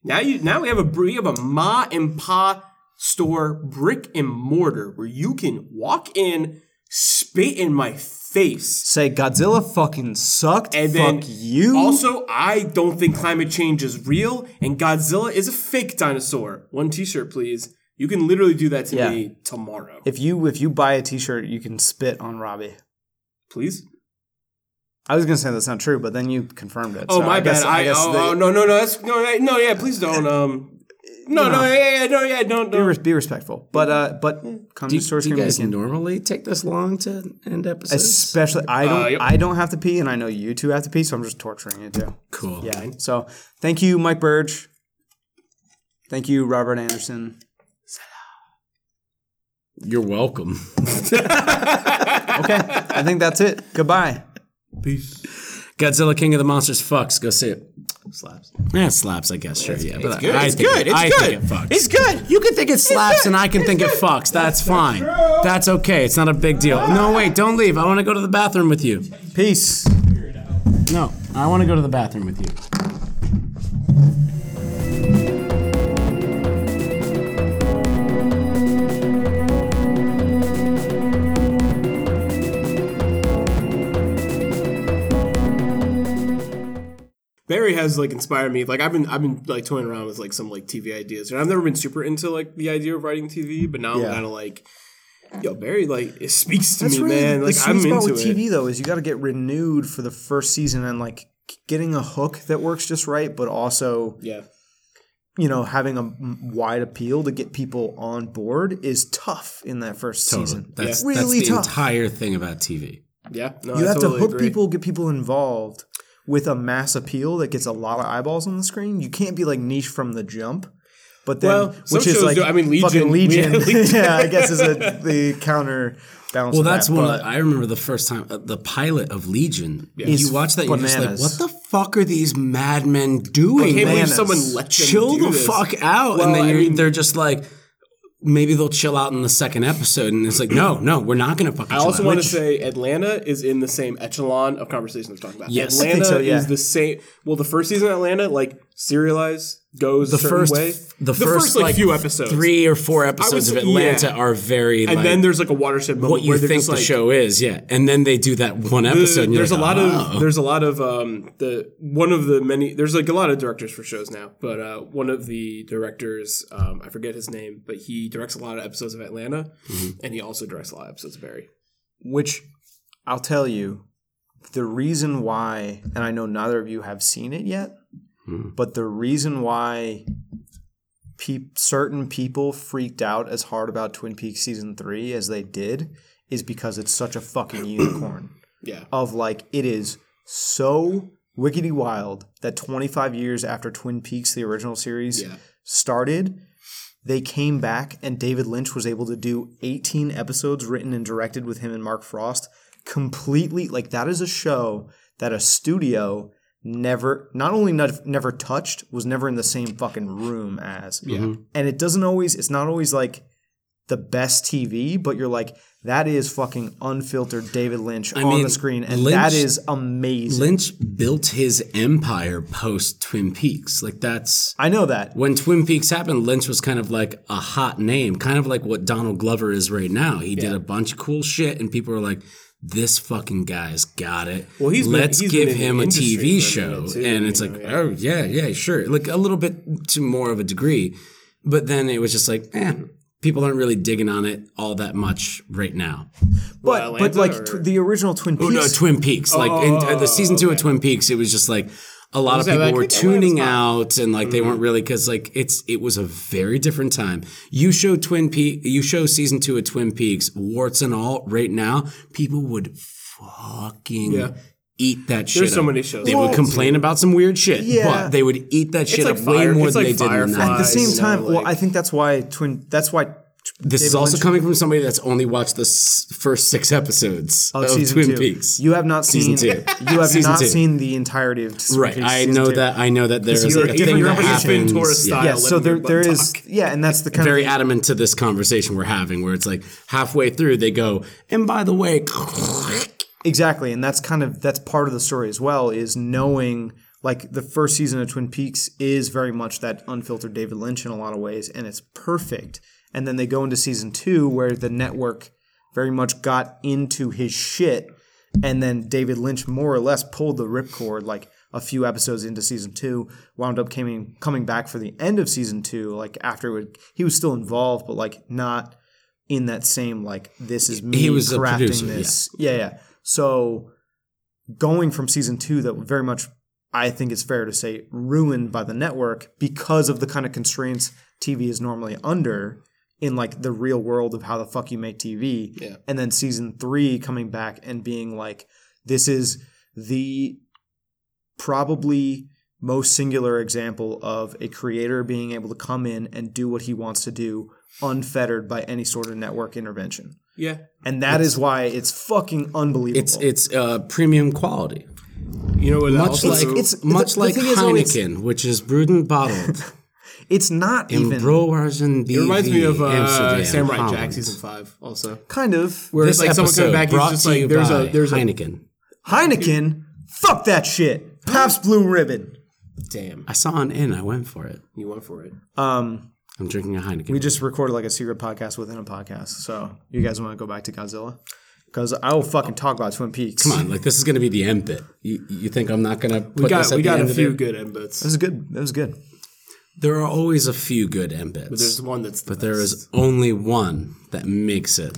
S2: Now you now we have a we have a ma and pa store brick and mortar where you can walk in, spit in my face.
S1: Say Godzilla fucking sucked.
S2: And then
S1: Fuck you.
S2: Also, I don't think climate change is real and Godzilla is a fake dinosaur. One t-shirt, please. You can literally do that to
S1: Yeah.
S2: me tomorrow.
S1: if you if you buy a T-shirt, you can spit on Robbie.
S2: please?
S1: I was gonna say that's not true, but then you confirmed it.
S2: Oh
S1: so
S2: my
S1: I guess,
S2: bad. I,
S1: guess
S2: oh,
S1: the-
S2: oh, no no no that's no no, no yeah please don't um no no, yeah yeah no yeah don't
S1: be,
S2: don't
S1: res- be respectful. But uh, but come
S3: Do,
S1: to Store
S3: do you
S1: Screaming
S3: guys
S1: Weekend.
S3: normally take this long to end episodes?
S1: Especially, I don't.
S2: Uh, yep.
S1: I don't have to pee, and I know you two have to pee, so I'm just torturing you too.
S3: cool.
S1: Yeah. So, thank you, Mike Burge. Thank you, Robert Anderson.
S3: You're welcome.
S1: Okay, I think that's it. Goodbye.
S3: Godzilla King of the Monsters fucks. Go see it.
S2: slaps.
S3: Yeah, it slaps, I guess. Sure. Yeah, but
S2: good.
S3: I
S2: It's
S3: think
S2: good.
S3: It,
S2: It's
S3: I
S2: good.
S3: Think it fucks.
S2: It's good.
S3: You can think it slaps, and I can think it fucks. That's fine. That's okay. It's not a big deal. No, wait. Don't leave. I want to go to the bathroom with you.
S1: Peace.
S3: No, I want to go to the bathroom with you.
S2: Barry has like inspired me. Like I've been I've been like toying around with like some like TV ideas, and I've never been super into like the idea of writing TV, but now I'm
S1: Yeah.
S2: kind of like, yo, Barry like it speaks to
S1: That's
S2: me,
S1: really
S2: man.
S1: the
S2: Like
S1: sweet
S2: I'm
S1: spot
S2: into
S1: with
S2: it.
S1: TV though is you got to get renewed for the first season and like getting a hook that works just right, but also
S2: Yeah,
S1: you know having a m- wide appeal to get people on board is tough in that first season.
S3: That's,
S1: really
S3: that's the
S1: tough.
S3: entire thing about TV.
S2: yeah. No,
S1: you
S2: I
S1: have
S2: totally
S1: to hook
S2: agree.
S1: people, get people involved with a mass appeal that gets a lot of eyeballs on the screen. You can't be like niche from the jump. But then,
S2: Well, some
S1: which is
S2: shows
S1: like
S2: do. I mean,
S1: fucking Legion.
S2: Legion. Yeah, Legion.
S1: yeah, I guess is a, the counter balance.
S3: Well,
S1: to
S3: that's
S1: that,
S3: one.
S1: but-
S3: I remember the first time uh, the pilot of Legion.
S1: He's
S3: You watch that, you're
S1: bananas.
S3: just like, "What the fuck are these madmen doing?"
S2: I can't
S3: man?
S2: believe
S1: Bananas.
S2: someone let them
S3: chill
S2: do
S3: the
S2: this.
S3: fuck out,
S2: Well,
S3: and then
S2: I
S3: you're,
S2: mean-
S3: they're just like, maybe they'll chill out in the second episode, and it's like, no, no, we're not gonna fucking.
S2: I
S3: chill
S2: also
S3: out.
S2: want to
S3: Which-
S2: say Atlanta is in the same echelon of conversations we're talking about.
S3: Yes. I
S2: Atlanta
S1: think so, yeah.
S2: is the same. Well, the first season of Atlanta, like serialized, goes
S3: the
S2: a certain
S3: first,
S2: way.
S3: the, first
S2: like, few episodes,
S3: three or four episodes
S2: say-
S3: of Atlanta
S2: yeah.
S3: are very,
S2: and
S3: like,
S2: then there's like a watershed moment
S3: what you
S2: where they're
S3: think
S2: just
S3: the
S2: like,
S3: show is, yeah, and then they do that one episode. and you're
S2: there's
S3: like,
S2: a lot
S3: "Oh."
S2: of there's a lot of um the one of the many there's like a lot of directors for shows now but uh one of the directors um i forget his name but he directs a lot of episodes of atlanta
S3: Mm-hmm.
S2: and he also directs a lot of episodes of barry
S1: which I'll tell you, the reason why, and I know neither of you have seen it yet, but the reason why peop certain people freaked out as hard about Twin Peaks season three as they did is because it's such a fucking unicorn
S2: yeah
S1: of like it is so wickety wild that 25 years after Twin Peaks, the original series,
S2: Yeah.
S1: started, they came back and David Lynch was able to do 18 episodes written and directed with him and Mark Frost. Completely, like that is a show that a studio never, not only not, never touched, was never in the same fucking room as. Yeah. And it doesn't always, it's not always like the best TV, but you're like, that is fucking unfiltered David Lynch on
S3: mean,
S1: the screen. And
S3: Lynch-
S1: that is amazing.
S3: Lynch built his empire post Twin Peaks. Like that's
S1: I know that.
S3: when Twin Peaks happened, Lynch was kind of like a hot name, kind of like what Donald Glover is right now. He did a bunch of cool shit, and people were like, "This fucking guy's got it." Well,
S2: he's been-
S3: let's
S2: he's
S3: give
S2: been in
S3: him
S2: the
S3: a
S2: industry
S3: TV
S2: for a
S3: show,
S2: minute, too,
S3: and
S2: you
S3: it's
S2: know,
S3: like, oh yeah, yeah, sure, like a little bit to more of a degree, but then it was just like, eh, people aren't really digging on it all that much right now.
S1: But but
S2: Atlanta
S1: like
S2: or-
S1: tw- the original Twin Peaks.
S3: Oh, no, Twin Peaks. like in, uh, the
S2: Oh,
S3: season two of Twin Peaks, it was just like a lot of
S2: that
S3: people
S2: like,
S3: were
S2: "Hey, Atlanta's
S3: tuning
S2: fine."
S3: out, and like they
S2: Mm-hmm.
S3: weren't really because like it's it was a very different time. You show Twin Peaks, you show season two of Twin Peaks, warts and all. Right now, people would fucking
S2: Yeah.
S3: eat that shit.
S2: so
S3: up.
S2: many shows
S3: They
S2: like
S3: would
S2: that,
S3: complain about some weird shit,
S1: Yeah.
S3: but they would eat that shit
S2: like
S3: up
S2: Fire-
S3: way more
S2: it's
S3: than
S2: like
S3: they did in
S2: Firefly.
S1: At the
S3: that.
S1: same
S2: you know,
S1: time, well,
S2: like-
S1: I think that's why Twin. That's why. uh, t-
S3: This is
S1: David
S3: also
S1: Lynch-
S3: coming from somebody that's only watched the s- first six episodes
S1: of
S2: Oh,
S3: of
S1: season
S3: Oh, Twin
S1: two.
S3: Peaks.
S1: You have not seen.
S3: Season two.
S1: You have
S3: Season
S1: not
S3: two.
S1: seen the entirety of Twin
S3: Right,
S1: Peaks
S3: I
S1: season
S3: know
S1: two.
S3: that. I know that there is
S1: you're a
S3: a
S1: different
S3: thing that
S1: generation,
S3: happens.
S2: Taurus
S3: yeah.
S2: style.
S1: Yeah,
S2: Let
S1: so
S2: him
S1: there
S2: rip
S1: there
S2: and
S1: is. Yeah, and that's the kind
S3: Very
S1: of.
S3: adamant to this conversation we're having, where it's like halfway through they go, and by the way,
S1: Exactly, and that's kind of that's part of the story as well is knowing like the first season of Twin Peaks is very much that unfiltered David Lynch in a lot of ways, and it's perfect. And then they go into season two where the network very much got into his shit, and then David Lynch more or less pulled the ripcord like a few episodes into season two, wound up coming coming back for the end of season two, like after it would, he was still involved, but like not in that same like this is me
S3: He was a
S1: crafting
S3: producer, yeah.
S1: this. yeah, yeah. So going from season two that very much I think it's fair to say ruined by the network because of the kind of constraints TV is normally under in like the real world of how the fuck you make TV.
S2: Yeah.
S1: And then season three coming back and being like, this is the probably most singular example of a creator being able to come in and do what he wants to do unfettered by any sort of network intervention.
S2: yeah
S1: And that is why it's fucking unbelievable.
S3: it's it's uh, premium quality,
S2: you know what
S3: much
S2: also,
S3: like
S1: it's- the-
S3: much
S1: the
S3: like
S1: thing is, though, it's-
S3: Heineken, which is brewed and bottled
S1: It's not
S3: in
S1: even
S3: brewers and
S2: it reminds me of uh,
S3: Amsterdam,
S2: samurai jack
S3: Holland.
S2: season five also
S1: kind of
S2: where
S3: This
S2: it's like someone
S3: episode
S2: coming back he's
S3: brought
S2: just
S3: to
S2: like
S3: you
S2: there's a
S3: by
S2: there's a
S3: Heineken.
S1: Heineken. Fuck that shit. Pabst Blue Ribbon.
S2: damn
S3: I saw an in, I went for it.
S2: you went for it
S1: Um,
S3: I'm drinking a Heineken.
S1: we just recorded like a secret podcast within a podcast. So you guys want to go back to Godzilla? Because I will fucking talk about Twin Peaks.
S3: Come on, like this is going to be the end bit. You, you think I'm not going to put
S2: we got
S3: this at
S2: we
S3: the
S2: got
S3: end
S2: a
S3: of
S2: few
S3: it?
S2: good embeds
S1: That was good. That was good.
S3: There are always a few good embits.
S2: there's one that's
S3: But there is only one that makes it.